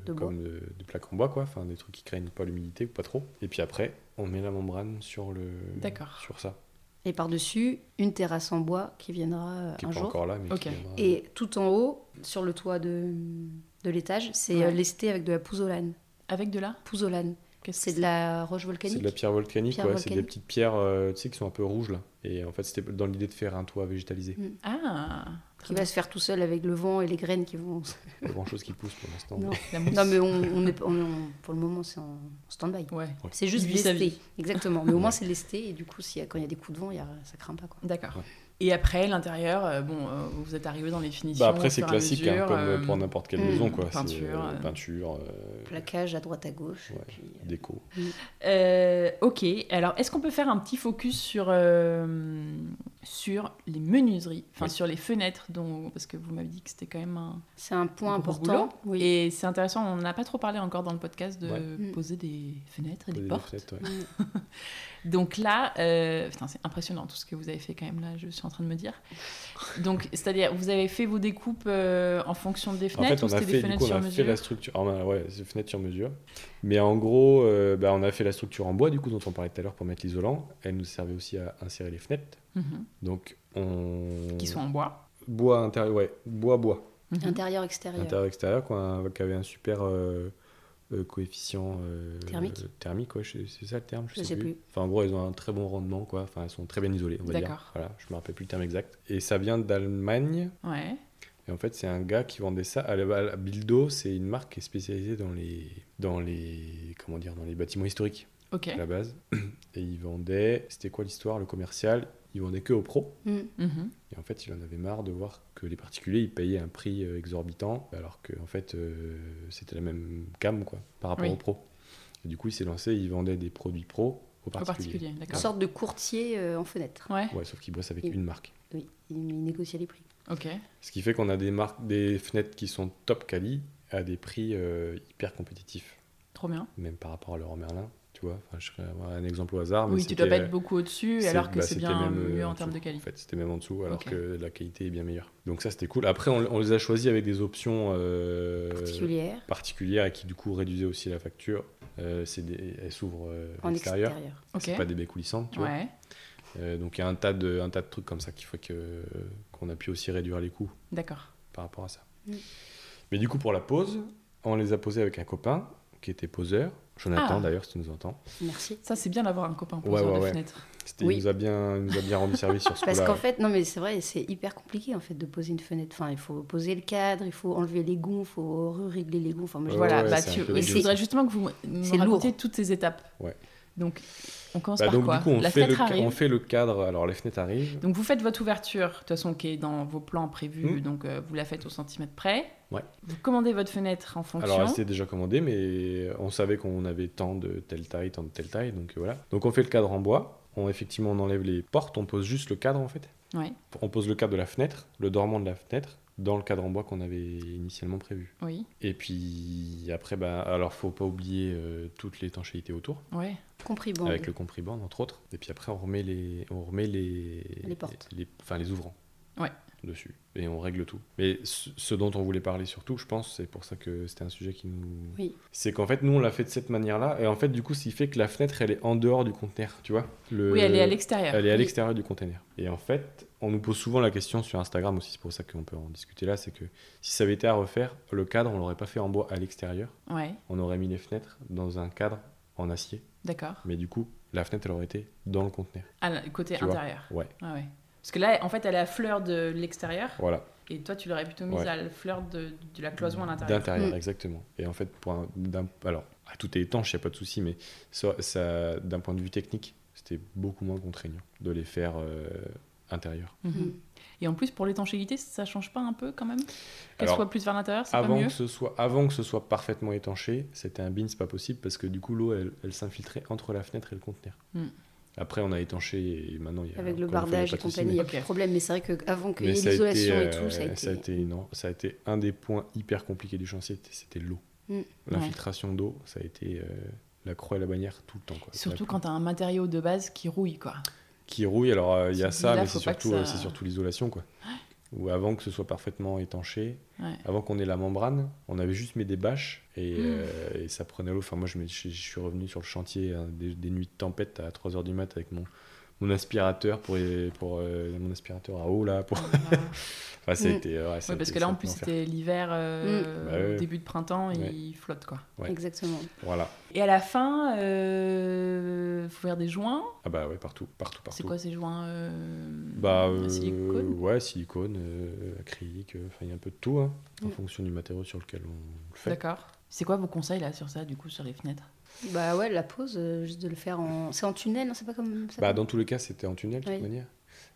[SPEAKER 3] De bois.
[SPEAKER 2] comme de- des plaques en bois quoi, enfin des trucs qui craignent pas l'humidité ou pas trop. Et puis après, on met la membrane sur le
[SPEAKER 4] D'accord.
[SPEAKER 2] sur ça
[SPEAKER 3] et par dessus une terrasse en bois qui viendra euh,
[SPEAKER 2] qui
[SPEAKER 3] un
[SPEAKER 2] est pas
[SPEAKER 3] jour.
[SPEAKER 2] encore là mais
[SPEAKER 4] Ok.
[SPEAKER 2] qui viendra.
[SPEAKER 3] Et tout en haut, sur le toit de, de l'étage, c'est
[SPEAKER 4] Ouais.
[SPEAKER 3] euh, lesté avec de la pouzzolane.
[SPEAKER 4] avec de là,
[SPEAKER 3] Pouzzolane,
[SPEAKER 4] qu'est-ce
[SPEAKER 3] c'est
[SPEAKER 4] que
[SPEAKER 3] de la roche
[SPEAKER 2] C'est
[SPEAKER 3] volcanique.
[SPEAKER 2] de la pierre volcanique,
[SPEAKER 3] Pierre
[SPEAKER 2] ouais, c'est des
[SPEAKER 3] volcanique.
[SPEAKER 2] petites pierres euh, tu sais, qui sont un peu rouges là. Et en fait, c'était dans l'idée de faire un toit végétalisé.
[SPEAKER 4] Ah,
[SPEAKER 3] qui va se faire tout seul avec le vent et les graines qui vont.
[SPEAKER 2] Pas grand chose qui pousse pour l'instant.
[SPEAKER 3] Non.
[SPEAKER 2] mais-
[SPEAKER 4] la mousse.
[SPEAKER 3] Non, mais on, on est, on est en- pour le moment, c'est en stand-by.
[SPEAKER 4] Ouais,
[SPEAKER 3] C'est juste
[SPEAKER 4] Il vit sa
[SPEAKER 3] lesté.
[SPEAKER 4] vie.
[SPEAKER 3] Exactement. Mais au moins, c'est lesté. Et du coup, s'il y a- quand il y a des coups de vent, il y a, ça craint pas. Quoi.
[SPEAKER 4] d'accord.
[SPEAKER 2] Ouais.
[SPEAKER 4] Et après, l'intérieur, euh, bon, euh, vous êtes arrivé dans les finitions.
[SPEAKER 2] Bah après
[SPEAKER 4] au
[SPEAKER 2] c'est
[SPEAKER 4] fur et à
[SPEAKER 2] classique hein,
[SPEAKER 4] mesure,
[SPEAKER 2] comme
[SPEAKER 4] euh,
[SPEAKER 2] pour n'importe quelle
[SPEAKER 3] hmm,
[SPEAKER 2] maison quoi. C'est,
[SPEAKER 4] peinture,
[SPEAKER 2] euh,
[SPEAKER 4] euh,
[SPEAKER 2] peinture, euh,
[SPEAKER 3] Plaquage à droite, à gauche.
[SPEAKER 2] Ouais.
[SPEAKER 3] puis, euh,
[SPEAKER 2] déco.
[SPEAKER 4] Euh, ok, alors est-ce qu'on peut faire un petit focus sur, euh, sur les menuiseries, enfin
[SPEAKER 2] Oui.
[SPEAKER 4] sur les fenêtres, dont, parce que vous m'avez dit que c'était quand même un...
[SPEAKER 3] c'est un point
[SPEAKER 4] Gros
[SPEAKER 3] important.
[SPEAKER 4] boulot.
[SPEAKER 3] Oui.
[SPEAKER 4] Et c'est intéressant, on n'a pas trop parlé encore dans le podcast de
[SPEAKER 2] Ouais.
[SPEAKER 3] Mm.
[SPEAKER 4] poser des fenêtres et Ah, des
[SPEAKER 2] Des
[SPEAKER 4] portes.
[SPEAKER 2] fenêtres, ouais.
[SPEAKER 4] Donc là, euh, putain, c'est impressionnant tout ce que vous avez fait quand même là, je suis en train de me dire. Donc c'est-à-dire, vous avez fait vos découpes euh, en fonction des
[SPEAKER 2] En fait,
[SPEAKER 4] fenêtres
[SPEAKER 2] on
[SPEAKER 4] ou
[SPEAKER 2] a
[SPEAKER 4] c'était
[SPEAKER 2] fait,
[SPEAKER 4] des
[SPEAKER 2] du
[SPEAKER 4] fenêtres
[SPEAKER 2] coup, on
[SPEAKER 4] sur
[SPEAKER 2] a fait
[SPEAKER 4] mesure
[SPEAKER 2] la structure. ah, ben, ouais, c'est fenêtre sur mesure. Mais en gros, euh, bah, on a fait la structure en bois, du coup, dont on parlait tout à l'heure pour mettre l'isolant. Elle nous servait aussi à insérer les fenêtres.
[SPEAKER 4] Mhm.
[SPEAKER 2] Donc, on.
[SPEAKER 4] Qui sont en bois.
[SPEAKER 2] Bois intérieur, ouais, bois, bois.
[SPEAKER 4] Mhm.
[SPEAKER 3] Intérieur, extérieur.
[SPEAKER 2] Intérieur, extérieur, quoi, un- qui avait un super euh, euh, coefficient. euh,
[SPEAKER 3] Thermique.
[SPEAKER 2] euh, Thermique, ouais, je- c'est ça le terme
[SPEAKER 3] Je sais plus.
[SPEAKER 2] Enfin, en gros, elles ont un très bon rendement, quoi. Enfin, elles sont très bien isolées, on va
[SPEAKER 4] D'accord.
[SPEAKER 2] dire. Voilà, je me rappelle plus le terme exact. Et ça vient d'Allemagne.
[SPEAKER 4] Ouais.
[SPEAKER 2] Et en fait, c'est un gars qui vendait ça. À la- à la- Bildo, c'est une marque qui est spécialisée dans les, dans les, comment dire, dans les bâtiments historiques
[SPEAKER 4] Ok.
[SPEAKER 3] Eh.
[SPEAKER 2] à la base. Et il vendait. C'était quoi l'histoire Le commercial, il vendait que aux pros.
[SPEAKER 3] Mm.
[SPEAKER 4] Mhm.
[SPEAKER 2] Et en fait, il en avait marre de voir que les particuliers, ils payaient un prix euh, exorbitant, alors que en fait, euh, c'était la même gamme quoi, par rapport
[SPEAKER 4] Oui.
[SPEAKER 2] aux pros. Et du coup, il s'est lancé. Il vendait des produits pros aux
[SPEAKER 4] En
[SPEAKER 2] particuliers.
[SPEAKER 4] particulier,
[SPEAKER 3] Une
[SPEAKER 4] d'accord.
[SPEAKER 3] sorte de courtier euh, en fenêtre.
[SPEAKER 4] Ouais,
[SPEAKER 2] Ouais, sauf qu'il bosse avec
[SPEAKER 3] Il-
[SPEAKER 2] une marque.
[SPEAKER 3] Oui, il, il négociait les prix.
[SPEAKER 2] Euh,
[SPEAKER 4] ok.
[SPEAKER 2] Ce qui fait qu'on a des marques, des fenêtres qui sont top quali à des prix euh, hyper compétitifs.
[SPEAKER 4] Trop bien.
[SPEAKER 2] même par rapport à Laurent Merlin, tu vois. Enfin, je serais avoir un exemple au hasard. Ah, mais
[SPEAKER 4] Oui, tu dois pas
[SPEAKER 2] c'était-
[SPEAKER 4] être beaucoup au-dessus,
[SPEAKER 2] c'est-
[SPEAKER 4] alors que
[SPEAKER 2] bah,
[SPEAKER 4] c'est
[SPEAKER 2] c'était
[SPEAKER 4] bien
[SPEAKER 2] même, euh,
[SPEAKER 4] mieux
[SPEAKER 2] en
[SPEAKER 4] en termes de
[SPEAKER 2] dessous, En
[SPEAKER 4] qualité.
[SPEAKER 2] fait, c'était même en dessous, alors
[SPEAKER 4] Ok.
[SPEAKER 2] que la qualité est bien meilleure. Donc ça, c'était cool. Après, on, on les a choisis avec des options euh,
[SPEAKER 3] Particulière,
[SPEAKER 2] particulières et qui, du coup, réduisaient aussi la facture. Euh, c'est des- elles s'ouvrent euh, à
[SPEAKER 3] en
[SPEAKER 2] l'extérieur.
[SPEAKER 3] extérieur.
[SPEAKER 4] Ok.
[SPEAKER 2] C'est pas des baies coulissantes, tu vois.
[SPEAKER 4] Ouais,
[SPEAKER 2] Euh, donc il y a un tas, de, un tas de trucs comme ça qu'il faut que, qu'on a pu aussi réduire les coûts
[SPEAKER 4] d'accord.
[SPEAKER 2] par rapport à ça.
[SPEAKER 3] Mm.
[SPEAKER 2] Mais du coup, pour la pause, on les a posés avec un copain qui était poseur. Jonathan,
[SPEAKER 4] Ah.
[SPEAKER 2] d'ailleurs, si tu nous entends.
[SPEAKER 3] Merci.
[SPEAKER 4] Ça, c'est bien d'avoir un copain pour
[SPEAKER 2] Ouais,
[SPEAKER 4] faire
[SPEAKER 2] ouais,
[SPEAKER 4] des
[SPEAKER 2] ouais.
[SPEAKER 4] fenêtres.
[SPEAKER 2] C'était-
[SPEAKER 3] Oui.
[SPEAKER 2] Il nous a bien, il nous a bien rendu service sur ce
[SPEAKER 3] Parce
[SPEAKER 2] coup-là. Bah,
[SPEAKER 3] qu'en fait, non mais c'est vrai, c'est hyper compliqué en fait de poser une fenêtre. Enfin, il faut poser le cadre, il faut enlever les gonds, il faut régler les gonds. Enfin, moi, je
[SPEAKER 2] Ouais,
[SPEAKER 4] voilà,
[SPEAKER 2] ouais,
[SPEAKER 4] bah,
[SPEAKER 2] c'est un
[SPEAKER 4] tu...
[SPEAKER 2] peu
[SPEAKER 4] et
[SPEAKER 3] idiot,
[SPEAKER 4] je voudrais justement que vous me
[SPEAKER 3] C'est
[SPEAKER 4] racontiez toutes ces étapes.
[SPEAKER 2] Ouais.
[SPEAKER 4] Donc, on commence
[SPEAKER 2] Bah
[SPEAKER 4] par
[SPEAKER 2] donc,
[SPEAKER 4] quoi
[SPEAKER 2] du coup, on
[SPEAKER 4] La
[SPEAKER 2] fait,
[SPEAKER 4] fenêtre
[SPEAKER 2] le, ca-
[SPEAKER 4] arrive.
[SPEAKER 2] on fait le cadre. Alors, les fenêtres arrivent.
[SPEAKER 4] Donc vous faites votre ouverture, de toute façon, qui est dans vos plans prévus,
[SPEAKER 2] Mm.
[SPEAKER 4] donc euh, vous la faites au centimètre près.
[SPEAKER 2] Ouais.
[SPEAKER 4] Vous commandez votre fenêtre en fonction.
[SPEAKER 2] Alors, elle était déjà commandée, mais on savait qu'on avait tant de telle taille, tant de telle taille. Donc, euh, voilà. Donc, on fait le cadre en bois. On, effectivement, on enlève les portes. On pose juste le cadre, en fait.
[SPEAKER 4] Ouais,
[SPEAKER 2] On pose le cadre de la fenêtre, le dormant de la fenêtre, dans le cadre en bois qu'on avait initialement prévu.
[SPEAKER 4] oui,
[SPEAKER 2] Et puis après, bah, alors faut pas oublier euh, toute l'étanchéité autour,
[SPEAKER 4] ouais.
[SPEAKER 3] Compris, bon.
[SPEAKER 2] avec le compriband entre autres. Et puis après, on remet les, on remet les,
[SPEAKER 3] Les portes.
[SPEAKER 2] les- enfin les ouvrants.
[SPEAKER 4] Ouais.
[SPEAKER 2] Dessus. Et on règle tout. Mais ce, ce dont on voulait parler surtout, je pense, c'est pour ça que c'était un sujet qui nous.
[SPEAKER 3] Oui.
[SPEAKER 2] C'est qu'en fait, nous, on l'a fait de cette manière-là. Et en fait, du coup, ce qui fait que la fenêtre, elle est en dehors du conteneur, tu vois. Le-
[SPEAKER 4] Oui, elle est à l'extérieur.
[SPEAKER 2] Euh, elle est à
[SPEAKER 3] Oui.
[SPEAKER 2] l'extérieur du container. Et en fait, on nous pose souvent la question sur Instagram aussi, c'est pour ça qu'on peut en discuter là, c'est que si ça avait été à refaire, le cadre, on l'aurait pas fait en bois à l'extérieur,
[SPEAKER 4] Ouais,
[SPEAKER 2] on aurait mis les fenêtres dans un cadre en acier,
[SPEAKER 4] d'accord.
[SPEAKER 2] mais du coup, la fenêtre, elle aurait été dans le conteneur.
[SPEAKER 4] À l- côté
[SPEAKER 2] Tu vois,
[SPEAKER 4] intérieur.
[SPEAKER 2] ouais.
[SPEAKER 4] Ah ouais. Parce que là, en fait, elle est à fleur de l'extérieur,
[SPEAKER 2] Voilà,
[SPEAKER 4] et toi, tu l'aurais plutôt mise
[SPEAKER 2] Ouais.
[SPEAKER 4] à la fleur de, de la cloison à l'intérieur.
[SPEAKER 2] d'intérieur,
[SPEAKER 3] Mm.
[SPEAKER 2] exactement. Et en fait, pour un- d'un- alors, ah, tout est étanche, il a pas de souci, mais ça, ça- d'un point de vue technique, c'était beaucoup moins contraignant de les faire euh, intérieur.
[SPEAKER 4] Mhm.
[SPEAKER 3] Mm.
[SPEAKER 4] Et en plus, pour l'étanchéité, ça change pas un peu quand même Qu'elle
[SPEAKER 2] Alors,
[SPEAKER 4] soit plus vers l'intérieur, c'est pas
[SPEAKER 2] avant
[SPEAKER 4] mieux
[SPEAKER 2] que, ce soit, avant que ce soit parfaitement étanché, c'était un bin, c'est pas possible parce que du coup l'eau elle, elle s'infiltrait entre la fenêtre et le conteneur.
[SPEAKER 4] Hmm.
[SPEAKER 2] Après on a étanché et maintenant il y a
[SPEAKER 3] Avec le
[SPEAKER 2] encore une fois, il y a
[SPEAKER 3] bardage
[SPEAKER 2] pas
[SPEAKER 3] et
[SPEAKER 2] de souci,
[SPEAKER 3] compagnie, il n'y a
[SPEAKER 4] mais-
[SPEAKER 3] plus de problème. Mais c'est vrai qu'avant
[SPEAKER 2] mais-
[SPEAKER 3] qu'il y ait
[SPEAKER 2] mais ça a été,
[SPEAKER 3] l'isolation et
[SPEAKER 2] euh,
[SPEAKER 3] tout, ça a été.
[SPEAKER 2] ça a été non, ça a été un des points hyper compliqués du chantier, c'était- c'était l'eau.
[SPEAKER 4] Mm,
[SPEAKER 3] Hmm.
[SPEAKER 2] L'infiltration d'eau, ça a été euh, la croix et la bannière tout le temps quoi.
[SPEAKER 4] Surtout
[SPEAKER 2] La-
[SPEAKER 4] quand t'as un matériau de base qui rouille, quoi.
[SPEAKER 2] qui rouille. Alors euh, il y a
[SPEAKER 4] Tu te
[SPEAKER 2] ça,
[SPEAKER 4] dis, là,
[SPEAKER 2] mais c'est
[SPEAKER 4] faut pas que
[SPEAKER 2] surtout, euh,
[SPEAKER 4] ça-
[SPEAKER 2] c'est surtout l'isolation quoi. Ou avant que ce soit parfaitement étanché,
[SPEAKER 4] Ouais. Mm.
[SPEAKER 2] avant qu'on ait la membrane, on avait juste mis des bâches et, euh, et ça prenait l'eau. Enfin moi je, me- je- je suis revenu sur le chantier hein, des, des nuits de tempête à 3h du mat avec mon mon aspirateur pour pour euh, mon aspirateur à eau là pour
[SPEAKER 4] Voilà.
[SPEAKER 2] enfin ça a
[SPEAKER 3] Mm.
[SPEAKER 2] été euh, ouais, ça a
[SPEAKER 4] Ouais, parce
[SPEAKER 2] été-
[SPEAKER 4] que là,
[SPEAKER 2] ça a
[SPEAKER 4] en
[SPEAKER 2] été
[SPEAKER 4] plus,
[SPEAKER 2] l'enfer.
[SPEAKER 4] c'était l'hiver, euh,
[SPEAKER 2] Mm. Bah ouais.
[SPEAKER 4] au début de printemps,
[SPEAKER 2] Ouais.
[SPEAKER 4] il flotte, quoi.
[SPEAKER 2] ouais.
[SPEAKER 3] Exactement.
[SPEAKER 2] voilà
[SPEAKER 4] Et à la fin, euh, faut faire des joints.
[SPEAKER 2] ah bah ouais partout partout partout
[SPEAKER 4] C'est quoi ces joints euh,
[SPEAKER 2] Bah,
[SPEAKER 4] en
[SPEAKER 2] euh,
[SPEAKER 4] silicone
[SPEAKER 2] ouais, silicone, euh, acrylique, euh, enfin il y a un peu de tout, hein, en
[SPEAKER 3] Mm.
[SPEAKER 2] fonction du matériau sur lequel on le fait.
[SPEAKER 4] D'accord. C'est quoi vos conseils là sur ça, du coup, sur les fenêtres
[SPEAKER 3] Bah ouais, la pause, euh, juste de le faire en. C'est en tunnel, non C'est pas comme ça
[SPEAKER 2] Bah,
[SPEAKER 3] comme-
[SPEAKER 2] dans tous les cas, c'était en tunnel de toute
[SPEAKER 3] Oui.
[SPEAKER 2] manière.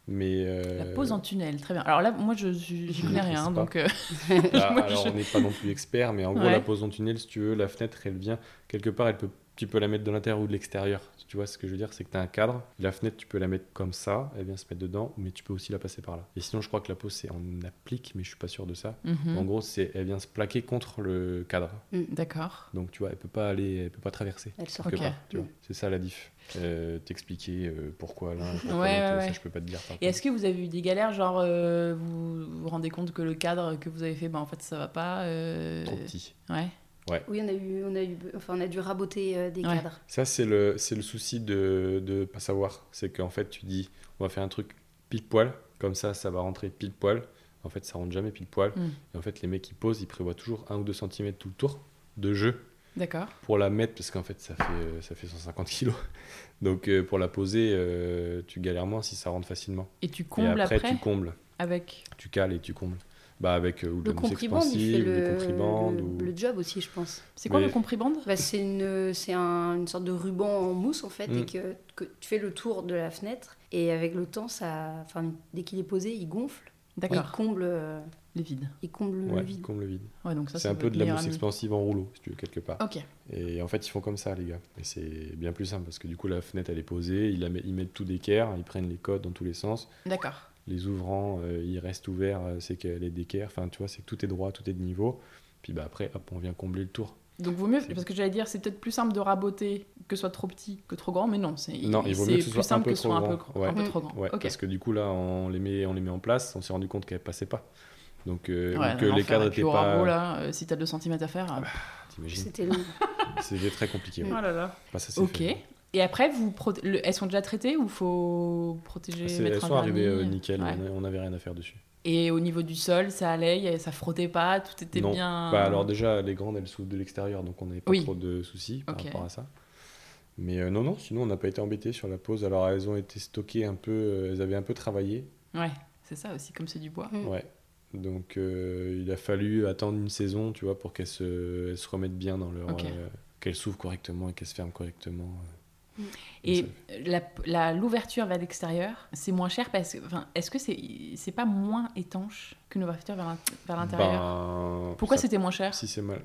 [SPEAKER 2] Mais
[SPEAKER 4] La
[SPEAKER 2] euh,
[SPEAKER 4] pose en tunnel, très bien. Alors là, moi, je je- j'y connais
[SPEAKER 2] Je
[SPEAKER 4] rien,
[SPEAKER 2] sais
[SPEAKER 4] donc euh,
[SPEAKER 2] bah,
[SPEAKER 4] moi,
[SPEAKER 2] alors,
[SPEAKER 4] je-
[SPEAKER 2] on n'est pas non plus expert, mais en gros,
[SPEAKER 4] Ouais.
[SPEAKER 2] la pose en tunnel, si tu veux, la fenêtre, elle vient quelque part, elle peut, tu peux la mettre de l'intérieur ou de l'extérieur. Tu vois ce que je veux dire C'est que tu as un cadre, la fenêtre, tu peux la mettre comme ça, elle vient se mettre dedans, mais tu peux aussi la passer par là. Et sinon, je crois que la pose, c'est en applique, mais je suis pas sûr de ça.
[SPEAKER 4] mhm.
[SPEAKER 2] En gros, c'est elle vient se plaquer contre le cadre.
[SPEAKER 4] D'accord.
[SPEAKER 2] Donc, tu vois, elle peut pas aller, elle peut pas traverser.
[SPEAKER 3] Elle sort
[SPEAKER 2] quelque
[SPEAKER 4] Ok.
[SPEAKER 2] part, tu vois.
[SPEAKER 3] Mm.
[SPEAKER 2] C'est ça la diff. Euh, T'expliquer euh, pourquoi là, pourquoi
[SPEAKER 4] Ouais,
[SPEAKER 2] l'autre,
[SPEAKER 4] ouais,
[SPEAKER 2] ça
[SPEAKER 4] ouais.
[SPEAKER 2] je peux pas te dire. par
[SPEAKER 4] Et
[SPEAKER 2] contre.
[SPEAKER 4] est-ce que vous avez eu des galères, genre euh, vous vous rendez compte que le cadre que vous avez fait, ben en fait ça va pas euh,
[SPEAKER 2] Trop petit.
[SPEAKER 4] Ouais.
[SPEAKER 3] Oui, on a, eu, on, a eu, enfin, on a dû raboter euh, des
[SPEAKER 4] Ouais.
[SPEAKER 3] cadres.
[SPEAKER 2] Ça, c'est le, c'est le souci de ne pas savoir. C'est qu'en fait, tu dis, on va faire un truc pile poil, comme ça, ça va rentrer pile poil. En fait, ça rentre jamais pile poil.
[SPEAKER 4] Mm.
[SPEAKER 2] Et en fait, les mecs qui posent, ils prévoient toujours 1 ou 2 cm tout le tour de jeu
[SPEAKER 4] D'accord.
[SPEAKER 2] pour la mettre, parce qu'en fait, ça fait, euh, ça fait 150 kilos. Donc, euh, pour la poser, euh, tu galères moins si ça rentre facilement.
[SPEAKER 4] Et tu combles
[SPEAKER 2] et
[SPEAKER 4] après,
[SPEAKER 2] après, tu combles.
[SPEAKER 4] avec.
[SPEAKER 2] Tu cales et tu combles. Bah, avec euh, ou de
[SPEAKER 3] Le
[SPEAKER 2] la mousse
[SPEAKER 3] compriband, il fait
[SPEAKER 2] expansive, le
[SPEAKER 3] le,
[SPEAKER 2] compriband.
[SPEAKER 3] le-
[SPEAKER 2] ou...
[SPEAKER 3] le job aussi, je pense.
[SPEAKER 4] C'est quoi
[SPEAKER 2] Mais-
[SPEAKER 4] le compriband
[SPEAKER 3] Bah, c'est une, c'est un- une sorte de ruban en mousse, en fait,
[SPEAKER 2] Mm.
[SPEAKER 3] et que, que tu fais le tour de la fenêtre, et avec le temps, ça, enfin, dès qu'il est posé, il gonfle, et il
[SPEAKER 4] D'accord.
[SPEAKER 3] comble, euh,
[SPEAKER 4] Les vides.
[SPEAKER 3] il comble
[SPEAKER 2] Ouais,
[SPEAKER 3] le vide.
[SPEAKER 2] comble le vide.
[SPEAKER 4] Ouais, donc ça
[SPEAKER 2] C'est
[SPEAKER 4] c'est
[SPEAKER 2] un peu
[SPEAKER 4] votre
[SPEAKER 2] de la
[SPEAKER 4] meilleur
[SPEAKER 2] mousse
[SPEAKER 4] ami.
[SPEAKER 2] expansive en rouleau, si tu veux, quelque part.
[SPEAKER 4] Ok.
[SPEAKER 2] Et en fait, ils font comme ça, les gars. Et c'est bien plus simple parce que du coup, la fenêtre, elle est posée, ils, la met- ils mettent tout d'équerre, ils prennent les codes dans tous les sens.
[SPEAKER 4] D'accord.
[SPEAKER 2] Les ouvrants, euh, ils restent ouverts, euh, c'est qu'elle est d'équerre. Enfin, tu vois, c'est que tout est droit, tout est de niveau. Puis bah, après, hop, on vient combler le tour.
[SPEAKER 4] Donc vaut mieux, parce que j'allais dire, c'est peut-être plus simple de raboter que ce soit trop petit que trop grand, mais non, c'est
[SPEAKER 2] Non, il vaut
[SPEAKER 4] c'est
[SPEAKER 2] mieux que ce
[SPEAKER 4] plus
[SPEAKER 2] soit un
[SPEAKER 4] simple
[SPEAKER 2] peu
[SPEAKER 4] que ce soit
[SPEAKER 2] trop
[SPEAKER 4] un peu,
[SPEAKER 2] grand.
[SPEAKER 4] gr- un
[SPEAKER 2] Ouais.
[SPEAKER 4] peu trop grand.
[SPEAKER 2] Ouais,
[SPEAKER 4] ok.
[SPEAKER 2] parce que du coup, là, on les met, on les met en place, on s'est rendu compte qu'elles passaient pas. Donc, euh,
[SPEAKER 4] Ouais,
[SPEAKER 2] ou que
[SPEAKER 4] non,
[SPEAKER 2] les
[SPEAKER 4] faire
[SPEAKER 2] cadres
[SPEAKER 4] un
[SPEAKER 2] étaient
[SPEAKER 4] plus
[SPEAKER 2] pas.
[SPEAKER 4] rabot, là, euh, si t'as 2 cm à faire. euh,
[SPEAKER 2] T'imagines
[SPEAKER 3] C'était long.
[SPEAKER 2] C'était très compliqué. ouais.
[SPEAKER 4] oh là là.
[SPEAKER 2] Enfin, Bah, ça, c'est
[SPEAKER 4] Ok.
[SPEAKER 2] fait. hein.
[SPEAKER 4] Et après, vous proté- le- elles sont déjà traitées ou faut protéger,
[SPEAKER 2] C'est-
[SPEAKER 4] mettre
[SPEAKER 2] Elles
[SPEAKER 4] un
[SPEAKER 2] sont arrivées
[SPEAKER 4] vernis
[SPEAKER 2] euh, nickel,
[SPEAKER 4] Ouais.
[SPEAKER 2] on a- on n'avait rien à faire dessus.
[SPEAKER 4] Et au niveau du sol, ça allait, y a- ça frottait pas, tout était
[SPEAKER 2] Non.
[SPEAKER 4] bien.
[SPEAKER 2] Bah, alors déjà, les grandes, elles s'ouvrent de l'extérieur, donc on n'avait pas
[SPEAKER 4] Ah. Oui.
[SPEAKER 2] trop de soucis par
[SPEAKER 4] Ok.
[SPEAKER 2] rapport à ça. Mais euh, non, non, sinon on n'a pas été embêtés sur la pause. Alors elles ont été stockées un peu, euh, elles avaient un peu travaillé.
[SPEAKER 4] Ouais, c'est ça aussi, comme c'est du bois.
[SPEAKER 3] Mm.
[SPEAKER 2] Ouais. Donc euh, il a fallu attendre une saison, tu vois, pour qu'elles se, elles se remettent bien dans leur...
[SPEAKER 4] Ok.
[SPEAKER 2] euh, qu'elles s'ouvrent correctement et qu'elles se ferment correctement.
[SPEAKER 4] Et la- la- l'ouverture vers l'extérieur, c'est moins cher parce que. Enfin, est-ce que c'est c'est pas moins étanche qu'une ouverture vers l'int- vers l'intérieur
[SPEAKER 2] Ben,
[SPEAKER 4] Pourquoi
[SPEAKER 2] ça-
[SPEAKER 4] c'était moins cher
[SPEAKER 2] Si c'est mal.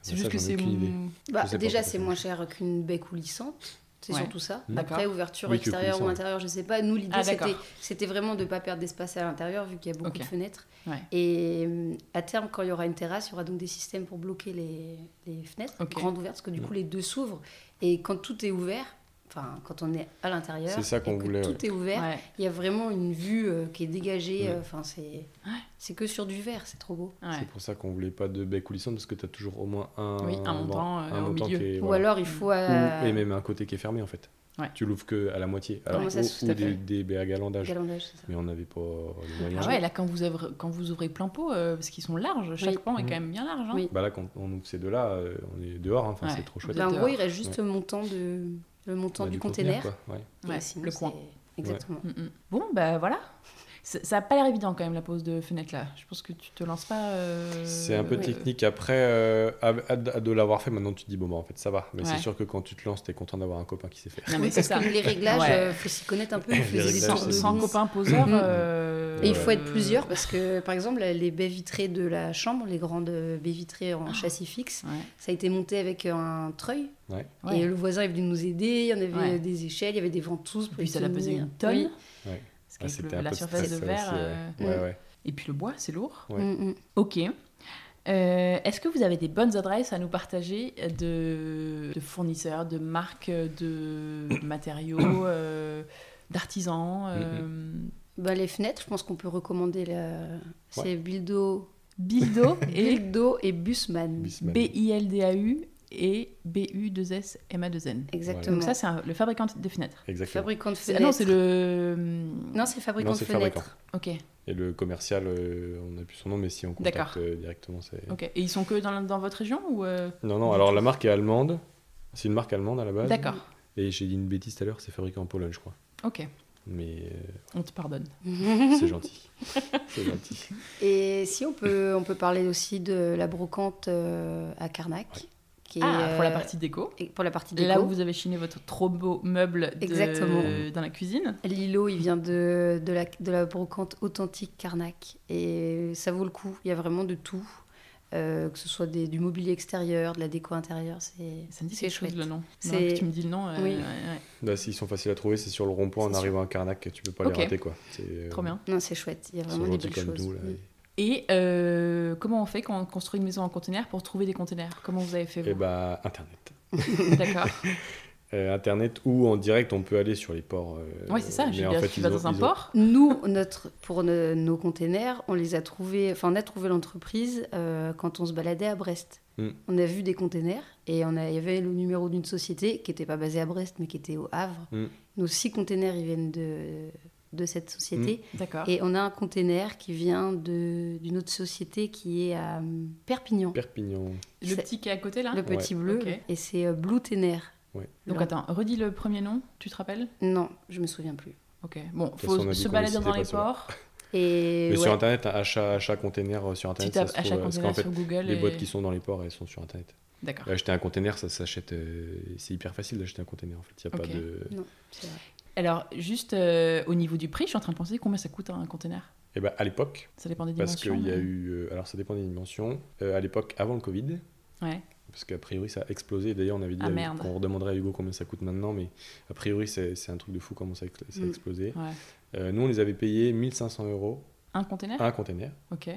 [SPEAKER 4] C'est
[SPEAKER 2] Ben,
[SPEAKER 4] juste
[SPEAKER 2] ça,
[SPEAKER 4] que
[SPEAKER 2] j'en ai
[SPEAKER 4] c'est.
[SPEAKER 2] aucune idée.
[SPEAKER 4] moins-
[SPEAKER 3] Bah,
[SPEAKER 2] Je sais pas
[SPEAKER 3] déjà,
[SPEAKER 2] pourquoi
[SPEAKER 3] c'est
[SPEAKER 2] ça.
[SPEAKER 3] moins cher qu'une baie coulissante. C'est
[SPEAKER 4] Ouais.
[SPEAKER 3] surtout ça.
[SPEAKER 2] Mmh.
[SPEAKER 3] Après, ouverture
[SPEAKER 2] Oui, que
[SPEAKER 3] extérieure ou
[SPEAKER 2] coulissante.
[SPEAKER 3] intérieure, je sais pas. Nous, l'idée,
[SPEAKER 4] Ah, d'accord.
[SPEAKER 3] c'était c'était vraiment de ne pas perdre d'espace à l'intérieur, vu qu'il y a beaucoup
[SPEAKER 4] Ok.
[SPEAKER 3] de fenêtres.
[SPEAKER 4] Ouais.
[SPEAKER 3] Et euh, à terme, quand il y aura une terrasse, il y aura donc des systèmes pour bloquer les, les fenêtres,
[SPEAKER 4] Ok.
[SPEAKER 3] grandes ouvertes, parce que
[SPEAKER 2] Mm.
[SPEAKER 3] du coup, les deux s'ouvrent. Et quand tout est ouvert, enfin, quand on est à l'intérieur,
[SPEAKER 2] C'est ça
[SPEAKER 3] et
[SPEAKER 2] qu'on
[SPEAKER 3] que
[SPEAKER 2] voulait,
[SPEAKER 3] Tout
[SPEAKER 2] ouais. Mm.
[SPEAKER 3] est ouvert.
[SPEAKER 4] Ouais.
[SPEAKER 3] Il y a vraiment une vue euh, qui est dégagée.
[SPEAKER 2] Ouais.
[SPEAKER 3] euh, Enfin, c'est c'est que sur du verre, c'est trop beau.
[SPEAKER 4] Ouais.
[SPEAKER 2] C'est pour ça qu'on voulait pas de baie coulissante parce que tu as toujours au moins un,
[SPEAKER 4] Oui, un montant, euh, au milieu.
[SPEAKER 2] qui est-
[SPEAKER 3] Ou
[SPEAKER 2] voilà.
[SPEAKER 3] alors, il faut.
[SPEAKER 2] Ou-
[SPEAKER 3] euh,
[SPEAKER 2] et même un côté qui est fermé en fait.
[SPEAKER 4] Ouais.
[SPEAKER 2] Tu l'ouvres que à la moitié. Alors,
[SPEAKER 3] Comment ça
[SPEAKER 2] ou,
[SPEAKER 3] se-
[SPEAKER 2] ou
[SPEAKER 4] tout à fait.
[SPEAKER 2] des, des baies à galandage.
[SPEAKER 3] galandage, c'est ça.
[SPEAKER 2] Mais on n'avait pas les moyens.
[SPEAKER 4] Ah ouais, là, quand vous ouvrez, quand vous ouvrez plein pot, euh, parce qu'ils sont larges, chaque
[SPEAKER 3] Oui.
[SPEAKER 4] pan est
[SPEAKER 2] Mhm.
[SPEAKER 4] quand même bien large. hein.
[SPEAKER 3] Oui.
[SPEAKER 2] Bah là, quand on ouvre ces deux-là, euh, on est dehors, hein. enfin,
[SPEAKER 4] Ouais.
[SPEAKER 2] c'est trop chouette.
[SPEAKER 4] Bah,
[SPEAKER 3] Ben, en
[SPEAKER 4] dehors.
[SPEAKER 3] gros, il reste juste le montant, de, le montant
[SPEAKER 2] Bah,
[SPEAKER 3] du, conteneur.
[SPEAKER 2] quoi, ouais.
[SPEAKER 4] Ouais,
[SPEAKER 3] Et sinon,
[SPEAKER 4] le
[SPEAKER 3] c'est-
[SPEAKER 4] coin.
[SPEAKER 3] Exactement.
[SPEAKER 4] Mm, mm. Bon, bah voilà. Ça ça a pas l'air évident quand même la pose de fenêtre là. Je pense que tu te lances pas. euh,
[SPEAKER 2] C'est un peu
[SPEAKER 4] euh,
[SPEAKER 2] technique. Après, euh, à- à- à de l'avoir fait, maintenant tu te dis, bon, bah en fait, ça va. Mais
[SPEAKER 4] Ouais.
[SPEAKER 2] c'est sûr que quand tu te lances, t'es content d'avoir un copain qui sait faire.
[SPEAKER 4] Non mais c'est
[SPEAKER 3] Parce
[SPEAKER 4] ça.
[SPEAKER 3] que les réglages,
[SPEAKER 4] Ouais.
[SPEAKER 3] euh, faut s'y connaître un peu. il faut
[SPEAKER 2] Les
[SPEAKER 3] des
[SPEAKER 2] réglages,
[SPEAKER 4] Sans,
[SPEAKER 3] sortes
[SPEAKER 2] c'est Mm.
[SPEAKER 3] de
[SPEAKER 4] sans
[SPEAKER 3] vis.
[SPEAKER 4] copain poseur.
[SPEAKER 3] Mhm.
[SPEAKER 4] euh,
[SPEAKER 3] Et il faut
[SPEAKER 2] Ouais.
[SPEAKER 3] être plusieurs parce que, par exemple, les baies vitrées de la chambre, les grandes baies vitrées
[SPEAKER 4] Ah.
[SPEAKER 3] en châssis fixe,
[SPEAKER 4] Ouais.
[SPEAKER 3] ça a été monté avec un treuil.
[SPEAKER 4] Ouais.
[SPEAKER 3] Et le voisin est venu nous aider. Il y en avait
[SPEAKER 4] Ouais.
[SPEAKER 3] euh, des échelles, il y avait des ventouses. Pour
[SPEAKER 4] Puis
[SPEAKER 3] les
[SPEAKER 4] ça l'a pesé
[SPEAKER 3] tenir.
[SPEAKER 4] une tonne.
[SPEAKER 3] Oui. Mm,
[SPEAKER 2] Ouais.
[SPEAKER 4] Parce
[SPEAKER 2] Ah,
[SPEAKER 4] qu'avec
[SPEAKER 2] C'était
[SPEAKER 4] le-
[SPEAKER 2] un
[SPEAKER 4] la
[SPEAKER 2] peu
[SPEAKER 4] surface de
[SPEAKER 2] stress, ça
[SPEAKER 4] verre.
[SPEAKER 2] aussi, ouais.
[SPEAKER 4] euh,
[SPEAKER 2] Ouais, ouais.
[SPEAKER 4] Et puis le bois, c'est lourd.
[SPEAKER 2] Ouais.
[SPEAKER 3] Mm, mm.
[SPEAKER 4] Ok. Euh, Est-ce que vous avez des bonnes adresses à nous partager euh, de, de fournisseurs, de marques, de matériaux, euh, d'artisans euh,
[SPEAKER 3] Bah, les fenêtres, je pense qu'on peut recommander. la- C'est Bildo,
[SPEAKER 2] Mm-hmm.
[SPEAKER 4] Bildo et
[SPEAKER 3] Bildo et Busman.
[SPEAKER 2] Bisman.
[SPEAKER 4] B-I-L-D-A-U et B-U-2-S-M-A-2-N.
[SPEAKER 3] Exactement.
[SPEAKER 4] Donc ça, c'est un- le fabricant de fenêtres.
[SPEAKER 2] Exactement.
[SPEAKER 3] fabricant de
[SPEAKER 4] C'est- ah non,
[SPEAKER 3] fenêtres.
[SPEAKER 4] c'est le...
[SPEAKER 3] Non, c'est fabricant
[SPEAKER 2] Non,
[SPEAKER 3] de
[SPEAKER 2] c'est fabricant.
[SPEAKER 3] fenêtres.
[SPEAKER 4] Ok,
[SPEAKER 2] Et le commercial, euh, on n'a plus son nom, mais si on
[SPEAKER 4] D'accord.
[SPEAKER 2] contacte euh, directement, c'est.
[SPEAKER 4] ok. Et ils sont que dans, dans votre région ou... euh,
[SPEAKER 2] Non, non,
[SPEAKER 4] Du
[SPEAKER 2] alors la marque est allemande. C'est une marque allemande à la base.
[SPEAKER 4] D'accord,
[SPEAKER 2] Et j'ai dit une bêtise tout à l'heure, c'est fabriqué en Pologne, je crois.
[SPEAKER 4] ok.
[SPEAKER 2] Mais
[SPEAKER 4] On te pardonne.
[SPEAKER 2] euh, c'est gentil. C'est gentil.
[SPEAKER 3] Et si on peut, on peut parler aussi de la brocante euh, à Carnac, qui est
[SPEAKER 4] Ah, pour la
[SPEAKER 3] euh,
[SPEAKER 4] partie déco.
[SPEAKER 3] et pour la partie déco.
[SPEAKER 4] Là où vous avez chiné votre trop beau meuble de-
[SPEAKER 3] Exactement.
[SPEAKER 4] dans la cuisine.
[SPEAKER 3] Lilo, il vient de, de, la, de la brocante authentique Carnac, et ça vaut le coup. Il y a vraiment de tout, euh, que ce soit des- du mobilier extérieur, de la déco intérieure, c'est
[SPEAKER 4] Ça me dit
[SPEAKER 3] c'est
[SPEAKER 4] quelque chose, le nom.
[SPEAKER 3] C'est-
[SPEAKER 4] Non, tu me dis le nom. euh,
[SPEAKER 3] Oui.
[SPEAKER 4] ouais, ouais.
[SPEAKER 2] Là, Bah, s'ils sont faciles à trouver, c'est sur le rond-point en
[SPEAKER 3] C'est
[SPEAKER 2] arrivant à Carnac, tu peux pas
[SPEAKER 4] Ok.
[SPEAKER 2] les rater, quoi. C'est, euh,
[SPEAKER 4] Trop bien.
[SPEAKER 3] Non, c'est chouette. Il y a
[SPEAKER 2] Ils
[SPEAKER 3] vraiment
[SPEAKER 2] sont
[SPEAKER 3] des
[SPEAKER 2] gentils
[SPEAKER 3] belles
[SPEAKER 2] comme
[SPEAKER 3] choses.
[SPEAKER 2] nous, là.
[SPEAKER 3] Mm.
[SPEAKER 4] Et euh, comment on fait quand on construit une maison en conteneur pour trouver des conteneurs Comment vous avez fait
[SPEAKER 2] Et
[SPEAKER 4] vous
[SPEAKER 2] bah, Internet. Eh ben,
[SPEAKER 4] D'accord.
[SPEAKER 2] Euh, Internet ou en direct, on peut aller sur les ports. euh,
[SPEAKER 4] Ouais, c'est ça.
[SPEAKER 2] mais
[SPEAKER 4] Je veux
[SPEAKER 2] en
[SPEAKER 4] dire,
[SPEAKER 2] fait,
[SPEAKER 4] tu
[SPEAKER 2] ils
[SPEAKER 4] vas
[SPEAKER 2] ont-
[SPEAKER 4] dans un
[SPEAKER 2] ils ont-
[SPEAKER 4] port.
[SPEAKER 3] Nous, notre, pour nos, nos containers, on les a trouvés, enfin, on a trouvé l'entreprise euh, quand on se baladait à Brest.
[SPEAKER 2] Mm.
[SPEAKER 3] On a vu des containers et on a, il y avait le numéro d'une société qui n'était pas basée à Brest mais qui était au Havre.
[SPEAKER 2] Mm.
[SPEAKER 3] Nos six containers, ils viennent de, de cette société.
[SPEAKER 2] Mm.
[SPEAKER 4] D'accord.
[SPEAKER 3] Et on a un container qui vient de- d'une autre société qui est à euh, Perpignan,
[SPEAKER 2] Perpignan.
[SPEAKER 4] Le
[SPEAKER 3] c'est-
[SPEAKER 4] petit qui est à côté là
[SPEAKER 3] le petit bleu.
[SPEAKER 4] Ok.
[SPEAKER 3] Et c'est euh, Blue Tenner.
[SPEAKER 2] Ah. Ouais.
[SPEAKER 4] Donc
[SPEAKER 3] Leur-
[SPEAKER 4] attends, redis le premier nom, tu te rappelles
[SPEAKER 3] Non, je me souviens plus.
[SPEAKER 4] Ok. Bon,
[SPEAKER 2] toute façon, on
[SPEAKER 4] faut
[SPEAKER 2] a dit
[SPEAKER 4] se
[SPEAKER 2] qu'on
[SPEAKER 4] balader
[SPEAKER 2] les
[SPEAKER 4] dans
[SPEAKER 2] citait
[SPEAKER 4] les
[SPEAKER 2] pas, ceux-là.
[SPEAKER 4] ports.
[SPEAKER 3] Et
[SPEAKER 2] Mais sur
[SPEAKER 3] ouais.
[SPEAKER 2] Internet, achat, achat container euh, sur
[SPEAKER 4] Tu
[SPEAKER 2] Internet, ça
[SPEAKER 4] tapes
[SPEAKER 2] se
[SPEAKER 4] achat
[SPEAKER 2] trouve, euh, Parce qu'en
[SPEAKER 4] conteneur
[SPEAKER 2] fait,
[SPEAKER 4] sur Google.
[SPEAKER 2] les
[SPEAKER 4] et-
[SPEAKER 2] boîtes qui sont dans les ports, elles sont sur Internet.
[SPEAKER 4] D'accord.
[SPEAKER 2] Acheter un container, ça s'achète. euh, c'est hyper facile d'acheter un container, en fait. Il n'y a
[SPEAKER 4] Ok.
[SPEAKER 2] pas de.
[SPEAKER 3] c'est vrai.
[SPEAKER 4] Alors, juste euh, au niveau du prix, je suis en train de penser combien ça coûte hein, un conteneur
[SPEAKER 2] Et bah, à l'époque,
[SPEAKER 4] Ça dépend des
[SPEAKER 2] Parce
[SPEAKER 4] dimensions.
[SPEAKER 2] qu'il y a
[SPEAKER 4] mais-
[SPEAKER 2] eu. euh, alors, ça dépend des dimensions. Euh, à l'époque, avant le Covid,
[SPEAKER 4] Ouais.
[SPEAKER 2] parce qu'a priori, ça a explosé. D'ailleurs, on avait dit
[SPEAKER 4] Ah,
[SPEAKER 2] à-
[SPEAKER 4] merde.
[SPEAKER 2] qu'on redemanderait à Hugo combien ça coûte maintenant, mais a priori, c'est c'est un truc de fou comment ça, ex- ça a
[SPEAKER 3] Mm.
[SPEAKER 2] explosé.
[SPEAKER 4] Ouais.
[SPEAKER 2] Euh, nous, on les avait payés 1500 euros
[SPEAKER 4] Un conteneur
[SPEAKER 2] un container,
[SPEAKER 4] Ok.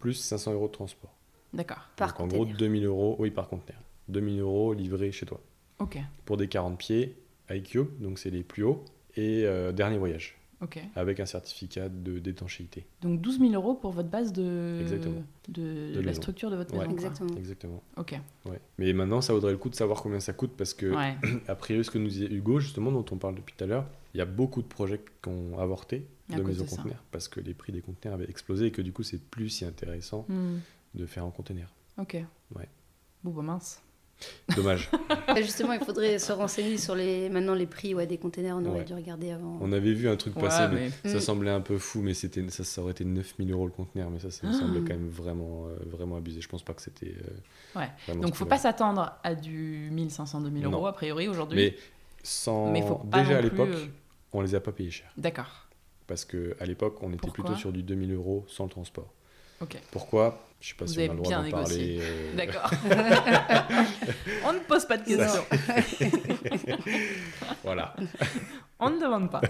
[SPEAKER 2] plus 500 euros de transport.
[SPEAKER 4] D'accord.
[SPEAKER 3] Par
[SPEAKER 2] Donc, en
[SPEAKER 3] container.
[SPEAKER 2] gros, 2000 euros, oui, par container. 2000 euros livrés chez toi.
[SPEAKER 4] Ok.
[SPEAKER 2] Pour des 40 pieds, iCube, donc c'est les plus hauts, et euh, dernier voyage,
[SPEAKER 4] Ok.
[SPEAKER 2] avec un certificat de- d'étanchéité.
[SPEAKER 4] Donc 12 000 euros pour votre base de,
[SPEAKER 2] Exactement.
[SPEAKER 4] de,
[SPEAKER 2] De
[SPEAKER 4] la
[SPEAKER 2] maison.
[SPEAKER 4] structure de votre
[SPEAKER 2] Ouais.
[SPEAKER 4] maison. quoi.
[SPEAKER 3] Exactement.
[SPEAKER 2] Exactement.
[SPEAKER 4] Ok.
[SPEAKER 2] Ouais. Mais maintenant, ça vaudrait le coup de savoir combien ça coûte parce que
[SPEAKER 4] Ouais.
[SPEAKER 2] A priori, ce que nous disait Hugo, justement, dont on parle depuis tout à l'heure, il y a beaucoup de projets qui ont avorté
[SPEAKER 4] À
[SPEAKER 2] de
[SPEAKER 4] cause
[SPEAKER 2] maisons
[SPEAKER 4] de ça.
[SPEAKER 2] conteneurs parce que les prix des conteneurs avaient explosé et que du coup, c'est plus si intéressant
[SPEAKER 4] Hmm.
[SPEAKER 2] de faire en conteneur.
[SPEAKER 4] Ok.
[SPEAKER 2] Ouais.
[SPEAKER 4] Bon, bah mince.
[SPEAKER 2] Dommage.
[SPEAKER 3] Ah, Justement, il faudrait se renseigner sur les maintenant les prix ouais, des containers. On aurait
[SPEAKER 2] Ouais.
[SPEAKER 3] dû regarder avant.
[SPEAKER 2] on avait vu un truc
[SPEAKER 4] Ouais,
[SPEAKER 2] passer, mais
[SPEAKER 4] mais-
[SPEAKER 2] ça
[SPEAKER 3] Mm.
[SPEAKER 2] semblait un peu fou, mais c'était ça, ça aurait été 9000 euros le conteneur, mais ça, ça me
[SPEAKER 4] Ah.
[SPEAKER 2] semblait quand même vraiment, euh, vraiment abusé. Je pense pas que c'était. euh,
[SPEAKER 4] Ouais.
[SPEAKER 2] vraiment
[SPEAKER 4] Donc
[SPEAKER 2] ce
[SPEAKER 4] faut
[SPEAKER 2] qu'on
[SPEAKER 4] pas
[SPEAKER 2] avait.
[SPEAKER 4] s'attendre à du 1500-2000 euros,
[SPEAKER 2] Non.
[SPEAKER 4] a priori, aujourd'hui.
[SPEAKER 2] Mais Sans...
[SPEAKER 4] Mais faut pas
[SPEAKER 2] Déjà à
[SPEAKER 4] non plus,
[SPEAKER 2] l'époque,
[SPEAKER 4] euh,
[SPEAKER 2] on les a pas payés cher.
[SPEAKER 4] D'accord.
[SPEAKER 2] Parce qu'à l'époque, on était
[SPEAKER 4] Pourquoi
[SPEAKER 2] plutôt sur du 2000 euros sans le transport.
[SPEAKER 4] Ok.
[SPEAKER 2] Pourquoi Je sais pas
[SPEAKER 4] Vous
[SPEAKER 2] si on a
[SPEAKER 4] avez
[SPEAKER 2] le
[SPEAKER 4] bien
[SPEAKER 2] droit d'en
[SPEAKER 4] négocié.
[SPEAKER 2] parler. euh,
[SPEAKER 4] D'accord. on ne pose pas de questions.
[SPEAKER 2] Voilà.
[SPEAKER 4] On ne demande pas.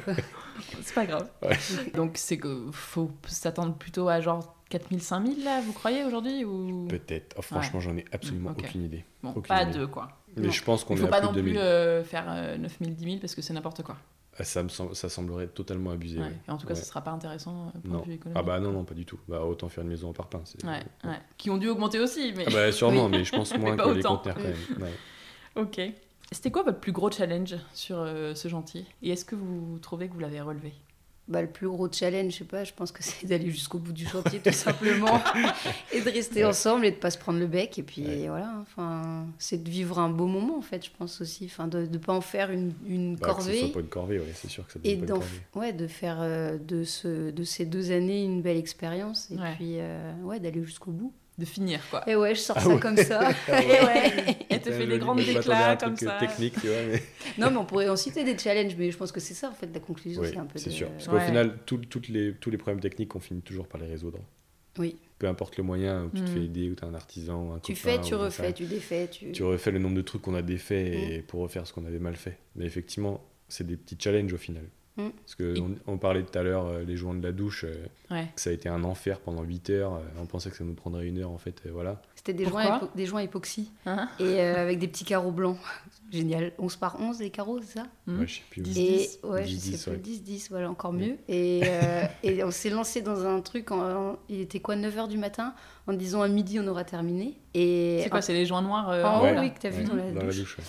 [SPEAKER 4] C'est pas grave.
[SPEAKER 2] Ouais.
[SPEAKER 4] Donc c'est que faut s'attendre plutôt à genre 4000, 5000 là, vous croyez aujourd'hui ou
[SPEAKER 2] Peut-être. Oh, franchement, j'en ai absolument
[SPEAKER 4] Mm, ok.
[SPEAKER 2] aucune idée.
[SPEAKER 4] Bon,
[SPEAKER 2] aucune
[SPEAKER 4] pas à
[SPEAKER 2] idée.
[SPEAKER 4] deux quoi.
[SPEAKER 2] Mais
[SPEAKER 3] Non.
[SPEAKER 2] je pense qu'on
[SPEAKER 4] Il
[SPEAKER 2] est
[SPEAKER 4] faut
[SPEAKER 2] à
[SPEAKER 4] pas
[SPEAKER 2] plus
[SPEAKER 4] non
[SPEAKER 2] de 2000.
[SPEAKER 4] plus euh, faire euh, 9000, 10 000 parce que c'est n'importe quoi.
[SPEAKER 2] Ah, Ça, me sem- ça semblerait totalement abusé.
[SPEAKER 4] Ouais.
[SPEAKER 2] ouais.
[SPEAKER 4] Et en tout cas,
[SPEAKER 2] Eh Ouais.
[SPEAKER 4] ce sera pas intéressant euh, pour
[SPEAKER 2] Non.
[SPEAKER 4] le vue économique.
[SPEAKER 2] Ah bah non, non, pas du tout. Bah, autant faire une maison en parpaing. c'est-
[SPEAKER 4] Ouais, ouais. Qui ont dû augmenter aussi, mais.
[SPEAKER 2] Ah bah sûrement, mais je pense
[SPEAKER 4] Mais
[SPEAKER 2] moins
[SPEAKER 4] pas
[SPEAKER 2] que les
[SPEAKER 4] autant.
[SPEAKER 2] conteneurs quand même. Ouais. bah.
[SPEAKER 4] Ok. C'était quoi votre plus gros challenge sur euh, ce chantier Et est-ce que vous trouvez que vous l'avez relevé
[SPEAKER 3] Bah, le plus gros challenge, je sais pas, je pense que c'est d'aller jusqu'au bout du chantier tout simplement et de rester
[SPEAKER 2] Ouais.
[SPEAKER 3] ensemble et de pas se prendre le bec et puis
[SPEAKER 2] Ouais.
[SPEAKER 3] voilà, hein. enfin, c'est de vivre un beau moment en fait, je pense aussi, enfin de ne pas en faire une, une
[SPEAKER 2] Bah, que ce
[SPEAKER 3] corvée
[SPEAKER 2] soit pas une corvée, ouais, c'est sûr que ça devient
[SPEAKER 3] et
[SPEAKER 2] pas une
[SPEAKER 3] d'en-
[SPEAKER 2] corvée.
[SPEAKER 3] ouais, de faire euh, de, ce, de ces deux années une belle expérience et
[SPEAKER 4] Ouais.
[SPEAKER 3] puis euh, ouais, d'aller jusqu'au bout.
[SPEAKER 4] De finir, quoi.
[SPEAKER 3] Et ouais, je sors
[SPEAKER 2] Ah
[SPEAKER 3] ça
[SPEAKER 2] ouais.
[SPEAKER 3] comme ça.
[SPEAKER 2] Ah
[SPEAKER 3] Et ouais.
[SPEAKER 4] Elle te
[SPEAKER 2] Putain,
[SPEAKER 4] fait
[SPEAKER 2] joli,
[SPEAKER 4] des grandes
[SPEAKER 2] moi, je m'attendais à un
[SPEAKER 4] déclats comme
[SPEAKER 2] truc, euh,
[SPEAKER 4] ça.
[SPEAKER 2] technique, tu vois, mais-
[SPEAKER 3] Non, mais on pourrait en citer des challenges, mais je pense que c'est ça en fait la conclusion,
[SPEAKER 2] Oui,
[SPEAKER 3] c'est un peu
[SPEAKER 2] c'est
[SPEAKER 3] de-
[SPEAKER 2] sûr. Parce qu'au
[SPEAKER 4] Ouais.
[SPEAKER 2] final, tout- toutes les, tous les problèmes techniques, on finit toujours par les résoudre.
[SPEAKER 3] Oui.
[SPEAKER 2] Peu importe le moyen, où tu
[SPEAKER 4] Hmm.
[SPEAKER 2] te fais aider, où tu as un artisan, ou un
[SPEAKER 3] Tu
[SPEAKER 2] copain,
[SPEAKER 3] fais, tu
[SPEAKER 2] ou j'en
[SPEAKER 3] refais,
[SPEAKER 2] sais
[SPEAKER 3] tu Hmm. défais, tu,
[SPEAKER 2] rien. Tu refais le nombre de trucs qu'on a défait et pour refaire ce qu'on avait mal fait. Mais effectivement, c'est des petits challenges au final.
[SPEAKER 3] Hmm.
[SPEAKER 2] Parce qu'on on parlait tout à l'heure, euh, les joints de la douche, euh,
[SPEAKER 4] Ouais.
[SPEAKER 2] ça a été un enfer pendant 8 heures. euh, on pensait que ça nous prendrait une heure, en fait, euh, voilà.
[SPEAKER 3] C'était des
[SPEAKER 4] Pourquoi
[SPEAKER 3] joints, à épo- des joints à époxy
[SPEAKER 4] Hein
[SPEAKER 3] et euh, avec des petits carreaux blancs. Génial. 11 par 11 les carreaux, c'est ça
[SPEAKER 4] Hmm.
[SPEAKER 2] Ouais, je sais plus.
[SPEAKER 4] Dix-
[SPEAKER 3] Et ouais,
[SPEAKER 2] 10,
[SPEAKER 3] je
[SPEAKER 2] 10,
[SPEAKER 3] sais
[SPEAKER 2] ouais.
[SPEAKER 3] plus, 10 10 voilà, encore
[SPEAKER 2] Oui.
[SPEAKER 3] mieux. Et, euh, et on s'est lancé dans un truc en- il était quoi 9h du matin en disant à midi on aura terminé et
[SPEAKER 4] C'est quoi, c'est les joints noirs euh,
[SPEAKER 3] en
[SPEAKER 4] en
[SPEAKER 3] haut,
[SPEAKER 4] haut,
[SPEAKER 2] Ouais.
[SPEAKER 4] là
[SPEAKER 3] oui, que t'as vu
[SPEAKER 2] Ouais,
[SPEAKER 3] dans la douche.
[SPEAKER 2] ouais.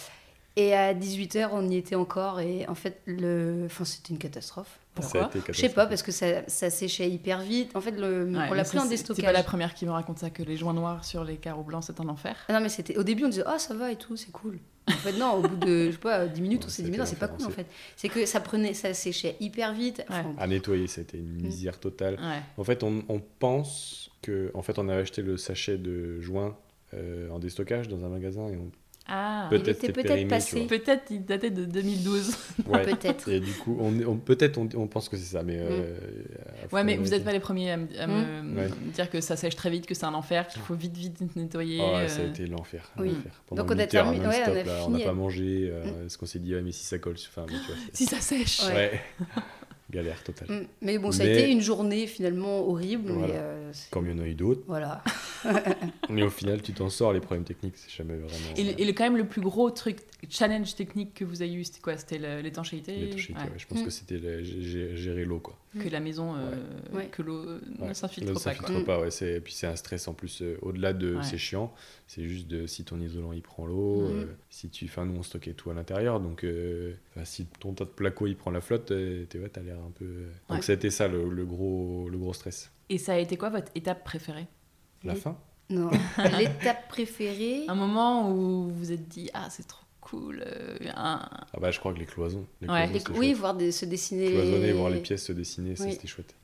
[SPEAKER 3] Et à 18h, on y était encore. Et en fait, le... enfin, c'était une catastrophe.
[SPEAKER 2] Ça
[SPEAKER 4] Pourquoi
[SPEAKER 2] a été
[SPEAKER 3] Je sais pas,
[SPEAKER 2] catastrophique.
[SPEAKER 3] parce que ça, ça séchait hyper vite. En fait, le...
[SPEAKER 4] Ouais,
[SPEAKER 3] on
[SPEAKER 4] mais
[SPEAKER 3] l'a pris
[SPEAKER 4] ça,
[SPEAKER 3] en
[SPEAKER 4] c'est- C'est pas
[SPEAKER 3] déstockage.
[SPEAKER 4] la première qui me raconte ça, que les joints noirs sur les carreaux blancs, c'est un enfer.
[SPEAKER 3] Ah non, mais c'était au début, on disait ah ça va et tout, c'est cool. En fait, non, au bout de je sais pas 10 minutes,
[SPEAKER 2] Ouais,
[SPEAKER 3] on s'est dit mais
[SPEAKER 2] c'était
[SPEAKER 3] non, c'est pas
[SPEAKER 2] l'enfer,
[SPEAKER 3] cool en fait. C'est que ça prenait, ça séchait hyper vite. Enfin,
[SPEAKER 2] À nettoyer, c'était une
[SPEAKER 3] Hmm.
[SPEAKER 2] misère totale.
[SPEAKER 4] Ouais.
[SPEAKER 2] En fait, on, on pense que, en fait, on avait acheté le sachet de joint euh, en déstockage dans un magasin et on
[SPEAKER 4] Ah.
[SPEAKER 3] Peut-
[SPEAKER 2] peut-être
[SPEAKER 3] était
[SPEAKER 2] c'était
[SPEAKER 3] peut-être
[SPEAKER 2] périmé, tu
[SPEAKER 3] passé.
[SPEAKER 4] Peut-être il datait de 2012.
[SPEAKER 2] vois. Ouais.
[SPEAKER 3] peut-être.
[SPEAKER 2] Et du coup, on, est- on- peut-être on, on pense que c'est ça, mais
[SPEAKER 3] Mm.
[SPEAKER 2] euh, à fond,
[SPEAKER 4] Ouais, mais vous
[SPEAKER 2] vérité.
[SPEAKER 4] n'êtes pas les premiers à me, à me-
[SPEAKER 3] Hum.
[SPEAKER 2] Mm. Ouais.
[SPEAKER 4] me dire que ça sèche très vite, que c'est un enfer, qu'il faut vite, vite nettoyer.
[SPEAKER 2] Ah ouais,
[SPEAKER 4] euh,
[SPEAKER 2] ça a été l'enfer.
[SPEAKER 3] Oui.
[SPEAKER 2] l'enfer. Pendant
[SPEAKER 3] Donc, on
[SPEAKER 2] 8
[SPEAKER 3] a
[SPEAKER 2] heures,
[SPEAKER 3] terminé- ouais,
[SPEAKER 2] non-stop,
[SPEAKER 3] on
[SPEAKER 2] là,
[SPEAKER 3] a fini hein. Mm.
[SPEAKER 2] n'a
[SPEAKER 3] à-
[SPEAKER 2] pas mangé. euh, Parce qu'on s'est dit, ouais, mais si ça colle, enfin, bon, tu vois,
[SPEAKER 4] Si ça sèche.
[SPEAKER 2] c'est-
[SPEAKER 3] Ouais.
[SPEAKER 2] ouais. galère totale.
[SPEAKER 3] Mm. Mais bon, ça a
[SPEAKER 2] Mais-
[SPEAKER 3] été une journée finalement horrible.
[SPEAKER 2] Voilà.
[SPEAKER 3] Mais, euh, c'est-
[SPEAKER 2] Comme il y en a eu d'autres,
[SPEAKER 3] voilà.
[SPEAKER 2] mais au final, tu t'en sors. Les problèmes techniques, c'est jamais vraiment.
[SPEAKER 4] Et, le- et le- quand même, le plus gros truc, challenge technique que vous avez eu, c'était quoi C'était le- l'étanchéité
[SPEAKER 2] l'étanchéité,
[SPEAKER 4] Ouais.
[SPEAKER 2] ouais, Je pense
[SPEAKER 3] Mm.
[SPEAKER 2] que c'était le- gé- gérer l'eau, quoi.
[SPEAKER 4] Que la maison, euh,
[SPEAKER 3] Ouais.
[SPEAKER 4] que l'eau euh, ne
[SPEAKER 2] Ouais,
[SPEAKER 4] s'infiltre
[SPEAKER 2] Là,
[SPEAKER 4] pas.
[SPEAKER 2] ça
[SPEAKER 4] quoi.
[SPEAKER 2] filtre
[SPEAKER 3] quoi.
[SPEAKER 2] pas, ouais. c'est- Et puis c'est un stress en plus, euh, au-delà de
[SPEAKER 4] Ouais.
[SPEAKER 2] c'est chiant, c'est juste de si ton isolant il prend l'eau,
[SPEAKER 4] Mhm.
[SPEAKER 2] euh, si tu. Enfin, nous on stockait tout à l'intérieur, donc euh, enfin, si ton tas de placo il prend la flotte, euh, t'es- ouais, t'as l'air un peu. euh. Donc
[SPEAKER 4] Ouais.
[SPEAKER 2] ça a été ça le, le gros, le gros stress.
[SPEAKER 4] Et ça a été quoi votre étape préférée
[SPEAKER 2] La
[SPEAKER 3] Oui.
[SPEAKER 2] fin
[SPEAKER 3] Non. L'étape préférée.
[SPEAKER 4] Un moment où vous vous êtes dit, ah, c'est trop cool. euh, un-
[SPEAKER 2] Ah bah je crois que les cloisons. Les
[SPEAKER 4] Ouais.
[SPEAKER 2] cloisons,
[SPEAKER 3] les-
[SPEAKER 2] c'était
[SPEAKER 3] Oui,
[SPEAKER 2] chouette.
[SPEAKER 3] voir des- se dessiner.
[SPEAKER 2] Cloisonner, voir les pièces se dessiner, ça
[SPEAKER 3] Oui.
[SPEAKER 2] c'était chouette.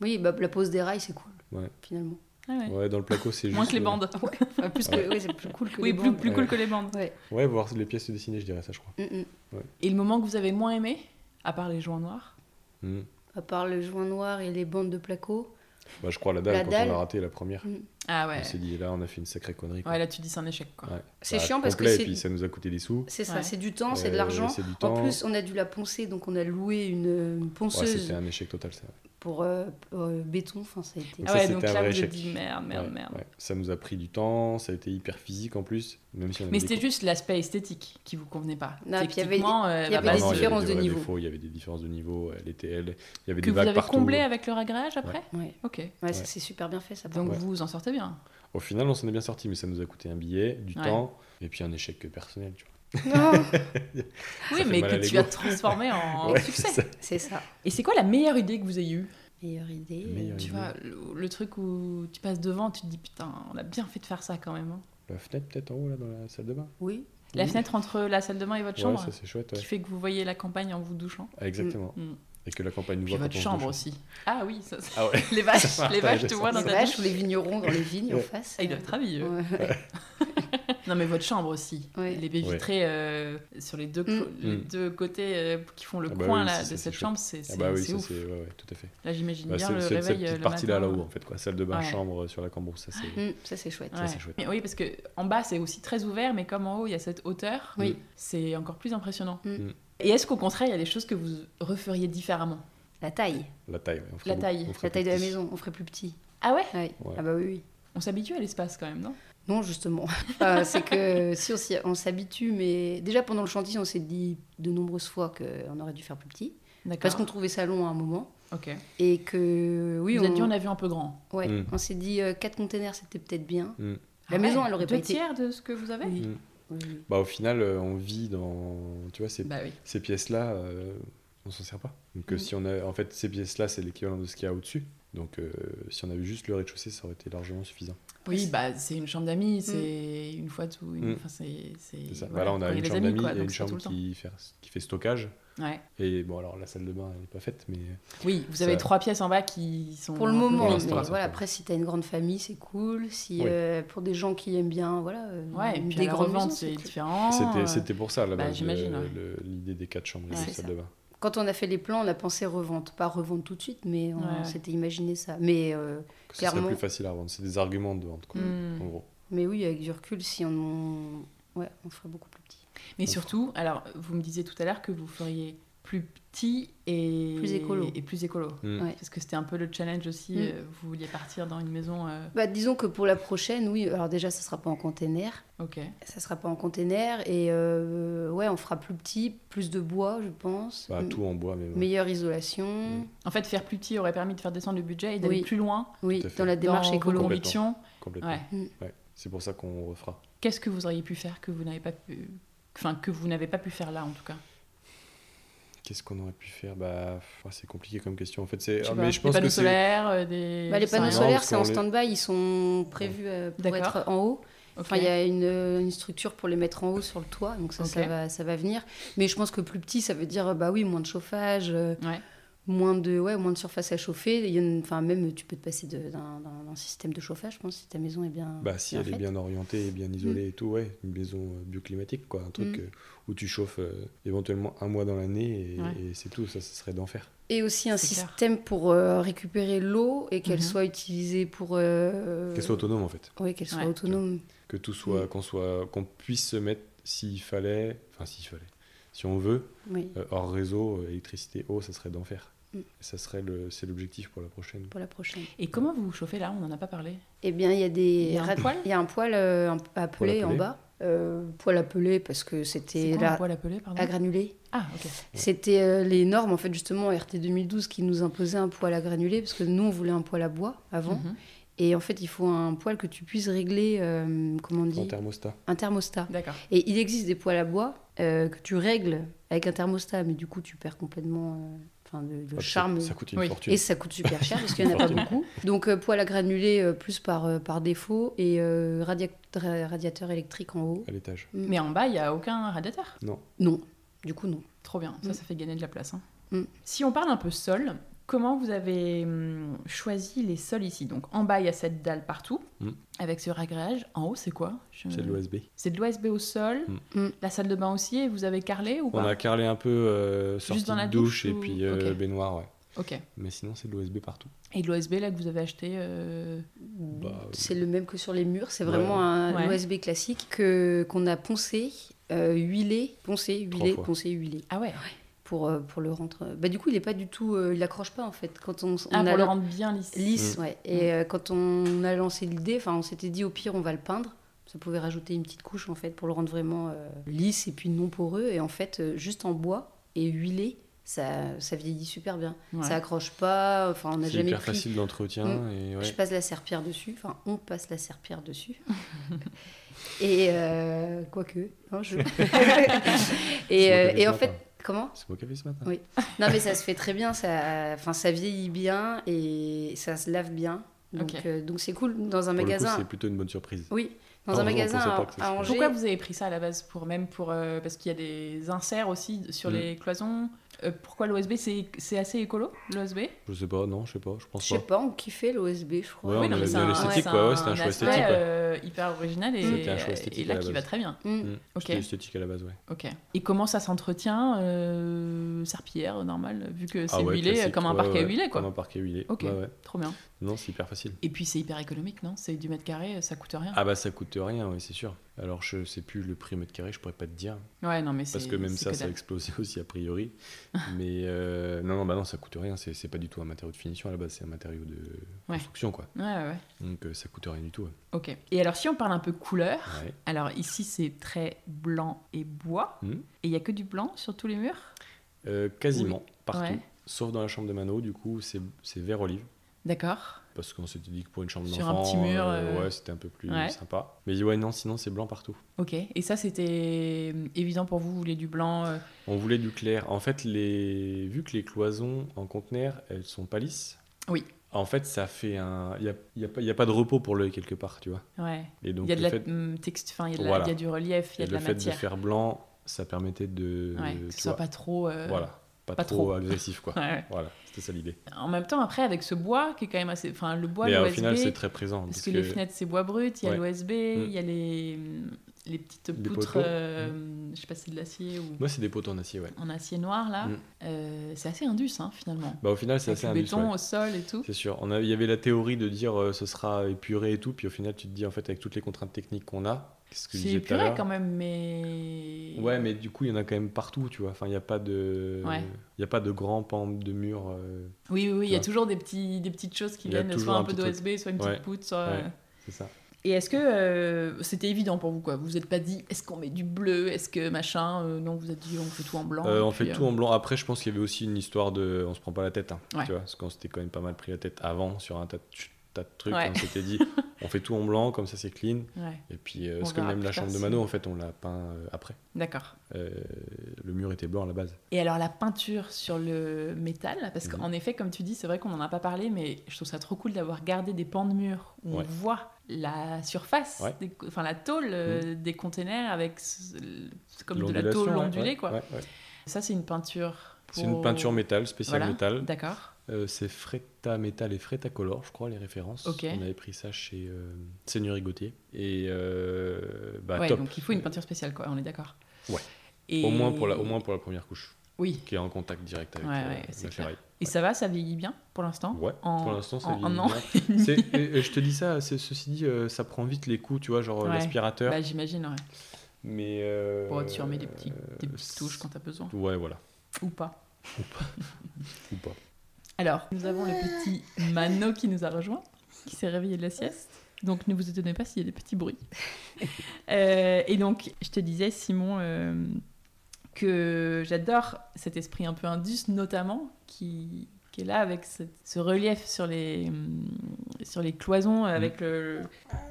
[SPEAKER 3] Oui, bah, la pose des rails, c'est cool.
[SPEAKER 2] Ouais.
[SPEAKER 3] Finalement.
[SPEAKER 4] Ah ouais.
[SPEAKER 2] Ouais, dans le placo c'est juste. euh,
[SPEAKER 4] Moins que les
[SPEAKER 2] le-
[SPEAKER 4] bandes.
[SPEAKER 3] Enfin, plus que,
[SPEAKER 2] Ouais.
[SPEAKER 3] oui, c'est plus cool que
[SPEAKER 4] Oui,
[SPEAKER 3] les
[SPEAKER 4] plus,
[SPEAKER 3] bandes.
[SPEAKER 4] plus cool que les bandes.
[SPEAKER 3] Ouais.
[SPEAKER 2] Ouais, voir les pièces se dessiner, je dirais ça, je crois.
[SPEAKER 3] Mm, mm.
[SPEAKER 4] Et le moment que vous avez moins aimé, à part les joints noirs
[SPEAKER 2] Mhm.
[SPEAKER 3] À part le joint noir et les bandes de placo.
[SPEAKER 2] Bah, je crois la dalle,
[SPEAKER 3] La
[SPEAKER 2] quand
[SPEAKER 3] dalle.
[SPEAKER 2] on a raté la première,
[SPEAKER 4] Ah ouais.
[SPEAKER 2] on s'est dit là on a fait une sacrée connerie. quoi.
[SPEAKER 4] Ouais, là tu dis c'est un échec quoi.
[SPEAKER 2] Ouais.
[SPEAKER 3] C'est
[SPEAKER 2] Bah,
[SPEAKER 3] chiant parce que
[SPEAKER 2] complet,
[SPEAKER 3] c'est-
[SPEAKER 2] Et puis ça nous a coûté des sous.
[SPEAKER 3] C'est ça,
[SPEAKER 4] Ouais.
[SPEAKER 3] c'est du temps, c'est de
[SPEAKER 2] Euh,
[SPEAKER 3] l'argent.
[SPEAKER 2] c'est du
[SPEAKER 3] En
[SPEAKER 2] temps.
[SPEAKER 3] plus, on a dû la poncer, donc on a loué une, une
[SPEAKER 2] Ouais,
[SPEAKER 3] ponceuse
[SPEAKER 2] c'était un échec total, ça.
[SPEAKER 3] pour euh, euh, béton. Enfin, ça a été.
[SPEAKER 2] Donc
[SPEAKER 4] Ah
[SPEAKER 2] ça,
[SPEAKER 4] ouais,
[SPEAKER 2] c'était
[SPEAKER 4] donc
[SPEAKER 2] un
[SPEAKER 4] là
[SPEAKER 2] vrai
[SPEAKER 4] vous vous êtes
[SPEAKER 2] échec.
[SPEAKER 4] dit merde, merde,
[SPEAKER 2] Ouais,
[SPEAKER 4] merde.
[SPEAKER 2] ouais. Ça nous a pris du temps, ça a été hyper physique en plus. Même si on
[SPEAKER 4] Mais
[SPEAKER 2] avait
[SPEAKER 4] c'était
[SPEAKER 2] des-
[SPEAKER 4] juste l'aspect esthétique qui vous convenait pas.
[SPEAKER 3] Non, puis il y avait-
[SPEAKER 4] Techniquement, euh,
[SPEAKER 3] il y
[SPEAKER 4] la
[SPEAKER 3] avait
[SPEAKER 2] Ah
[SPEAKER 3] des
[SPEAKER 4] base,
[SPEAKER 2] non, il y
[SPEAKER 3] différences
[SPEAKER 2] des
[SPEAKER 3] de
[SPEAKER 2] vrais
[SPEAKER 3] niveau.
[SPEAKER 2] défauts, il y avait des différences de niveau, euh, les TL, il y avait
[SPEAKER 4] que
[SPEAKER 2] des
[SPEAKER 4] vous
[SPEAKER 2] vagues
[SPEAKER 4] avez hein.
[SPEAKER 2] partout.
[SPEAKER 4] comblé avec le ragréage après Ok. Ok.
[SPEAKER 3] Ouais, ça
[SPEAKER 2] Ouais.
[SPEAKER 3] c'est super bien fait, ça. par
[SPEAKER 4] Donc
[SPEAKER 2] Ouais.
[SPEAKER 4] vous vous en sortez bien.
[SPEAKER 2] Au final, on s'en est bien sorti, mais ça nous a coûté un billet, du
[SPEAKER 4] Ouais.
[SPEAKER 2] temps, et puis un échec personnel. Tu vois.
[SPEAKER 3] contre. Non,
[SPEAKER 4] Oui,
[SPEAKER 2] fait
[SPEAKER 4] mais
[SPEAKER 2] mal
[SPEAKER 4] que
[SPEAKER 2] à
[SPEAKER 4] tu
[SPEAKER 2] l'ego.
[SPEAKER 4] as transformé en
[SPEAKER 2] Ouais, c'est
[SPEAKER 4] succès.
[SPEAKER 2] ça.
[SPEAKER 3] c'est ça.
[SPEAKER 4] Et c'est quoi la meilleure idée que vous ayez eue
[SPEAKER 3] Meilleure idée.
[SPEAKER 2] Meilleure
[SPEAKER 4] Tu
[SPEAKER 2] idée.
[SPEAKER 4] vois, le, le truc où tu passes devant, tu te dis putain, on a bien fait de faire ça quand même. hein.
[SPEAKER 2] La fenêtre, peut-être en haut, là, dans la salle de bain.
[SPEAKER 3] Oui.
[SPEAKER 4] La
[SPEAKER 2] Oui.
[SPEAKER 4] fenêtre entre la salle de bain et votre
[SPEAKER 2] Ouais,
[SPEAKER 4] chambre,
[SPEAKER 2] ça c'est chouette.
[SPEAKER 4] qui
[SPEAKER 2] ouais.
[SPEAKER 4] fait que vous voyez la campagne en vous douchant.
[SPEAKER 2] Ah, exactement.
[SPEAKER 4] Mm.
[SPEAKER 2] Et que la campagne nous
[SPEAKER 4] Puis
[SPEAKER 2] voit quand
[SPEAKER 4] votre
[SPEAKER 2] on se
[SPEAKER 4] chambre
[SPEAKER 2] douche.
[SPEAKER 4] aussi. Ah oui, ça, ça-
[SPEAKER 2] Ah ouais.
[SPEAKER 4] les vaches,
[SPEAKER 2] Ça
[SPEAKER 4] les vaches, tu
[SPEAKER 2] partage,
[SPEAKER 4] vois
[SPEAKER 3] Les
[SPEAKER 4] dans ta douche.
[SPEAKER 3] vaches ou les vignerons dans les vignes en
[SPEAKER 2] Ouais.
[SPEAKER 3] face.
[SPEAKER 4] Ah, il doit être ravi. eux.
[SPEAKER 3] Ouais.
[SPEAKER 4] Non, mais votre chambre aussi.
[SPEAKER 3] Ouais.
[SPEAKER 4] Les baies
[SPEAKER 2] Ouais.
[SPEAKER 4] vitrées euh, sur les deux, co-
[SPEAKER 3] Mm.
[SPEAKER 2] Mm.
[SPEAKER 4] les deux côtés euh, qui font le
[SPEAKER 2] Ah bah
[SPEAKER 4] coin
[SPEAKER 2] oui,
[SPEAKER 4] là,
[SPEAKER 2] ça,
[SPEAKER 4] de
[SPEAKER 2] c'est-
[SPEAKER 4] cette
[SPEAKER 2] c'est
[SPEAKER 4] chambre, c'est
[SPEAKER 2] Ah
[SPEAKER 4] c'est-
[SPEAKER 2] bah oui,
[SPEAKER 4] c'est
[SPEAKER 2] ça
[SPEAKER 4] ouf.
[SPEAKER 2] c'est. Ouais, ouais, tout à fait.
[SPEAKER 4] Là, j'imagine
[SPEAKER 2] Bah,
[SPEAKER 4] bien
[SPEAKER 2] c'est
[SPEAKER 4] le
[SPEAKER 2] c'est- cette
[SPEAKER 4] réveil euh,
[SPEAKER 2] petite
[SPEAKER 4] le
[SPEAKER 2] partie-là,
[SPEAKER 4] matin.
[SPEAKER 2] là-haut, en fait, quoi. Salle de bain,
[SPEAKER 4] Ouais. Mhm.
[SPEAKER 2] chambre, euh, sur la cambrousse, ça c'est.
[SPEAKER 3] Mm, ça, c'est chouette.
[SPEAKER 2] Ça, c'est chouette.
[SPEAKER 4] Mais oui, parce que en bas, c'est aussi très ouvert, mais comme en haut, il y a cette hauteur,
[SPEAKER 3] Oui.
[SPEAKER 4] c'est encore plus impressionnant.
[SPEAKER 3] Mm.
[SPEAKER 2] Mm.
[SPEAKER 4] Et est-ce qu'au contraire, il y a des choses que vous referiez différemment
[SPEAKER 3] La taille.
[SPEAKER 2] La taille, ouais, on ferait
[SPEAKER 4] La
[SPEAKER 2] beaucoup-
[SPEAKER 4] taille.
[SPEAKER 2] on ferait
[SPEAKER 3] La taille de la
[SPEAKER 2] petit.
[SPEAKER 3] maison, on ferait plus petit.
[SPEAKER 4] Ah ouais
[SPEAKER 3] Ouais.
[SPEAKER 2] Ouais.
[SPEAKER 3] Ah bah oui, oui.
[SPEAKER 4] On s'habitue à l'espace quand même, non
[SPEAKER 3] Non, justement. Enfin, c'est que si on s'y- on s'habitue, mais déjà pendant le chantier, on s'est dit de nombreuses fois qu'on aurait dû faire plus petit.
[SPEAKER 4] D'accord.
[SPEAKER 3] Parce qu'on trouvait ça long à un moment.
[SPEAKER 4] Ok.
[SPEAKER 3] Et que, oui,
[SPEAKER 4] vous
[SPEAKER 3] on,
[SPEAKER 4] avez dit on a vu un peu grand.
[SPEAKER 3] ouais,
[SPEAKER 2] Mm.
[SPEAKER 3] on s'est dit 4 containers, c'était peut-être bien.
[SPEAKER 2] Mm.
[SPEAKER 3] La maison, elle aurait
[SPEAKER 4] Ah Deux
[SPEAKER 3] pas été-
[SPEAKER 4] tiers de ce que vous avez
[SPEAKER 3] Oui.
[SPEAKER 2] Mm.
[SPEAKER 3] Oui, oui.
[SPEAKER 2] Bah, au final, euh, on vit dans. Tu vois, ces,
[SPEAKER 4] Bah Mhm. oui.
[SPEAKER 2] ces pièces-là, euh, on s'en sert pas. Donc, euh,
[SPEAKER 3] Mm.
[SPEAKER 2] si on a. En fait, ces pièces-là, c'est l'équivalent de ce qu'il y a au-dessus. Donc, euh, si on avait juste le rez-de-chaussée, ça aurait été largement suffisant.
[SPEAKER 4] Oui, bah c'est une chambre d'amis, c'est une fois tout. Une...
[SPEAKER 2] Mm.
[SPEAKER 4] Enfin, c'est. c'est-
[SPEAKER 2] C'est ça.
[SPEAKER 4] voilà,
[SPEAKER 2] Bah, là, on a
[SPEAKER 4] quand il y
[SPEAKER 2] une
[SPEAKER 4] des
[SPEAKER 2] chambre
[SPEAKER 4] amis,
[SPEAKER 2] d'amis
[SPEAKER 4] quoi,
[SPEAKER 2] et
[SPEAKER 4] donc
[SPEAKER 2] une
[SPEAKER 4] c'est pas
[SPEAKER 2] chambre
[SPEAKER 4] tout le
[SPEAKER 2] qui fait, qui fait stockage.
[SPEAKER 4] temps. Ouais.
[SPEAKER 2] Et bon, alors, la salle de bain, elle n'est pas faite, mais.
[SPEAKER 4] Oui, vous avez
[SPEAKER 2] Ça-
[SPEAKER 4] trois pièces en bas qui sont.
[SPEAKER 3] Pour le
[SPEAKER 4] un peu
[SPEAKER 3] moment,
[SPEAKER 2] Pour
[SPEAKER 3] mais
[SPEAKER 2] l'instant, ça
[SPEAKER 3] voilà,
[SPEAKER 2] fait.
[SPEAKER 3] après, si t'as une grande famille, c'est cool. Si,
[SPEAKER 2] Oui.
[SPEAKER 3] euh, pour des gens qui aiment bien, voilà, euh,
[SPEAKER 4] Ouais, et
[SPEAKER 3] une
[SPEAKER 4] puis
[SPEAKER 3] des
[SPEAKER 4] à la
[SPEAKER 3] grandes
[SPEAKER 4] revente,
[SPEAKER 3] maisons,
[SPEAKER 4] c'est
[SPEAKER 3] c'est cool.
[SPEAKER 4] différent.
[SPEAKER 2] C'était, c'était pour ça, à la
[SPEAKER 4] Ah. bah,
[SPEAKER 2] base, le-
[SPEAKER 4] j'imagine, ouais.
[SPEAKER 2] le- l'idée des quatre chambres et
[SPEAKER 3] Ouais,
[SPEAKER 2] des
[SPEAKER 3] c'est
[SPEAKER 2] salles
[SPEAKER 3] ça.
[SPEAKER 2] de bain.
[SPEAKER 3] Quand on a fait les plans, on a pensé revente. Pas revente tout de suite, mais on
[SPEAKER 4] Ouais.
[SPEAKER 3] s'était imaginé ça. Mais, euh,
[SPEAKER 2] Que ce serait
[SPEAKER 3] Clairement.
[SPEAKER 2] plus facile à vendre. C'est des arguments de vente, quoi,
[SPEAKER 4] Mm.
[SPEAKER 2] en gros.
[SPEAKER 3] mais oui, avec du recul, si on, ouais, on ferait beaucoup plus petit.
[SPEAKER 4] Mais surtout, alors, vous me disiez tout à l'heure que vous feriez plus petit et
[SPEAKER 3] Plus écolo.
[SPEAKER 4] Et plus écolo.
[SPEAKER 2] Mm.
[SPEAKER 3] Ouais.
[SPEAKER 4] Parce que c'était un peu le challenge aussi.
[SPEAKER 3] Mm.
[SPEAKER 4] euh, vous vouliez partir dans une maison. euh,
[SPEAKER 3] Bah, disons que pour la prochaine, oui. Alors déjà, ça sera pas en container.
[SPEAKER 4] Ok.
[SPEAKER 3] Ça sera pas en container et euh, ouais, on fera plus petit, plus de bois, je pense.
[SPEAKER 2] Bah,
[SPEAKER 3] M-
[SPEAKER 2] tout en bois, mais bon.
[SPEAKER 3] Meilleure isolation.
[SPEAKER 2] Mm.
[SPEAKER 4] En fait, faire plus petit aurait permis de faire descendre le budget et d'aller
[SPEAKER 3] Oui.
[SPEAKER 4] plus loin
[SPEAKER 3] Oui,
[SPEAKER 2] Tout à fait.
[SPEAKER 3] dans la démarche
[SPEAKER 4] dans vos
[SPEAKER 3] écolo.
[SPEAKER 2] Complètement.
[SPEAKER 4] convictions.
[SPEAKER 2] complètement.
[SPEAKER 4] Ouais.
[SPEAKER 2] Ouais. C'est pour ça qu'on refera.
[SPEAKER 4] Qu'est-ce que vous auriez pu faire que vous n'avez pas pu, enfin que vous n'avez pas pu faire là en tout cas.
[SPEAKER 2] Qu'est-ce qu'on aurait pu faire bah, pff, C'est compliqué comme question. En fait, c'est.
[SPEAKER 4] Je sais
[SPEAKER 2] ah,
[SPEAKER 4] pas,
[SPEAKER 2] mais je
[SPEAKER 4] des
[SPEAKER 2] pense
[SPEAKER 4] panneaux
[SPEAKER 2] que c'est.
[SPEAKER 4] solaires, euh, des.
[SPEAKER 3] Bah, les
[SPEAKER 4] j'en sais
[SPEAKER 3] panneaux
[SPEAKER 4] rien.
[SPEAKER 2] Non,
[SPEAKER 3] solaires,
[SPEAKER 2] parce
[SPEAKER 3] c'est en
[SPEAKER 2] qu'on les-
[SPEAKER 3] stand-by, ils sont prévus euh, pour
[SPEAKER 4] D'accord.
[SPEAKER 3] être en haut.
[SPEAKER 4] Ok.
[SPEAKER 3] Enfin, il y a une, euh, une structure pour les mettre en haut sur le toit, donc ça, ça,
[SPEAKER 4] Ok.
[SPEAKER 3] va, ça va venir. Mais je pense que plus petit, ça veut dire, euh, bah oui, moins de chauffage, euh,
[SPEAKER 4] Ouais.
[SPEAKER 3] moins, de, ouais, moins de surface à chauffer. Il y a une- Enfin, même, tu peux te passer de- d'un d'un- d'un système de chauffage, je pense, si ta maison est bien.
[SPEAKER 2] Bah, si
[SPEAKER 3] bien
[SPEAKER 2] elle est
[SPEAKER 3] faite.
[SPEAKER 2] bien orientée et bien isolée et tout, ouais, une maison euh, bioclimatique, quoi. Un truc
[SPEAKER 3] Mm.
[SPEAKER 2] euh, où tu chauffes euh, éventuellement un mois dans l'année et,
[SPEAKER 4] Ouais.
[SPEAKER 2] et c'est tout. Ça, ce serait d'enfer.
[SPEAKER 3] Et aussi un
[SPEAKER 4] C'est clair.
[SPEAKER 3] système pour euh, récupérer l'eau et qu'elle
[SPEAKER 4] Mhm.
[SPEAKER 3] soit utilisée pour. euh,
[SPEAKER 2] Qu'elle soit autonome, en fait.
[SPEAKER 3] Oui, qu'elle soit
[SPEAKER 4] Ouais.
[SPEAKER 3] autonome.
[SPEAKER 2] que tout soit qu'on soit qu'on puisse se mettre s'il fallait enfin s'il fallait si on veut
[SPEAKER 3] Oui,
[SPEAKER 2] euh, hors réseau euh, électricité eau ça serait d'enfer
[SPEAKER 3] Mm.
[SPEAKER 2] ça serait le c'est l'objectif pour la prochaine
[SPEAKER 3] pour la prochaine.
[SPEAKER 4] Et comment vous vous chauffez là On n'en a pas parlé.
[SPEAKER 3] Eh bien, il y a des.
[SPEAKER 4] Il y a un
[SPEAKER 3] rad-
[SPEAKER 4] poêle
[SPEAKER 3] Il y a un poêle euh, un- appelé,
[SPEAKER 2] Poêle
[SPEAKER 3] en
[SPEAKER 2] appelé.
[SPEAKER 3] bas. Euh, poêle appelé parce que
[SPEAKER 4] C'est
[SPEAKER 3] c'était
[SPEAKER 4] quoi
[SPEAKER 3] la-
[SPEAKER 4] la poêle appelée, pardon
[SPEAKER 3] à granuler.
[SPEAKER 4] Ah ok.
[SPEAKER 3] C'était euh, les normes, en fait, justement, RT 2012 qui nous imposaient un poêle à granuler, parce que nous, on voulait un poêle à bois avant.
[SPEAKER 4] Mhm.
[SPEAKER 3] Et en fait, il faut un poêle que tu puisses régler, euh, comment on
[SPEAKER 2] en
[SPEAKER 3] dit
[SPEAKER 2] thermostat
[SPEAKER 3] Un thermostat.
[SPEAKER 4] D'accord.
[SPEAKER 3] Et il existe des poêles à bois euh, que tu règles avec un thermostat, mais du coup, tu perds complètement euh, enfin, le, le
[SPEAKER 2] Ah, ça-
[SPEAKER 3] charme.
[SPEAKER 2] ça coûte une
[SPEAKER 4] Oui.
[SPEAKER 2] fortune
[SPEAKER 3] Et ça coûte super cher, parce qu'il n'y en a pas
[SPEAKER 2] Fortune.
[SPEAKER 3] beaucoup. Donc, euh, poêle à granuler euh, plus par, euh, par défaut, et euh, radia- ra- radiateur électrique en haut.
[SPEAKER 2] à l'étage
[SPEAKER 4] Mais en bas, il n'y a aucun radiateur.
[SPEAKER 3] Non, du coup, non.
[SPEAKER 4] Trop bien, ça,
[SPEAKER 3] Mm.
[SPEAKER 4] ça fait gagner de la place. hein.
[SPEAKER 3] Mm.
[SPEAKER 4] Si on parle un peu sol, comment vous avez hum, choisi les sols ici Donc en bas, il y a cette dalle partout,
[SPEAKER 2] Mm. avec
[SPEAKER 4] avec ce ragréage. En haut, c'est quoi Je-
[SPEAKER 2] c'est de l'OSB
[SPEAKER 4] C'est de l'OSB au sol.
[SPEAKER 3] Mm. Mm.
[SPEAKER 4] La salle de bain aussi, et vous avez carrelé ou
[SPEAKER 2] on
[SPEAKER 4] pas
[SPEAKER 2] a carrelé un peu euh, sortie
[SPEAKER 4] dans la
[SPEAKER 2] de douche,
[SPEAKER 4] douche
[SPEAKER 2] et
[SPEAKER 4] ou-
[SPEAKER 2] puis euh,
[SPEAKER 4] Ok.
[SPEAKER 2] baignoire ouais
[SPEAKER 4] Ok.
[SPEAKER 2] mais sinon c'est de l'OSB partout
[SPEAKER 4] Et de l'OSB, là, que vous avez acheté euh,
[SPEAKER 2] Bah,
[SPEAKER 3] C'est le même que sur les murs, c'est
[SPEAKER 2] Ouais.
[SPEAKER 3] vraiment un
[SPEAKER 4] Ouais.
[SPEAKER 3] OSB classique que qu'on a poncé, euh, huilé, poncé,
[SPEAKER 2] Trois
[SPEAKER 3] huilé,
[SPEAKER 2] fois.
[SPEAKER 3] poncé, huilé
[SPEAKER 4] Ah ouais,
[SPEAKER 3] pour euh, pour le rendre. Bah du coup, il est pas du tout, euh, il accroche pas en fait. Quand on, on
[SPEAKER 4] Ah,
[SPEAKER 3] a
[SPEAKER 4] pour le
[SPEAKER 3] lan-
[SPEAKER 4] rendre bien lisse.
[SPEAKER 3] lisse, ouais. Et
[SPEAKER 4] Mm.
[SPEAKER 3] euh, quand on a lancé l'idée, enfin, on s'était dit au pire, on va le peindre. Ça pouvait rajouter une petite couche en fait pour le rendre vraiment euh, lisse et puis non poreux. Et en fait, euh, juste en bois et huilé, ça ça vieillit super bien.
[SPEAKER 4] Ouais.
[SPEAKER 3] Ça accroche pas. Enfin, on n'a
[SPEAKER 2] c'est
[SPEAKER 3] jamais
[SPEAKER 2] hyper
[SPEAKER 3] pris.
[SPEAKER 2] facile d'entretien
[SPEAKER 4] Hmm.
[SPEAKER 3] Mm.
[SPEAKER 2] et
[SPEAKER 3] Je
[SPEAKER 2] ouais.
[SPEAKER 3] passe la serpillère dessus, enfin on passe la serpillère dessus. et euh, quoique, non, je- et, euh, et en fait, comment
[SPEAKER 2] c'est mon café ce matin
[SPEAKER 3] Oui. Non mais ça se fait très bien, ça, enfin ça vieillit bien et ça se lave bien, donc
[SPEAKER 4] Ok.
[SPEAKER 3] euh, donc c'est cool dans un
[SPEAKER 2] pour le coup
[SPEAKER 3] magasin.
[SPEAKER 2] c'est plutôt une bonne surprise
[SPEAKER 3] oui, dans un
[SPEAKER 2] Heureusement, on
[SPEAKER 3] magasin
[SPEAKER 2] pensait
[SPEAKER 3] à,
[SPEAKER 2] pas que ça se
[SPEAKER 3] à
[SPEAKER 2] ferait.
[SPEAKER 3] Angers.
[SPEAKER 4] Pourquoi vous avez pris ça à la base pour même pour euh, parce qu'il y a des inserts aussi sur
[SPEAKER 2] Mm.
[SPEAKER 4] les cloisons Euh, pourquoi l'OSB c'est c'est assez écolo l'OSB
[SPEAKER 2] Je sais pas, non, je sais pas, je pense
[SPEAKER 3] Je sais
[SPEAKER 2] pas.
[SPEAKER 3] pas, on kiffait l'OSB, je crois.
[SPEAKER 2] Ouais, on
[SPEAKER 4] non,
[SPEAKER 2] avait
[SPEAKER 4] mais
[SPEAKER 2] vu
[SPEAKER 4] c'est
[SPEAKER 2] à
[SPEAKER 4] un-
[SPEAKER 2] l'esthétique,
[SPEAKER 4] ouais,
[SPEAKER 2] ouais, ouais,
[SPEAKER 4] c'est
[SPEAKER 2] c'était un choix
[SPEAKER 4] aspect,
[SPEAKER 2] esthétique. ouais.
[SPEAKER 4] euh, hyper original et,
[SPEAKER 2] C'était un choix esthétique
[SPEAKER 4] et là
[SPEAKER 2] à la
[SPEAKER 4] qui va
[SPEAKER 2] base.
[SPEAKER 4] très bien.
[SPEAKER 3] Mm.
[SPEAKER 2] Mm.
[SPEAKER 4] Ok.
[SPEAKER 2] C'était esthétique à la base, ouais.
[SPEAKER 4] Ok. Et comment ça s'entretient euh, Serpillière, normal, vu que c'est
[SPEAKER 2] Ah ouais,
[SPEAKER 4] huilé euh,
[SPEAKER 2] classique,
[SPEAKER 4] comme un
[SPEAKER 2] ouais,
[SPEAKER 4] parquet
[SPEAKER 2] ouais,
[SPEAKER 4] huilé, quoi.
[SPEAKER 2] Comme un parquet huilé.
[SPEAKER 4] Ok.
[SPEAKER 2] Ouais, ouais.
[SPEAKER 4] Trop bien.
[SPEAKER 2] Non, c'est hyper facile.
[SPEAKER 4] Et puis c'est hyper économique, non C'est du mètre carré, ça coûte rien.
[SPEAKER 2] Ah bah ça coûte rien, oui, c'est sûr. Alors je sais plus le prix au mètre carré, je pourrais pas te dire.
[SPEAKER 4] Ouais, non, mais c'est.
[SPEAKER 2] Ah. Parce que même
[SPEAKER 4] c'est
[SPEAKER 2] ça, ça a
[SPEAKER 4] dalle.
[SPEAKER 2] explosé aussi a priori. Mais euh, non, non, bah non, ça coûte rien. C'est c'est pas du tout un matériau de finition à la base, c'est un matériau de
[SPEAKER 4] Ouais.
[SPEAKER 2] construction, quoi.
[SPEAKER 4] Ouais, ouais, ouais.
[SPEAKER 2] Donc euh, ça coûte rien du tout. ouais.
[SPEAKER 4] Ok. Et alors, si on parle un peu couleur,
[SPEAKER 2] Ouais.
[SPEAKER 4] alors ici c'est très blanc et bois.
[SPEAKER 2] Mhm.
[SPEAKER 4] Et il y a que du blanc sur tous les murs
[SPEAKER 2] Euh, quasiment, partout.
[SPEAKER 4] Ouais.
[SPEAKER 2] Sauf dans la chambre de Mano, du coup, c'est c'est vert olive.
[SPEAKER 4] D'accord.
[SPEAKER 2] Parce qu'on s'était dit que pour une chambre
[SPEAKER 4] Sur un
[SPEAKER 2] d'enfant,
[SPEAKER 4] petit mur, euh,
[SPEAKER 2] ouais, c'était un peu plus
[SPEAKER 4] ouais.
[SPEAKER 2] sympa. Mais ouais, non, sinon c'est blanc partout.
[SPEAKER 4] Ok. Et ça, c'était euh, évident pour vous, vous voulez du blanc euh,
[SPEAKER 2] On voulait du clair. En fait, les... vu que les cloisons en conteneur, elles sont pas lisses.
[SPEAKER 4] Oui.
[SPEAKER 2] En fait, ça fait un. Il n'y a, y a pas- y a pas de repos pour l'œil quelque part, tu vois.
[SPEAKER 4] Ouais.
[SPEAKER 2] Et donc,
[SPEAKER 4] Il y a de
[SPEAKER 2] le
[SPEAKER 4] la
[SPEAKER 2] fait,
[SPEAKER 4] hum, texte, enfin, il y a de la-
[SPEAKER 2] Voilà.
[SPEAKER 4] il y a du relief, il y
[SPEAKER 2] et
[SPEAKER 4] a de
[SPEAKER 2] le
[SPEAKER 4] la
[SPEAKER 2] fait de
[SPEAKER 4] matière.
[SPEAKER 2] faire blanc, ça permettait de.
[SPEAKER 4] Ouais, que
[SPEAKER 2] tu
[SPEAKER 4] ce soit
[SPEAKER 2] vois,
[SPEAKER 4] pas trop. euh,
[SPEAKER 2] Voilà. Pas,
[SPEAKER 4] pas
[SPEAKER 2] trop,
[SPEAKER 4] trop.
[SPEAKER 2] agressif, quoi.
[SPEAKER 4] ouais, ouais.
[SPEAKER 2] Voilà, c'était ça l'idée.
[SPEAKER 4] En même temps, après, avec ce bois qui est quand même assez. Enfin, le bois,
[SPEAKER 2] Mais
[SPEAKER 4] l'OSB.
[SPEAKER 2] au final, c'est très présent.
[SPEAKER 4] Parce que, les fenêtres, c'est bois brut, il y a
[SPEAKER 2] Ouais.
[SPEAKER 4] l'OSB, il y a les, hmm, les petites
[SPEAKER 2] Des
[SPEAKER 4] poutres,
[SPEAKER 2] poteaux. Hmm.
[SPEAKER 4] euh, je sais pas si c'est de l'acier ou
[SPEAKER 2] Moi, c'est des poteaux en acier, ouais.
[SPEAKER 4] en acier noir là.
[SPEAKER 2] Mm.
[SPEAKER 4] Euh, c'est assez indus, hein, finalement.
[SPEAKER 2] Bah, au final, c'est
[SPEAKER 4] Avec
[SPEAKER 2] assez
[SPEAKER 4] le
[SPEAKER 2] indus,
[SPEAKER 4] béton
[SPEAKER 2] ouais.
[SPEAKER 4] au sol et tout.
[SPEAKER 2] C'est sûr. On a- Il y avait la théorie de dire euh, ce sera épuré et tout, puis au final, tu te dis, en fait, avec toutes les contraintes techniques qu'on a, qu'est-ce que je
[SPEAKER 4] C'est
[SPEAKER 2] disais tout à
[SPEAKER 4] épuré
[SPEAKER 2] l'heure
[SPEAKER 4] quand même, mais.
[SPEAKER 2] Ouais, mais du coup, il y en a quand même partout, tu vois. Enfin, il n'y a pas de,
[SPEAKER 4] Ouais.
[SPEAKER 2] il y a pas de grands pans de murs. euh,
[SPEAKER 4] Oui, oui, oui, il y a
[SPEAKER 2] Tu vois.
[SPEAKER 4] toujours des, petits, des petites choses qui
[SPEAKER 2] Il y a
[SPEAKER 4] viennent,
[SPEAKER 2] toujours
[SPEAKER 4] soit un
[SPEAKER 2] un
[SPEAKER 4] peu
[SPEAKER 2] petit
[SPEAKER 4] d'OSB, soit une petite
[SPEAKER 2] Ouais.
[SPEAKER 4] poutre, soit.
[SPEAKER 2] Ouais. c'est ça.
[SPEAKER 4] Et est-ce que euh, c'était évident pour vous quoi Vous vous êtes pas dit est-ce qu'on met du bleu Est-ce que machin Euh, Non, vous êtes dit on fait tout en blanc.
[SPEAKER 2] Euh,
[SPEAKER 4] et
[SPEAKER 2] on
[SPEAKER 4] puis,
[SPEAKER 2] fait
[SPEAKER 4] euh,
[SPEAKER 2] tout en blanc. Après, je pense qu'il y avait aussi une histoire de, on se prend pas la tête, hein,
[SPEAKER 4] Ouais.
[SPEAKER 2] tu vois, parce qu'on s'était quand même pas mal pris la tête avant sur un tas de, tas de trucs.
[SPEAKER 4] Ouais.
[SPEAKER 2] On s'était dit, on fait tout en blanc, comme ça, c'est clean.
[SPEAKER 4] Ouais,
[SPEAKER 2] Et puis, euh,
[SPEAKER 4] On
[SPEAKER 2] parce que
[SPEAKER 4] verra
[SPEAKER 2] même
[SPEAKER 4] plus
[SPEAKER 2] la
[SPEAKER 4] tard
[SPEAKER 2] chambre de
[SPEAKER 4] si-
[SPEAKER 2] Mano, en fait, on l'a peint euh, après.
[SPEAKER 4] d'accord.
[SPEAKER 2] Euh, le mur était blanc à la base.
[SPEAKER 4] Et alors la peinture sur le métal,
[SPEAKER 2] Mhm.
[SPEAKER 4] parce qu'en effet, comme tu dis, c'est vrai qu'on n'en a pas parlé, mais je trouve ça trop cool d'avoir gardé des pans de mur où
[SPEAKER 2] Ouais.
[SPEAKER 4] on voit la surface,
[SPEAKER 2] Ouais. Mhm.
[SPEAKER 4] des- enfin la tôle euh, des containers avec ce- le- c'est comme de la
[SPEAKER 2] L'ondulation,
[SPEAKER 4] tôle
[SPEAKER 2] ouais,
[SPEAKER 4] ondulée
[SPEAKER 2] ouais,
[SPEAKER 4] quoi.
[SPEAKER 2] ouais, ouais.
[SPEAKER 4] Ça c'est une peinture.
[SPEAKER 2] C'est une
[SPEAKER 4] pour-
[SPEAKER 2] peinture métal, spéciale
[SPEAKER 4] Voilà.
[SPEAKER 2] métal.
[SPEAKER 4] D'accord.
[SPEAKER 2] Euh, c'est Fretta Metal et Fretta Color, je crois, les références.
[SPEAKER 4] Ok.
[SPEAKER 2] On avait pris ça chez euh, Seigneurie Gauthier. Et euh, bah,
[SPEAKER 4] ouais,
[SPEAKER 2] top.
[SPEAKER 4] donc il faut une peinture spéciale quoi. On est d'accord.
[SPEAKER 2] Ouais.
[SPEAKER 4] Et-
[SPEAKER 2] Au, moins pour la, au moins pour la première couche,
[SPEAKER 4] Oui.
[SPEAKER 2] qui est en contact direct avec
[SPEAKER 4] Ouais,
[SPEAKER 2] euh,
[SPEAKER 4] ouais, c'est
[SPEAKER 2] la ferraille.
[SPEAKER 4] Et ça va, ça vieillit bien pour l'instant
[SPEAKER 2] Ouais,
[SPEAKER 4] En-
[SPEAKER 2] pour l'instant, ça
[SPEAKER 4] en-
[SPEAKER 2] vieillit
[SPEAKER 4] en an
[SPEAKER 2] bien. C'est- et- et je te dis ça, c'est- ceci dit, euh, ça prend vite les coups, tu vois, genre euh,
[SPEAKER 4] Ouais.
[SPEAKER 2] l'aspirateur.
[SPEAKER 4] Bah, j'imagine, ouais.
[SPEAKER 2] mais. euh,
[SPEAKER 4] Bon, tu remets des, petits, des petites
[SPEAKER 2] euh,
[SPEAKER 4] touches quand t'as besoin.
[SPEAKER 2] Ouais, voilà.
[SPEAKER 4] Ou pas.
[SPEAKER 2] Ou pas.
[SPEAKER 4] Alors, nous avons le petit Mano qui nous a rejoint, qui s'est réveillé de la sieste. Donc, ne vous étonnez pas s'il y a des petits bruits. Euh, et donc, je te disais, Simon, euh, que j'adore cet esprit un peu indus, notamment, qui, qui est là avec ce, ce relief sur les, hum, sur les
[SPEAKER 2] Mm.
[SPEAKER 4] cloisons, avec le,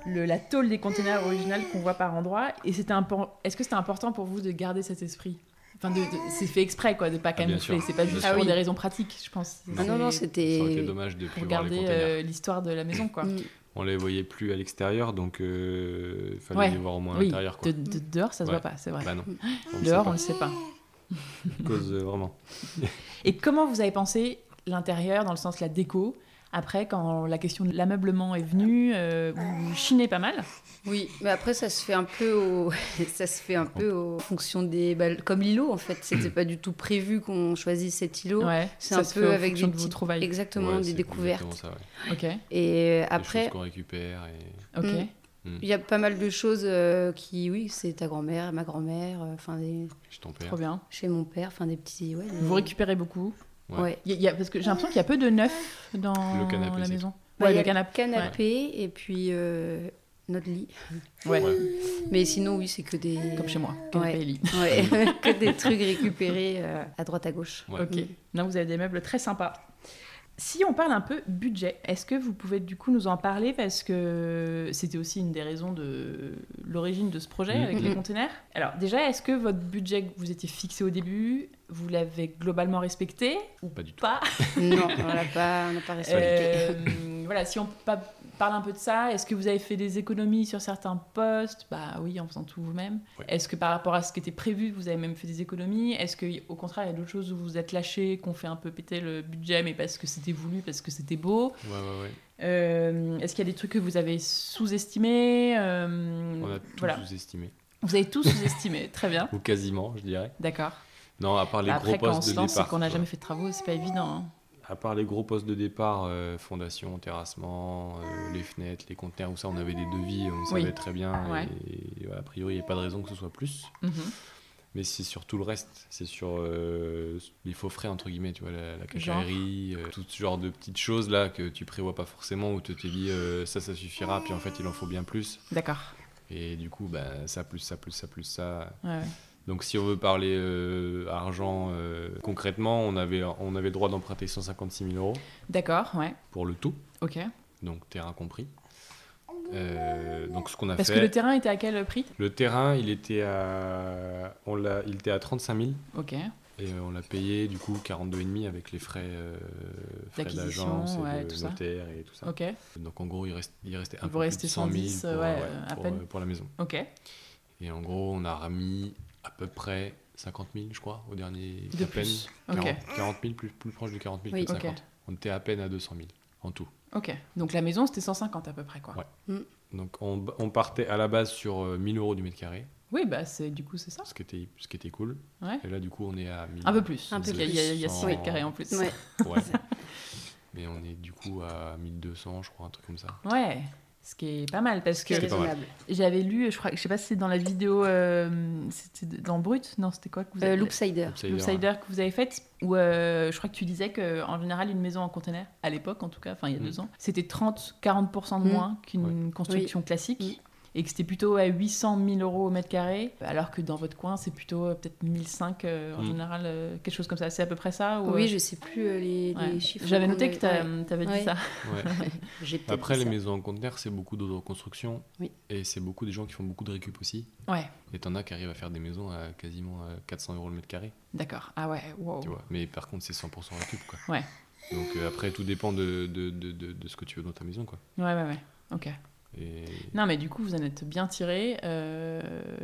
[SPEAKER 4] le- la tôle des conteneurs originales qu'on voit par endroit. Et c'était impor- est-ce que c'était important pour vous de garder cet esprit Enfin, de, de- c'est fait exprès, quoi, de pas
[SPEAKER 2] bien
[SPEAKER 4] camoufler.
[SPEAKER 2] sûr.
[SPEAKER 4] C'est pas juste
[SPEAKER 2] Ah
[SPEAKER 4] pour
[SPEAKER 3] oui.
[SPEAKER 4] des raisons pratiques, je pense.
[SPEAKER 3] Ah non, non,
[SPEAKER 2] Ça aurait été
[SPEAKER 3] c'était.
[SPEAKER 2] dommage de plus
[SPEAKER 4] pour
[SPEAKER 2] voir les
[SPEAKER 4] garder
[SPEAKER 2] containers.
[SPEAKER 4] euh, l'histoire de la maison, quoi.
[SPEAKER 3] Mm.
[SPEAKER 2] On les voyait plus à l'extérieur, donc euh, fallait
[SPEAKER 4] Ouais.
[SPEAKER 2] les voir au moins à
[SPEAKER 4] oui,
[SPEAKER 2] l'intérieur.
[SPEAKER 4] de,
[SPEAKER 2] quoi.
[SPEAKER 4] de- dehors, ça se
[SPEAKER 2] Ouais.
[SPEAKER 4] voit pas, c'est vrai.
[SPEAKER 2] Bah non. On le sait
[SPEAKER 4] dehors,
[SPEAKER 2] pas.
[SPEAKER 4] on le sait pas.
[SPEAKER 2] cause euh, vraiment.
[SPEAKER 4] Et comment vous avez pensé l'intérieur, dans le sens la déco après, quand la question de l'ameublement est venue, euh, vous chinez pas mal.
[SPEAKER 3] Oui, mais après ça se fait un peu au... ça se fait un peu au- en fonction des bah, comme l'îlot en fait, c'était
[SPEAKER 2] Mm.
[SPEAKER 3] pas du tout prévu qu'on choisisse cet îlot.
[SPEAKER 4] Ouais,
[SPEAKER 3] Oh, C'est
[SPEAKER 4] ça
[SPEAKER 3] un
[SPEAKER 4] se
[SPEAKER 3] peu
[SPEAKER 4] fait en
[SPEAKER 3] avec
[SPEAKER 4] fonction
[SPEAKER 3] des
[SPEAKER 4] de vos
[SPEAKER 3] petites-
[SPEAKER 4] trouvailles.
[SPEAKER 3] exactement
[SPEAKER 2] Ouais,
[SPEAKER 3] des
[SPEAKER 2] c'est
[SPEAKER 3] découvertes.
[SPEAKER 2] exactement ça, ouais. Des
[SPEAKER 4] Ok,
[SPEAKER 3] Et
[SPEAKER 2] choses
[SPEAKER 3] après
[SPEAKER 2] qu'on récupère et
[SPEAKER 4] ok.
[SPEAKER 3] Mm. il y a pas mal de choses euh, qui oui, c'est ta grand-mère, ma grand-mère, euh, enfin des...
[SPEAKER 2] je t'en
[SPEAKER 4] Trop
[SPEAKER 2] perds.
[SPEAKER 4] bien.
[SPEAKER 3] chez mon père, enfin des petits ouais. des-
[SPEAKER 4] Vous récupérez beaucoup.
[SPEAKER 2] Ouais.
[SPEAKER 3] Ouais.
[SPEAKER 4] Il y a- il y a- parce que j'ai l'impression qu'il y a peu de neuf dans
[SPEAKER 2] Le canapé,
[SPEAKER 4] la
[SPEAKER 2] c'est
[SPEAKER 4] maison.
[SPEAKER 3] Bah,
[SPEAKER 4] ouais,
[SPEAKER 3] il y
[SPEAKER 4] le
[SPEAKER 3] a
[SPEAKER 4] canapé.
[SPEAKER 3] canapé et puis euh, notre lit.
[SPEAKER 4] Ouais.
[SPEAKER 2] Ouais.
[SPEAKER 3] Mais sinon oui, c'est que des
[SPEAKER 4] Comme chez moi, canapé
[SPEAKER 3] Ouais.
[SPEAKER 4] et lit.
[SPEAKER 3] Ouais, que des trucs récupérés euh, à droite à gauche.
[SPEAKER 2] Ouais.
[SPEAKER 4] Ok. Non, vous avez des meubles très sympas. Si on parle un peu budget, est-ce que vous pouvez du coup nous en parler parce que c'était aussi une des raisons de l'origine de ce projet
[SPEAKER 2] Mhm.
[SPEAKER 4] avec les
[SPEAKER 3] Mhm.
[SPEAKER 4] containers. Alors déjà, est-ce que votre budget que vous étiez fixé au début, vous l'avez globalement respecté ou
[SPEAKER 2] Pas du tout.
[SPEAKER 4] pas
[SPEAKER 3] Non, on n'a pas, on n'a pas respecté.
[SPEAKER 4] Euh, Voilà, si on pas parle un peu de ça. Est-ce que vous avez fait des économies sur certains postes Bah oui, en faisant tout vous-même.
[SPEAKER 2] Ouais.
[SPEAKER 4] Est-ce que par rapport à ce qui était prévu, vous avez même fait des économies Est-ce que au contraire, il y a d'autres choses où vous vous êtes lâché, qu'on fait un peu péter le budget, mais parce que c'était voulu, parce que c'était beau
[SPEAKER 2] Ouais, ouais, ouais.
[SPEAKER 4] Euh, Est-ce qu'il y a des trucs que vous avez sous-estimés Euh,
[SPEAKER 2] On a tout sous-estimé.
[SPEAKER 4] Vous avez tous sous-estimé, très bien.
[SPEAKER 2] Ou quasiment, je dirais.
[SPEAKER 4] D'accord.
[SPEAKER 2] Non, à part les
[SPEAKER 4] Bah, après,
[SPEAKER 2] gros
[SPEAKER 4] quand on
[SPEAKER 2] postes
[SPEAKER 4] se
[SPEAKER 2] de
[SPEAKER 4] lance et
[SPEAKER 2] départ.
[SPEAKER 4] qu'on n'a
[SPEAKER 2] quoi.
[SPEAKER 4] jamais fait de travaux, c'est pas évident. hein.
[SPEAKER 2] À part les gros postes de départ, euh, fondation, terrassement, euh, les fenêtres, les conteneurs, où ça, on avait des devis, on savait
[SPEAKER 4] Oui.
[SPEAKER 2] très bien.
[SPEAKER 4] Ouais.
[SPEAKER 2] Et, ouais, a priori, il n'y a pas de raison que ce soit plus.
[SPEAKER 4] Mhm.
[SPEAKER 2] Mais c'est sur tout le reste. C'est sur euh, les faux frais, entre guillemets, tu vois, la, la
[SPEAKER 4] Genre
[SPEAKER 2] quincaillerie, euh, tout ce genre de petites choses là que tu prévois pas forcément, où tu te dis euh, ça, ça suffira, puis en fait, il en faut bien plus.
[SPEAKER 4] D'accord.
[SPEAKER 2] Et du coup, bah, ça, plus ça, plus ça, plus ça.
[SPEAKER 4] Ouais, ouais.
[SPEAKER 2] Donc, si on veut parler euh, argent, euh, concrètement, on avait, on avait le droit d'emprunter 156 000 euros
[SPEAKER 4] D'accord, ouais.
[SPEAKER 2] pour le tout,
[SPEAKER 4] Ok.
[SPEAKER 2] donc terrain compris. Euh, donc, ce qu'on a
[SPEAKER 4] Parce
[SPEAKER 2] fait.
[SPEAKER 4] que le terrain était à quel prix
[SPEAKER 2] Le terrain, il était à, on l'a- il était à 35 000.
[SPEAKER 4] Ok.
[SPEAKER 2] Et euh, on l'a payé du coup 42,5 avec les frais, euh, frais
[SPEAKER 4] D'acquisition,
[SPEAKER 2] d'agence et
[SPEAKER 4] ouais,
[SPEAKER 2] de
[SPEAKER 4] tout ça.
[SPEAKER 2] notaire et tout ça.
[SPEAKER 4] Ok.
[SPEAKER 2] Donc en gros, il, reste, il restait un
[SPEAKER 4] Il
[SPEAKER 2] peu
[SPEAKER 4] vous
[SPEAKER 2] plus
[SPEAKER 4] restait
[SPEAKER 2] de 100 000
[SPEAKER 4] 110,
[SPEAKER 2] pour,
[SPEAKER 4] ouais, euh, à
[SPEAKER 2] pour,
[SPEAKER 4] peine.
[SPEAKER 2] euh, pour la maison.
[SPEAKER 4] Ok.
[SPEAKER 2] Et en gros, on a remis à peu près 50 000, je crois, au dernier.
[SPEAKER 4] De
[SPEAKER 2] à peine.
[SPEAKER 4] plus.
[SPEAKER 2] 40,
[SPEAKER 4] Ok.
[SPEAKER 2] 40 000, plus, plus proche du 40 000
[SPEAKER 3] Oui.
[SPEAKER 2] que de
[SPEAKER 4] Ok.
[SPEAKER 2] 50. On était à peine à 200 000 en tout.
[SPEAKER 4] Ok. Donc la maison, c'était 150 à peu près, quoi.
[SPEAKER 2] Ouais. Donc on, on partait à la base sur euh, 1000 euros du mètre carré,
[SPEAKER 4] Oui, bah c'est du coup, c'est ça.
[SPEAKER 2] ce qui était, ce qui était cool.
[SPEAKER 4] Ouais.
[SPEAKER 2] Et là, du coup, on est à 1000.
[SPEAKER 4] Un peu plus.
[SPEAKER 3] Un peu
[SPEAKER 4] parce qu'il y a- Il y a 6
[SPEAKER 2] plus.
[SPEAKER 4] mètres carrés en plus.
[SPEAKER 3] Ouais.
[SPEAKER 2] Ouais. Mais on est du coup à 1200, je crois, un truc comme ça.
[SPEAKER 4] Ouais. Ce qui est pas mal parce que
[SPEAKER 3] C'est
[SPEAKER 2] Ce qui est pas mal.
[SPEAKER 3] raisonnable.
[SPEAKER 4] j'avais lu, je crois, je sais pas si c'est dans la vidéo, euh, c'était dans Brut, non, c'était quoi que vous
[SPEAKER 3] Euh,
[SPEAKER 4] avez
[SPEAKER 3] Loopsider.
[SPEAKER 2] Upsider, ouais.
[SPEAKER 4] L'Upsider que vous avez faite, où euh, je crois que tu disais qu'en général, une maison en container, à l'époque en tout cas, enfin il y a
[SPEAKER 2] Mm.
[SPEAKER 4] deux ans, c'était 30-40% de
[SPEAKER 3] Mm.
[SPEAKER 4] moins qu'une construction classique. Et que c'était plutôt à 800 000 euros au mètre carré, alors que dans votre coin, c'est plutôt euh, peut-être 1005 euh, en
[SPEAKER 2] Mm.
[SPEAKER 4] général, euh, quelque chose comme ça. C'est à peu près ça ou,
[SPEAKER 3] Oui,
[SPEAKER 4] euh,
[SPEAKER 3] je sais plus euh, les,
[SPEAKER 4] ouais.
[SPEAKER 3] les chiffres.
[SPEAKER 4] J'avais
[SPEAKER 3] qu'on
[SPEAKER 4] noté
[SPEAKER 3] avait-
[SPEAKER 4] que t'a-
[SPEAKER 3] ouais.
[SPEAKER 4] t'avais dit
[SPEAKER 3] Ouais.
[SPEAKER 4] ça.
[SPEAKER 2] Ouais.
[SPEAKER 3] J'ai peut-être
[SPEAKER 2] Après,
[SPEAKER 3] dit
[SPEAKER 2] les
[SPEAKER 3] ça.
[SPEAKER 2] maisons en conteneur, c'est beaucoup d'autoconstruction.
[SPEAKER 3] Oui.
[SPEAKER 2] Et c'est beaucoup des gens qui font beaucoup de récup aussi.
[SPEAKER 4] Ouais,
[SPEAKER 2] Et t'en as qui arrivent à faire des maisons à quasiment à 400 euros le mètre carré.
[SPEAKER 4] d'accord. Ah ouais, wow.
[SPEAKER 2] Tu vois. Mais par contre, c'est 100% récup. Quoi.
[SPEAKER 4] Ouais.
[SPEAKER 2] Donc euh, après, tout dépend de, de, de, de, de ce que tu veux dans ta maison. Quoi.
[SPEAKER 4] Ouais, ouais, ouais. Ok.
[SPEAKER 2] Et...
[SPEAKER 4] Non, mais du coup, vous en êtes bien tiré. euh,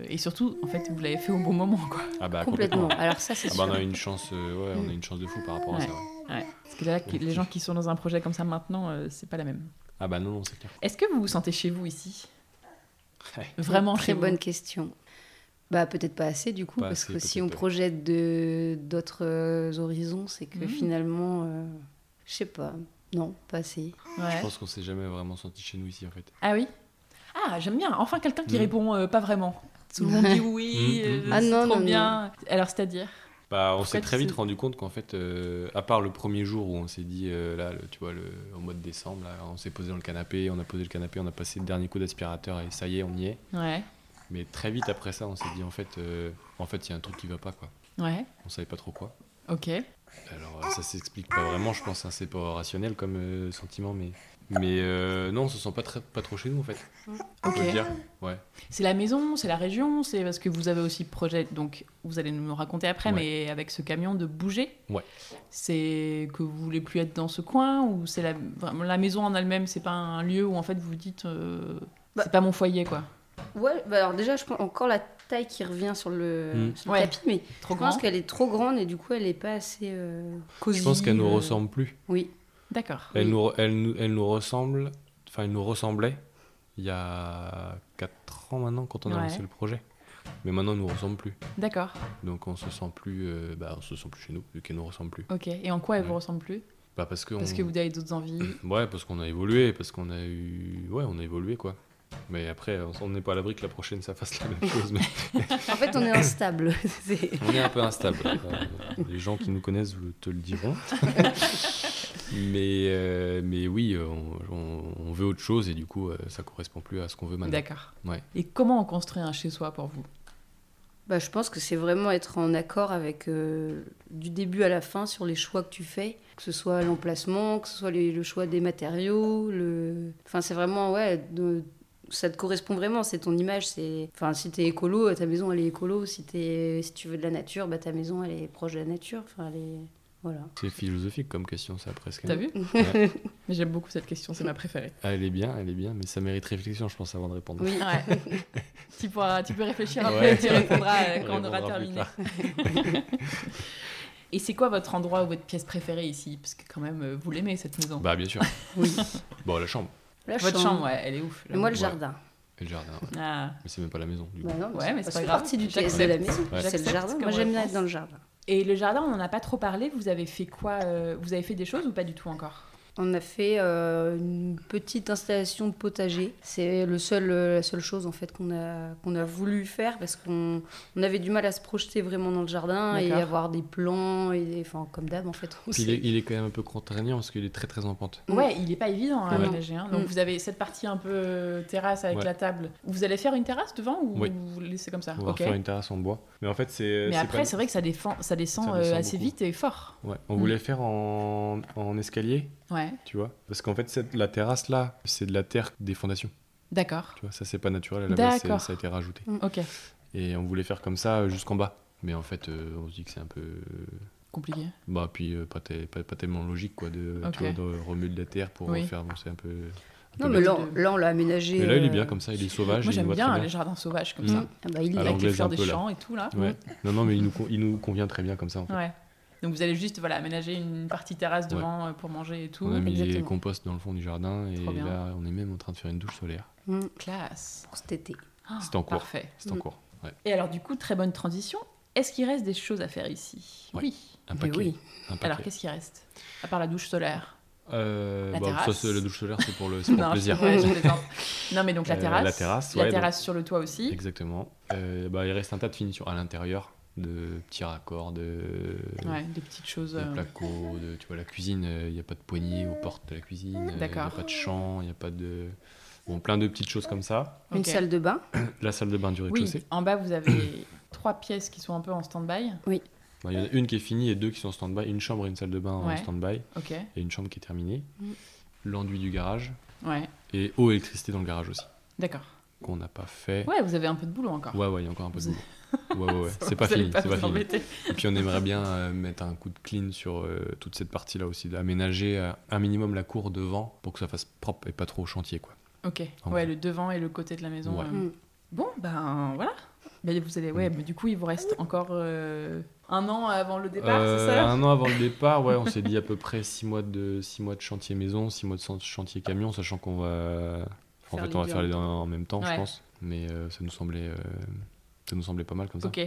[SPEAKER 4] et surtout, en fait, vous l'avez fait au bon moment, quoi.
[SPEAKER 2] Ah bah
[SPEAKER 3] Complètement. Alors ça, c'est
[SPEAKER 2] Ah bah,
[SPEAKER 3] sûr.
[SPEAKER 2] on a une chance, euh, ouais, on a une chance de fou par rapport à
[SPEAKER 4] Ouais.
[SPEAKER 2] ça. ouais.
[SPEAKER 4] Parce que là, qui- les gens qui sont dans un projet comme ça maintenant, euh, c'est pas la même.
[SPEAKER 2] Ah bah non, non, c'est clair.
[SPEAKER 4] Est-ce que vous vous sentez chez vous ici
[SPEAKER 2] Ouais.
[SPEAKER 4] Vraiment
[SPEAKER 3] Très
[SPEAKER 4] chez
[SPEAKER 3] bonne question. Bah peut-être pas assez du coup
[SPEAKER 2] Pas
[SPEAKER 3] parce
[SPEAKER 2] assez,
[SPEAKER 3] que si
[SPEAKER 2] peut-être
[SPEAKER 3] on
[SPEAKER 2] pas.
[SPEAKER 3] projette de d'autres euh, horizons, c'est que
[SPEAKER 4] Mhm.
[SPEAKER 3] finalement, euh, je sais pas. Non, pas assez.
[SPEAKER 4] vous Ouais.
[SPEAKER 2] Je pense qu'on s'est jamais vraiment senti chez nous ici en fait.
[SPEAKER 4] Ah oui Ah, j'aime bien. Enfin, quelqu'un qui
[SPEAKER 2] Mm.
[SPEAKER 4] répond euh, pas vraiment. Tout le monde dit oui,
[SPEAKER 2] Mm,
[SPEAKER 4] euh,
[SPEAKER 2] mm.
[SPEAKER 3] Ah
[SPEAKER 4] c'est
[SPEAKER 3] non,
[SPEAKER 4] trop
[SPEAKER 3] non,
[SPEAKER 4] bien. Alors, c'est-à-dire
[SPEAKER 2] Bah, on
[SPEAKER 4] Pourquoi
[SPEAKER 2] s'est
[SPEAKER 4] tu
[SPEAKER 2] très vite
[SPEAKER 4] sais-
[SPEAKER 2] rendu compte qu'en fait, euh, à part le premier jour où on s'est dit, euh, là, le- tu vois, le, au mois de décembre, là, on s'est posé dans le canapé, on a posé le canapé, on a passé le dernier coup d'aspirateur et ça y est, on y est.
[SPEAKER 4] Ouais,
[SPEAKER 2] Mais très vite après ça, on s'est dit, en fait, euh, en fait, il y a un truc qui va pas, quoi.
[SPEAKER 4] ouais,
[SPEAKER 2] On savait pas trop quoi.
[SPEAKER 4] ok.
[SPEAKER 2] Alors, euh, ça s'explique pas vraiment, je pense, hein, c'est pas rationnel comme euh, sentiment, mais. Mais euh, non, on se sent pas, très, pas trop chez nous, en fait. On peut
[SPEAKER 4] Ok.
[SPEAKER 2] le dire. Ouais.
[SPEAKER 4] C'est la maison, c'est la région, c'est parce que vous avez aussi projet, donc vous allez nous raconter après,
[SPEAKER 2] Ouais.
[SPEAKER 4] mais avec ce camion de bouger.
[SPEAKER 2] Ouais.
[SPEAKER 4] C'est que vous voulez plus être dans ce coin ou c'est la, vraiment, la maison en elle-même, c'est pas un lieu où en fait vous vous dites euh,
[SPEAKER 3] Bah.
[SPEAKER 4] c'est pas mon foyer quoi.
[SPEAKER 3] Ouais. Bah alors déjà, je pense encore la taille qui revient sur le,
[SPEAKER 2] Mhm.
[SPEAKER 3] sur le
[SPEAKER 4] Ouais.
[SPEAKER 3] tapis, mais
[SPEAKER 4] Trop
[SPEAKER 3] je pense
[SPEAKER 4] grand.
[SPEAKER 3] qu'elle est trop grande et du coup, elle est pas assez. euh,
[SPEAKER 2] Je pense qu'elle nous
[SPEAKER 4] euh,
[SPEAKER 2] ressemble plus.
[SPEAKER 3] Oui.
[SPEAKER 4] D'accord.
[SPEAKER 2] Elle
[SPEAKER 3] Oui.
[SPEAKER 2] nous, elle, nous- elle nous ressemble, enfin, elle nous ressemblait il y a 4 ans maintenant quand on a
[SPEAKER 4] Ouais.
[SPEAKER 2] lancé le projet. Mais maintenant, elle nous ressemble plus.
[SPEAKER 4] D'accord.
[SPEAKER 2] Donc, on se sent plus, euh, bah, on se sent plus chez nous, vu qu'elle nous ressemble plus.
[SPEAKER 4] Ok. Et en quoi elle vous
[SPEAKER 2] Ouais. euh,
[SPEAKER 4] ressemble plus
[SPEAKER 2] Bah, parce que,
[SPEAKER 4] Parce
[SPEAKER 2] on-
[SPEAKER 4] que vous avez d'autres envies.
[SPEAKER 2] ouais, parce qu'on a évolué, parce qu'on a eu, ouais, on a évolué quoi. Mais après, on- on n'est pas à l'abri que la prochaine ça fasse la même chose. mais
[SPEAKER 3] En fait, on est instable. C'est-
[SPEAKER 2] on est un peu instable. Euh, Les gens qui nous connaissent vous le- te le diront. mais, euh, mais oui, euh, on, on- on veut autre chose et du coup, euh, ça correspond plus à ce qu'on veut maintenant.
[SPEAKER 4] D'accord.
[SPEAKER 2] Ouais.
[SPEAKER 4] Et comment on construit un chez soi pour vous
[SPEAKER 3] Bah, je pense que c'est vraiment être en accord avec euh, du début à la fin sur les choix que tu fais, que ce soit l'emplacement, que ce soit les- le choix des matériaux, le... enfin c'est vraiment ouais, de- ça te correspond vraiment, c'est ton image, c'est enfin si t'es écolo, ta maison elle est écolo, si t'es si tu veux de la nature, bah ta maison elle est proche de la nature, enfin elle est voilà.
[SPEAKER 2] C'est philosophique comme question, ça presque.
[SPEAKER 4] T'as vu
[SPEAKER 2] Ouais.
[SPEAKER 4] Mais j'aime beaucoup cette question, c'est ma préférée.
[SPEAKER 2] Ah, elle est bien, elle est bien, mais ça mérite réflexion, je pense, avant de répondre.
[SPEAKER 3] Oui.
[SPEAKER 4] Ouais. tu, pourras, tu peux réfléchir
[SPEAKER 2] Ouais.
[SPEAKER 4] après et tu répondras euh,
[SPEAKER 2] On
[SPEAKER 4] quand on aura
[SPEAKER 2] répondra plus
[SPEAKER 4] terminé.
[SPEAKER 2] tard.
[SPEAKER 4] Et c'est quoi votre endroit ou votre pièce préférée ici Parce que quand même, euh, vous l'aimez cette maison.
[SPEAKER 2] Bah, bien sûr.
[SPEAKER 3] Oui.
[SPEAKER 2] Bon, la chambre
[SPEAKER 3] La
[SPEAKER 4] votre chambre, ouais, elle est ouf.
[SPEAKER 3] Et moi, le
[SPEAKER 2] Ouais.
[SPEAKER 3] jardin.
[SPEAKER 2] et le jardin. ouais.
[SPEAKER 4] Ah.
[SPEAKER 2] Mais c'est même pas la maison, du coup.
[SPEAKER 3] Bah non,
[SPEAKER 4] Ouais, mais c'est pas
[SPEAKER 3] fait
[SPEAKER 4] grave.
[SPEAKER 3] partie du
[SPEAKER 4] J'accepte.
[SPEAKER 3] TS de la maison.
[SPEAKER 2] Ouais.
[SPEAKER 3] C'est le
[SPEAKER 4] J'accepte
[SPEAKER 3] jardin.
[SPEAKER 4] comme
[SPEAKER 3] Moi, j'aime bien
[SPEAKER 4] réponse.
[SPEAKER 3] être dans le jardin.
[SPEAKER 4] Et le jardin, on n'en a pas trop parlé. Vous avez fait quoi euh, Vous avez fait des choses ou pas du tout encore
[SPEAKER 3] On a fait euh, une petite installation de potager. C'est le seul, euh, la seule chose en fait qu'on a, qu'on a voulu faire parce qu'on on avait du mal à se projeter vraiment dans le jardin et
[SPEAKER 4] D'accord.
[SPEAKER 3] avoir des plans et des- enfin comme d'hab en fait. on
[SPEAKER 2] Puis il est,
[SPEAKER 3] s'est-
[SPEAKER 2] il est quand même un peu contraignant parce qu'il est très très en pente.
[SPEAKER 3] Mm.
[SPEAKER 4] Ouais, il est pas évident à
[SPEAKER 3] Ouais.
[SPEAKER 4] aménager. hein. Donc
[SPEAKER 3] Mm.
[SPEAKER 4] vous avez cette partie un peu euh, terrasse avec
[SPEAKER 2] Ouais.
[SPEAKER 4] la table. Vous allez faire une terrasse devant ou
[SPEAKER 2] Oui.
[SPEAKER 4] vous laissez comme ça
[SPEAKER 2] On va
[SPEAKER 4] Ok.
[SPEAKER 2] refaire une terrasse en bois. Mais en fait, c'est. euh,
[SPEAKER 4] Mais
[SPEAKER 2] c'est
[SPEAKER 4] après,
[SPEAKER 2] pas-
[SPEAKER 4] c'est vrai que ça, défend, ça descend,
[SPEAKER 2] Ça descend
[SPEAKER 4] euh, assez
[SPEAKER 2] beaucoup.
[SPEAKER 4] vite et fort.
[SPEAKER 2] Ouais, on
[SPEAKER 4] Mm.
[SPEAKER 2] voulait faire en, en escalier,
[SPEAKER 4] Ouais,
[SPEAKER 2] tu vois. Parce qu'en fait, cette- la terrasse là, c'est de la terre des fondations.
[SPEAKER 4] d'accord.
[SPEAKER 2] Tu vois, ça c'est pas naturel à la base, c'est-
[SPEAKER 4] D'accord.
[SPEAKER 2] ça a été rajouté.
[SPEAKER 4] Ok,
[SPEAKER 2] Et on voulait faire comme ça euh, jusqu'en bas. Mais en fait, euh, on se dit que c'est un peu. euh,
[SPEAKER 4] compliqué.
[SPEAKER 2] Bah, puis euh, pas, tel- pas, pas tellement logique quoi, de, tu
[SPEAKER 4] Ok.
[SPEAKER 2] vois, de remuer de la terre pour
[SPEAKER 4] Oui.
[SPEAKER 2] faire avancer un peu. un
[SPEAKER 3] Non
[SPEAKER 2] peu
[SPEAKER 3] mais
[SPEAKER 2] la-
[SPEAKER 3] là,
[SPEAKER 4] de-
[SPEAKER 3] là, on l'a aménagé.
[SPEAKER 2] Mais là, il est
[SPEAKER 3] euh,
[SPEAKER 2] bien comme ça, il est
[SPEAKER 4] Moi
[SPEAKER 2] sauvage. il nous
[SPEAKER 4] j'aime
[SPEAKER 2] va
[SPEAKER 4] bien
[SPEAKER 2] très
[SPEAKER 4] les jardins sauvages comme
[SPEAKER 3] Mm.
[SPEAKER 4] ça.
[SPEAKER 3] Ah bah, il est-
[SPEAKER 2] À Alors,
[SPEAKER 4] avec les
[SPEAKER 2] l'anglaise,
[SPEAKER 4] fleurs
[SPEAKER 2] un
[SPEAKER 4] des
[SPEAKER 2] peu, là.
[SPEAKER 4] champs et tout là.
[SPEAKER 2] Ouais. Non, non, mais il nous, con- il nous convient très bien comme ça en fait.
[SPEAKER 4] Ouais. Donc vous allez juste voilà, aménager une partie terrasse
[SPEAKER 2] Ouais.
[SPEAKER 4] devant euh, pour manger et tout.
[SPEAKER 2] On a mis des
[SPEAKER 4] Exactement.
[SPEAKER 2] composts dans le fond du jardin et
[SPEAKER 4] Trop bien.
[SPEAKER 2] là, on est même en train de faire une douche solaire.
[SPEAKER 3] Mm,
[SPEAKER 4] Classe.
[SPEAKER 3] pour cet été.
[SPEAKER 4] Ah,
[SPEAKER 2] C'est en cours.
[SPEAKER 4] Parfait.
[SPEAKER 2] C'est en
[SPEAKER 3] Mm.
[SPEAKER 2] cours. Ouais.
[SPEAKER 4] Et alors du coup, très bonne transition. Est-ce qu'il reste des choses à faire ici
[SPEAKER 2] Ouais.
[SPEAKER 4] Oui.
[SPEAKER 2] Un
[SPEAKER 3] Mais
[SPEAKER 2] paquet.
[SPEAKER 3] oui.
[SPEAKER 2] Un paquet.
[SPEAKER 4] Alors qu'est-ce qui reste À part la douche solaire.
[SPEAKER 2] Euh,
[SPEAKER 4] La
[SPEAKER 2] bah, ça,
[SPEAKER 4] terrasse.
[SPEAKER 2] c'est- la douche solaire, c'est pour le c'est pour le
[SPEAKER 4] Non,
[SPEAKER 2] plaisir.
[SPEAKER 4] ouais, je plaisante. non, mais donc la
[SPEAKER 2] Euh,
[SPEAKER 4] terrasse.
[SPEAKER 2] la terrasse,
[SPEAKER 4] la
[SPEAKER 2] ouais,
[SPEAKER 4] terrasse sur le toit aussi.
[SPEAKER 2] Exactement. Euh, bah, il reste un tas de finitions à l'intérieur, de petits raccords, de,
[SPEAKER 4] Ouais, des petites choses.
[SPEAKER 2] de
[SPEAKER 4] euh,
[SPEAKER 2] placos, de- tu vois, la cuisine, euh, il n'y a pas de poignée aux portes de la cuisine, euh, il n'y a
[SPEAKER 4] D'accord.
[SPEAKER 2] pas de champ, il n'y a pas de... Bon, plein de petites choses comme ça.
[SPEAKER 4] ok.
[SPEAKER 3] Une salle de bain.
[SPEAKER 2] La salle de bain du
[SPEAKER 4] Oui,
[SPEAKER 2] rez-de-chaussée.
[SPEAKER 4] en bas, vous avez trois pièces qui sont un peu en stand-by.
[SPEAKER 2] Bah, Il y en a une qui est finie et deux qui sont en stand-by. Une chambre et une salle de bain en
[SPEAKER 4] Ouais.
[SPEAKER 2] stand-by.
[SPEAKER 4] Ok.
[SPEAKER 2] Et une chambre qui est terminée.
[SPEAKER 3] Mm.
[SPEAKER 2] L'enduit du garage.
[SPEAKER 4] Ouais,
[SPEAKER 2] Et eau et électricité dans le garage aussi,
[SPEAKER 4] d'accord.
[SPEAKER 2] qu'on n'a pas fait.
[SPEAKER 4] Ouais, vous avez un peu de boulot encore.
[SPEAKER 2] Ouais, ouais, il y a encore un peu de
[SPEAKER 4] Vous-
[SPEAKER 2] boulot. Ouais, ouais, ouais. C'est
[SPEAKER 4] Vous
[SPEAKER 2] pas
[SPEAKER 4] allez
[SPEAKER 2] fini, c'est
[SPEAKER 4] vous
[SPEAKER 2] pas fini.
[SPEAKER 4] embêter.
[SPEAKER 2] Et puis on aimerait bien euh, mettre un coup de clean sur euh, toute cette partie-là aussi, d'aménager euh, un minimum la cour devant pour que ça fasse propre et pas trop au chantier, quoi.
[SPEAKER 4] Ok.
[SPEAKER 2] En
[SPEAKER 4] Ouais,
[SPEAKER 2] gros.
[SPEAKER 4] le devant et le côté de la maison.
[SPEAKER 2] Ouais. Mm.
[SPEAKER 4] euh.
[SPEAKER 3] Mm.
[SPEAKER 4] Bon, ben voilà. Ben, vous allez, ouais, mais du coup, il vous reste encore euh, un an avant le départ,
[SPEAKER 2] Euh,
[SPEAKER 4] c'est ça
[SPEAKER 2] un an avant le départ, ouais, on s'est dit à peu près 6 mois de six mois de chantier maison, 6 mois de chan- chantier camion, sachant qu'on va, en
[SPEAKER 3] Faire
[SPEAKER 2] fait,
[SPEAKER 3] les
[SPEAKER 2] on va
[SPEAKER 3] deux
[SPEAKER 2] faire
[SPEAKER 3] en
[SPEAKER 2] les deux en même temps, je
[SPEAKER 4] Ouais.
[SPEAKER 2] pense. Mais euh, ça nous semblait, euh, ça nous semblait pas mal comme ça.
[SPEAKER 4] Ok.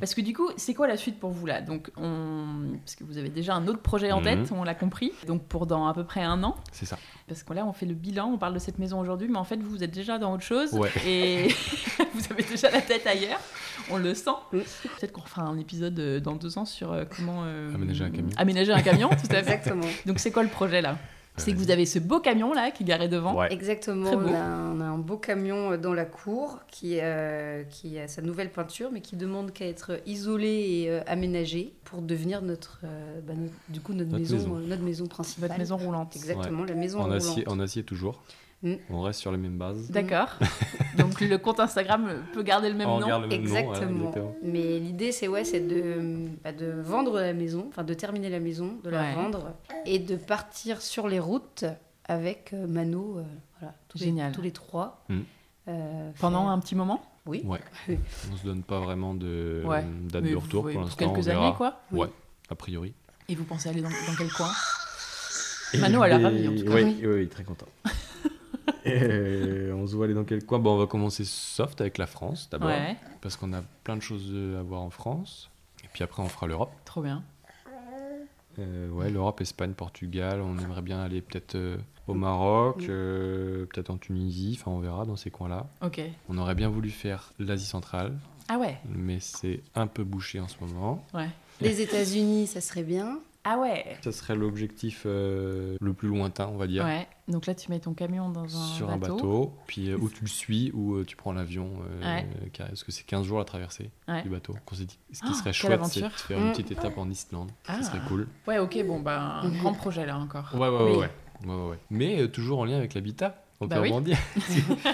[SPEAKER 4] Parce que du coup, c'est quoi la suite pour vous là Donc, on... parce que vous avez déjà un autre projet en
[SPEAKER 2] Mhm.
[SPEAKER 4] tête, on l'a compris. Donc, pour dans à peu près un an,
[SPEAKER 2] C'est ça.
[SPEAKER 4] parce que là, on fait le bilan, on parle de cette maison aujourd'hui, mais en fait, vous, vous êtes déjà dans autre chose
[SPEAKER 2] Ouais.
[SPEAKER 4] et vous avez déjà la tête ailleurs. On le sent.
[SPEAKER 3] Oui.
[SPEAKER 4] Peut-être qu'on refera un épisode euh, dans deux ans sur euh, comment euh,
[SPEAKER 2] Aménager un camion. Euh,
[SPEAKER 4] Aménager un camion, tout à fait.
[SPEAKER 3] Exactement.
[SPEAKER 4] Donc, c'est quoi le projet là C'est que vous avez ce beau camion là qui est garé devant.
[SPEAKER 2] Ouais.
[SPEAKER 3] Exactement,
[SPEAKER 4] Très beau.
[SPEAKER 3] on a, un- on a un beau camion euh, dans la cour qui, euh, qui a sa nouvelle peinture, mais qui demande qu'à être isolé et euh, aménagé pour devenir notre, euh, bah, notre- du coup notre,
[SPEAKER 2] Notre
[SPEAKER 3] maison,
[SPEAKER 2] maison.
[SPEAKER 3] euh, notre maison principale.
[SPEAKER 4] Votre maison roulante.
[SPEAKER 3] Exactement, la maison
[SPEAKER 2] En
[SPEAKER 3] roulante.
[SPEAKER 2] acier, en acier toujours.
[SPEAKER 3] Mm.
[SPEAKER 2] On reste sur les mêmes bases.
[SPEAKER 4] D'accord. Donc, le compte Instagram peut garder le même
[SPEAKER 2] on
[SPEAKER 4] nom.
[SPEAKER 2] regarde le même nom. voilà,
[SPEAKER 3] Exactement.
[SPEAKER 2] euh, exactement.
[SPEAKER 3] Mais l'idée, c'est ouais, c'est de, bah, de vendre la maison, enfin de terminer la maison, de la
[SPEAKER 4] Ouais.
[SPEAKER 3] vendre et de partir sur les routes avec euh, Mano, euh, voilà, tous,
[SPEAKER 4] Génial.
[SPEAKER 3] Les, tous les trois.
[SPEAKER 2] Mm.
[SPEAKER 3] euh,
[SPEAKER 4] Pendant
[SPEAKER 3] faire-
[SPEAKER 4] un petit moment
[SPEAKER 3] Oui,
[SPEAKER 2] Ouais. on se donne pas vraiment de
[SPEAKER 4] Ouais.
[SPEAKER 2] date
[SPEAKER 4] Mais
[SPEAKER 2] de retour
[SPEAKER 4] vous-
[SPEAKER 2] pour
[SPEAKER 4] pour
[SPEAKER 2] l'instant.
[SPEAKER 4] quelques
[SPEAKER 2] on verra.
[SPEAKER 4] années, quoi.
[SPEAKER 2] Ouais, a priori.
[SPEAKER 4] Et vous pensez aller dans, dans quel coin Manon, elle a ravi, en tout cas.
[SPEAKER 2] Oui, oui, oui, très content. Euh, on se voit aller dans quel coin Bon, on va commencer soft avec la France d'abord,
[SPEAKER 4] Ouais,
[SPEAKER 2] parce qu'on a plein de choses à voir en France. Et puis après, on fera l'Europe.
[SPEAKER 4] trop bien.
[SPEAKER 2] Euh, ouais, l'Europe, Espagne, Portugal. On aimerait bien aller peut-être euh, au Maroc,
[SPEAKER 3] Mm.
[SPEAKER 2] euh, peut-être en Tunisie. Enfin, on verra dans ces coins-là.
[SPEAKER 4] Ok.
[SPEAKER 2] On aurait bien voulu faire l'Asie centrale,
[SPEAKER 4] Ah ouais
[SPEAKER 2] mais c'est un peu bouché en ce moment.
[SPEAKER 4] Ouais.
[SPEAKER 3] les États-Unis, ça serait bien.
[SPEAKER 4] Ah ouais
[SPEAKER 2] Ça serait l'objectif euh, le plus lointain, on va dire.
[SPEAKER 4] Ouais, donc là, tu mets ton camion dans un
[SPEAKER 2] sur
[SPEAKER 4] bateau.
[SPEAKER 2] un bateau, puis euh, ou tu le suis ou euh, tu prends l'avion, euh,
[SPEAKER 4] Ouais.
[SPEAKER 2] car- parce que c'est 15 jours à traverser
[SPEAKER 4] Ouais.
[SPEAKER 2] du bateau. Qu'on s'est dit, ce qui
[SPEAKER 4] Oh,
[SPEAKER 2] serait
[SPEAKER 4] quelle
[SPEAKER 2] chouette, c'est de
[SPEAKER 4] aventure.
[SPEAKER 2] faire
[SPEAKER 3] Mm.
[SPEAKER 2] une petite étape en Islande,
[SPEAKER 4] Ah.
[SPEAKER 2] ça serait cool.
[SPEAKER 4] Ouais, ok, bon, bah, un grand projet là encore.
[SPEAKER 2] Ouais, ouais, ouais,
[SPEAKER 3] Oui.
[SPEAKER 2] ouais. Ouais, ouais, ouais. Mais euh, toujours en lien avec l'habitat. On
[SPEAKER 4] Bah
[SPEAKER 2] peut
[SPEAKER 4] oui.
[SPEAKER 2] rebondir.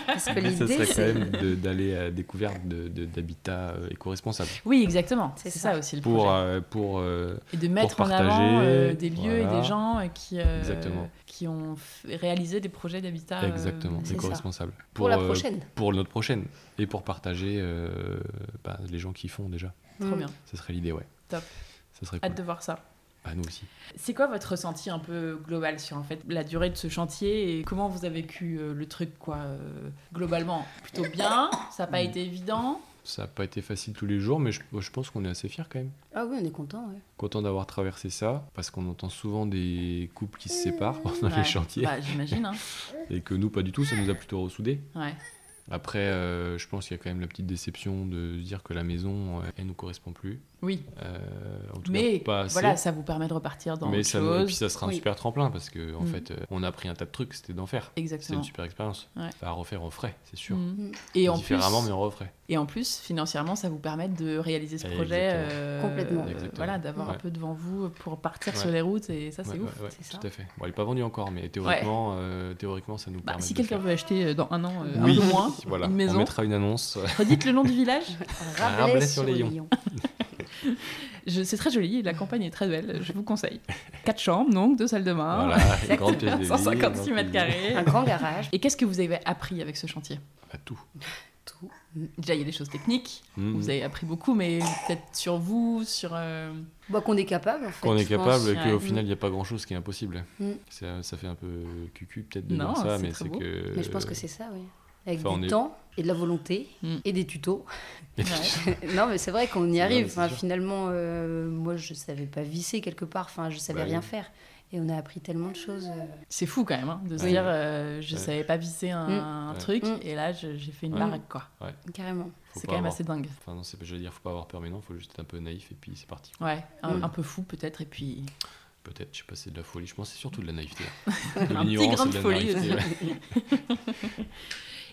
[SPEAKER 3] Parce que
[SPEAKER 2] Mais ça
[SPEAKER 3] l'idée,
[SPEAKER 2] serait quand
[SPEAKER 3] c'est.
[SPEAKER 2] même de- d'aller à la découverte de- de- d'habitats euh, éco-responsables
[SPEAKER 4] Oui, exactement.
[SPEAKER 3] C'est
[SPEAKER 4] C'est ça.
[SPEAKER 3] ça.
[SPEAKER 4] aussi le
[SPEAKER 2] pour,
[SPEAKER 4] projet.
[SPEAKER 2] euh, pour euh,
[SPEAKER 4] et de mettre
[SPEAKER 2] pour
[SPEAKER 4] en avant euh,
[SPEAKER 2] partager,
[SPEAKER 4] des lieux et
[SPEAKER 2] voilà.
[SPEAKER 4] des gens euh, qui, euh,
[SPEAKER 2] Exactement.
[SPEAKER 4] qui ont f- réalisé des projets d'habitat. euh,
[SPEAKER 2] exactement
[SPEAKER 4] c'est ça.
[SPEAKER 2] éco-responsables.
[SPEAKER 3] Pour la
[SPEAKER 2] euh,
[SPEAKER 3] prochaine.
[SPEAKER 2] pour notre prochaine et pour partager euh, bah, les gens qui font déjà.
[SPEAKER 4] Trop
[SPEAKER 3] Mm.
[SPEAKER 4] bien.
[SPEAKER 2] Ça serait l'idée, ouais.
[SPEAKER 4] Top.
[SPEAKER 2] Ça serait cool.
[SPEAKER 4] Hâte de voir ça.
[SPEAKER 2] Ah, nous aussi.
[SPEAKER 4] C'est quoi votre ressenti un peu global sur en fait la durée de ce chantier et comment vous avez vécu euh, le truc quoi euh, globalement plutôt bien ça n'a pas
[SPEAKER 2] Mm.
[SPEAKER 4] été évident
[SPEAKER 2] Ça n'a pas été facile tous les jours, mais je, je pense qu'on est assez fiers quand même.
[SPEAKER 3] Ah oui, on est content. ouais.
[SPEAKER 2] Content d'avoir traversé ça, parce qu'on entend souvent des couples qui se séparent pendant
[SPEAKER 4] Ouais.
[SPEAKER 2] les chantiers,
[SPEAKER 4] Bah, j'imagine hein.
[SPEAKER 2] et que nous, pas du tout, ça nous a plutôt ressoudés.
[SPEAKER 4] Ouais.
[SPEAKER 2] Après, euh, je pense qu'il y a quand même la petite déception de se dire que la maison, euh, elle nous correspond plus.
[SPEAKER 4] Oui.
[SPEAKER 2] Euh, en tout
[SPEAKER 4] Mais
[SPEAKER 2] cas, pas assez.
[SPEAKER 4] voilà, ça vous permet de repartir dans
[SPEAKER 2] mais
[SPEAKER 4] autre
[SPEAKER 2] ça, nous- et
[SPEAKER 4] chose.
[SPEAKER 2] puis ça sera un
[SPEAKER 3] Oui.
[SPEAKER 2] super tremplin, parce que en
[SPEAKER 4] Mm.
[SPEAKER 2] fait, euh, on a appris un tas de trucs, c'était d'enfer. C'est
[SPEAKER 4] Exactement.
[SPEAKER 2] une super expérience.
[SPEAKER 4] Ouais.
[SPEAKER 2] À refaire, on ferait, c'est sûr.
[SPEAKER 4] Mhm. Et en plus,
[SPEAKER 2] Différemment, mais on referait.
[SPEAKER 4] et en plus, financièrement, ça vous permet de réaliser ce
[SPEAKER 2] Eh,
[SPEAKER 4] projet,
[SPEAKER 2] exactement.
[SPEAKER 4] euh,
[SPEAKER 3] Complètement.
[SPEAKER 4] euh,
[SPEAKER 2] Exactement.
[SPEAKER 4] voilà, d'avoir un
[SPEAKER 2] Ouais.
[SPEAKER 4] peu devant vous pour partir
[SPEAKER 2] Ouais.
[SPEAKER 4] sur les routes et ça, Ah, c'est
[SPEAKER 2] Ouais,
[SPEAKER 4] ouf.
[SPEAKER 2] ouais, ouais,
[SPEAKER 3] c'est ça.
[SPEAKER 2] Tout à fait. Bon, il n'est pas vendu encore, mais théoriquement, euh, théoriquement ça nous
[SPEAKER 4] Bah,
[SPEAKER 2] permet.
[SPEAKER 4] si
[SPEAKER 2] de le
[SPEAKER 4] quelqu'un
[SPEAKER 2] faire.
[SPEAKER 4] veut acheter euh, dans un an euh,
[SPEAKER 2] Oui,
[SPEAKER 4] un peu moins
[SPEAKER 2] voilà.
[SPEAKER 4] une
[SPEAKER 2] On
[SPEAKER 4] maison,
[SPEAKER 2] mettra une annonce.
[SPEAKER 4] redites le nom du village.
[SPEAKER 3] Rabelais,
[SPEAKER 2] Rabelais
[SPEAKER 3] sur
[SPEAKER 2] sur les
[SPEAKER 3] les
[SPEAKER 2] Lions.
[SPEAKER 3] Lions.
[SPEAKER 4] Je- C'est très joli, la campagne est très belle, je vous conseille. Quatre chambres, donc, deux salles de bain,
[SPEAKER 2] voilà, une grande pièce de vie, une grande
[SPEAKER 4] 156 Ah. mètres
[SPEAKER 2] cuisine.
[SPEAKER 4] carrés.
[SPEAKER 3] Un grand garage.
[SPEAKER 4] Et qu'est-ce que vous avez appris avec ce chantier
[SPEAKER 2] Bah, tout.
[SPEAKER 3] Tout.
[SPEAKER 4] Déjà, il y a des choses techniques,
[SPEAKER 2] Mhm.
[SPEAKER 4] vous avez appris beaucoup, mais peut-être sur vous, sur... euh,
[SPEAKER 3] Bah, qu'on est capable, en fait.
[SPEAKER 2] Qu'on est
[SPEAKER 3] je pense.
[SPEAKER 2] capable et
[SPEAKER 4] ouais.
[SPEAKER 2] qu'au
[SPEAKER 3] Mm.
[SPEAKER 2] final, il n'y a pas grand-chose qui est impossible.
[SPEAKER 3] Mm.
[SPEAKER 2] Ça, ça fait un peu cucu, peut-être, de
[SPEAKER 4] Non,
[SPEAKER 2] dire ça,
[SPEAKER 4] c'est
[SPEAKER 2] mais
[SPEAKER 4] très
[SPEAKER 2] c'est
[SPEAKER 4] beau.
[SPEAKER 2] que.
[SPEAKER 3] Mais je pense que c'est ça, oui. Avec
[SPEAKER 2] Enfin, on
[SPEAKER 3] du
[SPEAKER 2] est-
[SPEAKER 3] temps et de la volonté
[SPEAKER 4] Mm.
[SPEAKER 3] et des tutos.
[SPEAKER 2] Mais
[SPEAKER 4] Ouais.
[SPEAKER 3] non, mais c'est vrai qu'on y
[SPEAKER 2] Non,
[SPEAKER 3] arrive.
[SPEAKER 2] mais c'est
[SPEAKER 3] Enfin,
[SPEAKER 2] sûr.
[SPEAKER 3] finalement, euh, moi, je savais pas visser quelque part. Enfin, je savais
[SPEAKER 2] Bah oui.
[SPEAKER 3] rien faire. Et on a appris tellement de choses. euh.
[SPEAKER 4] C'est fou quand même hein, de se
[SPEAKER 2] Ouais.
[SPEAKER 4] dire euh, je
[SPEAKER 2] Ouais.
[SPEAKER 4] savais pas visser un, un
[SPEAKER 2] Ouais.
[SPEAKER 4] truc
[SPEAKER 3] Mm.
[SPEAKER 4] et là je- j'ai fait une
[SPEAKER 2] Ouais.
[SPEAKER 4] baraque quoi.
[SPEAKER 3] Carrément.
[SPEAKER 2] Faut
[SPEAKER 4] C'est quand
[SPEAKER 2] pas
[SPEAKER 4] même
[SPEAKER 2] avoir-
[SPEAKER 4] assez dingue.
[SPEAKER 2] Enfin, non, c'est- j'allais dire, faut pas avoir peur, mais non, faut juste être un peu naïf et puis c'est parti.
[SPEAKER 4] Ouais, un,
[SPEAKER 3] Mm.
[SPEAKER 4] un peu fou peut-être et puis
[SPEAKER 2] Peut-être, je sais pas, c'est de la folie. Je pense que c'est surtout de la naïveté.
[SPEAKER 4] un petit grain
[SPEAKER 2] l'ignorance et
[SPEAKER 4] de
[SPEAKER 2] de la
[SPEAKER 4] folie.
[SPEAKER 2] naïveté,
[SPEAKER 4] aussi.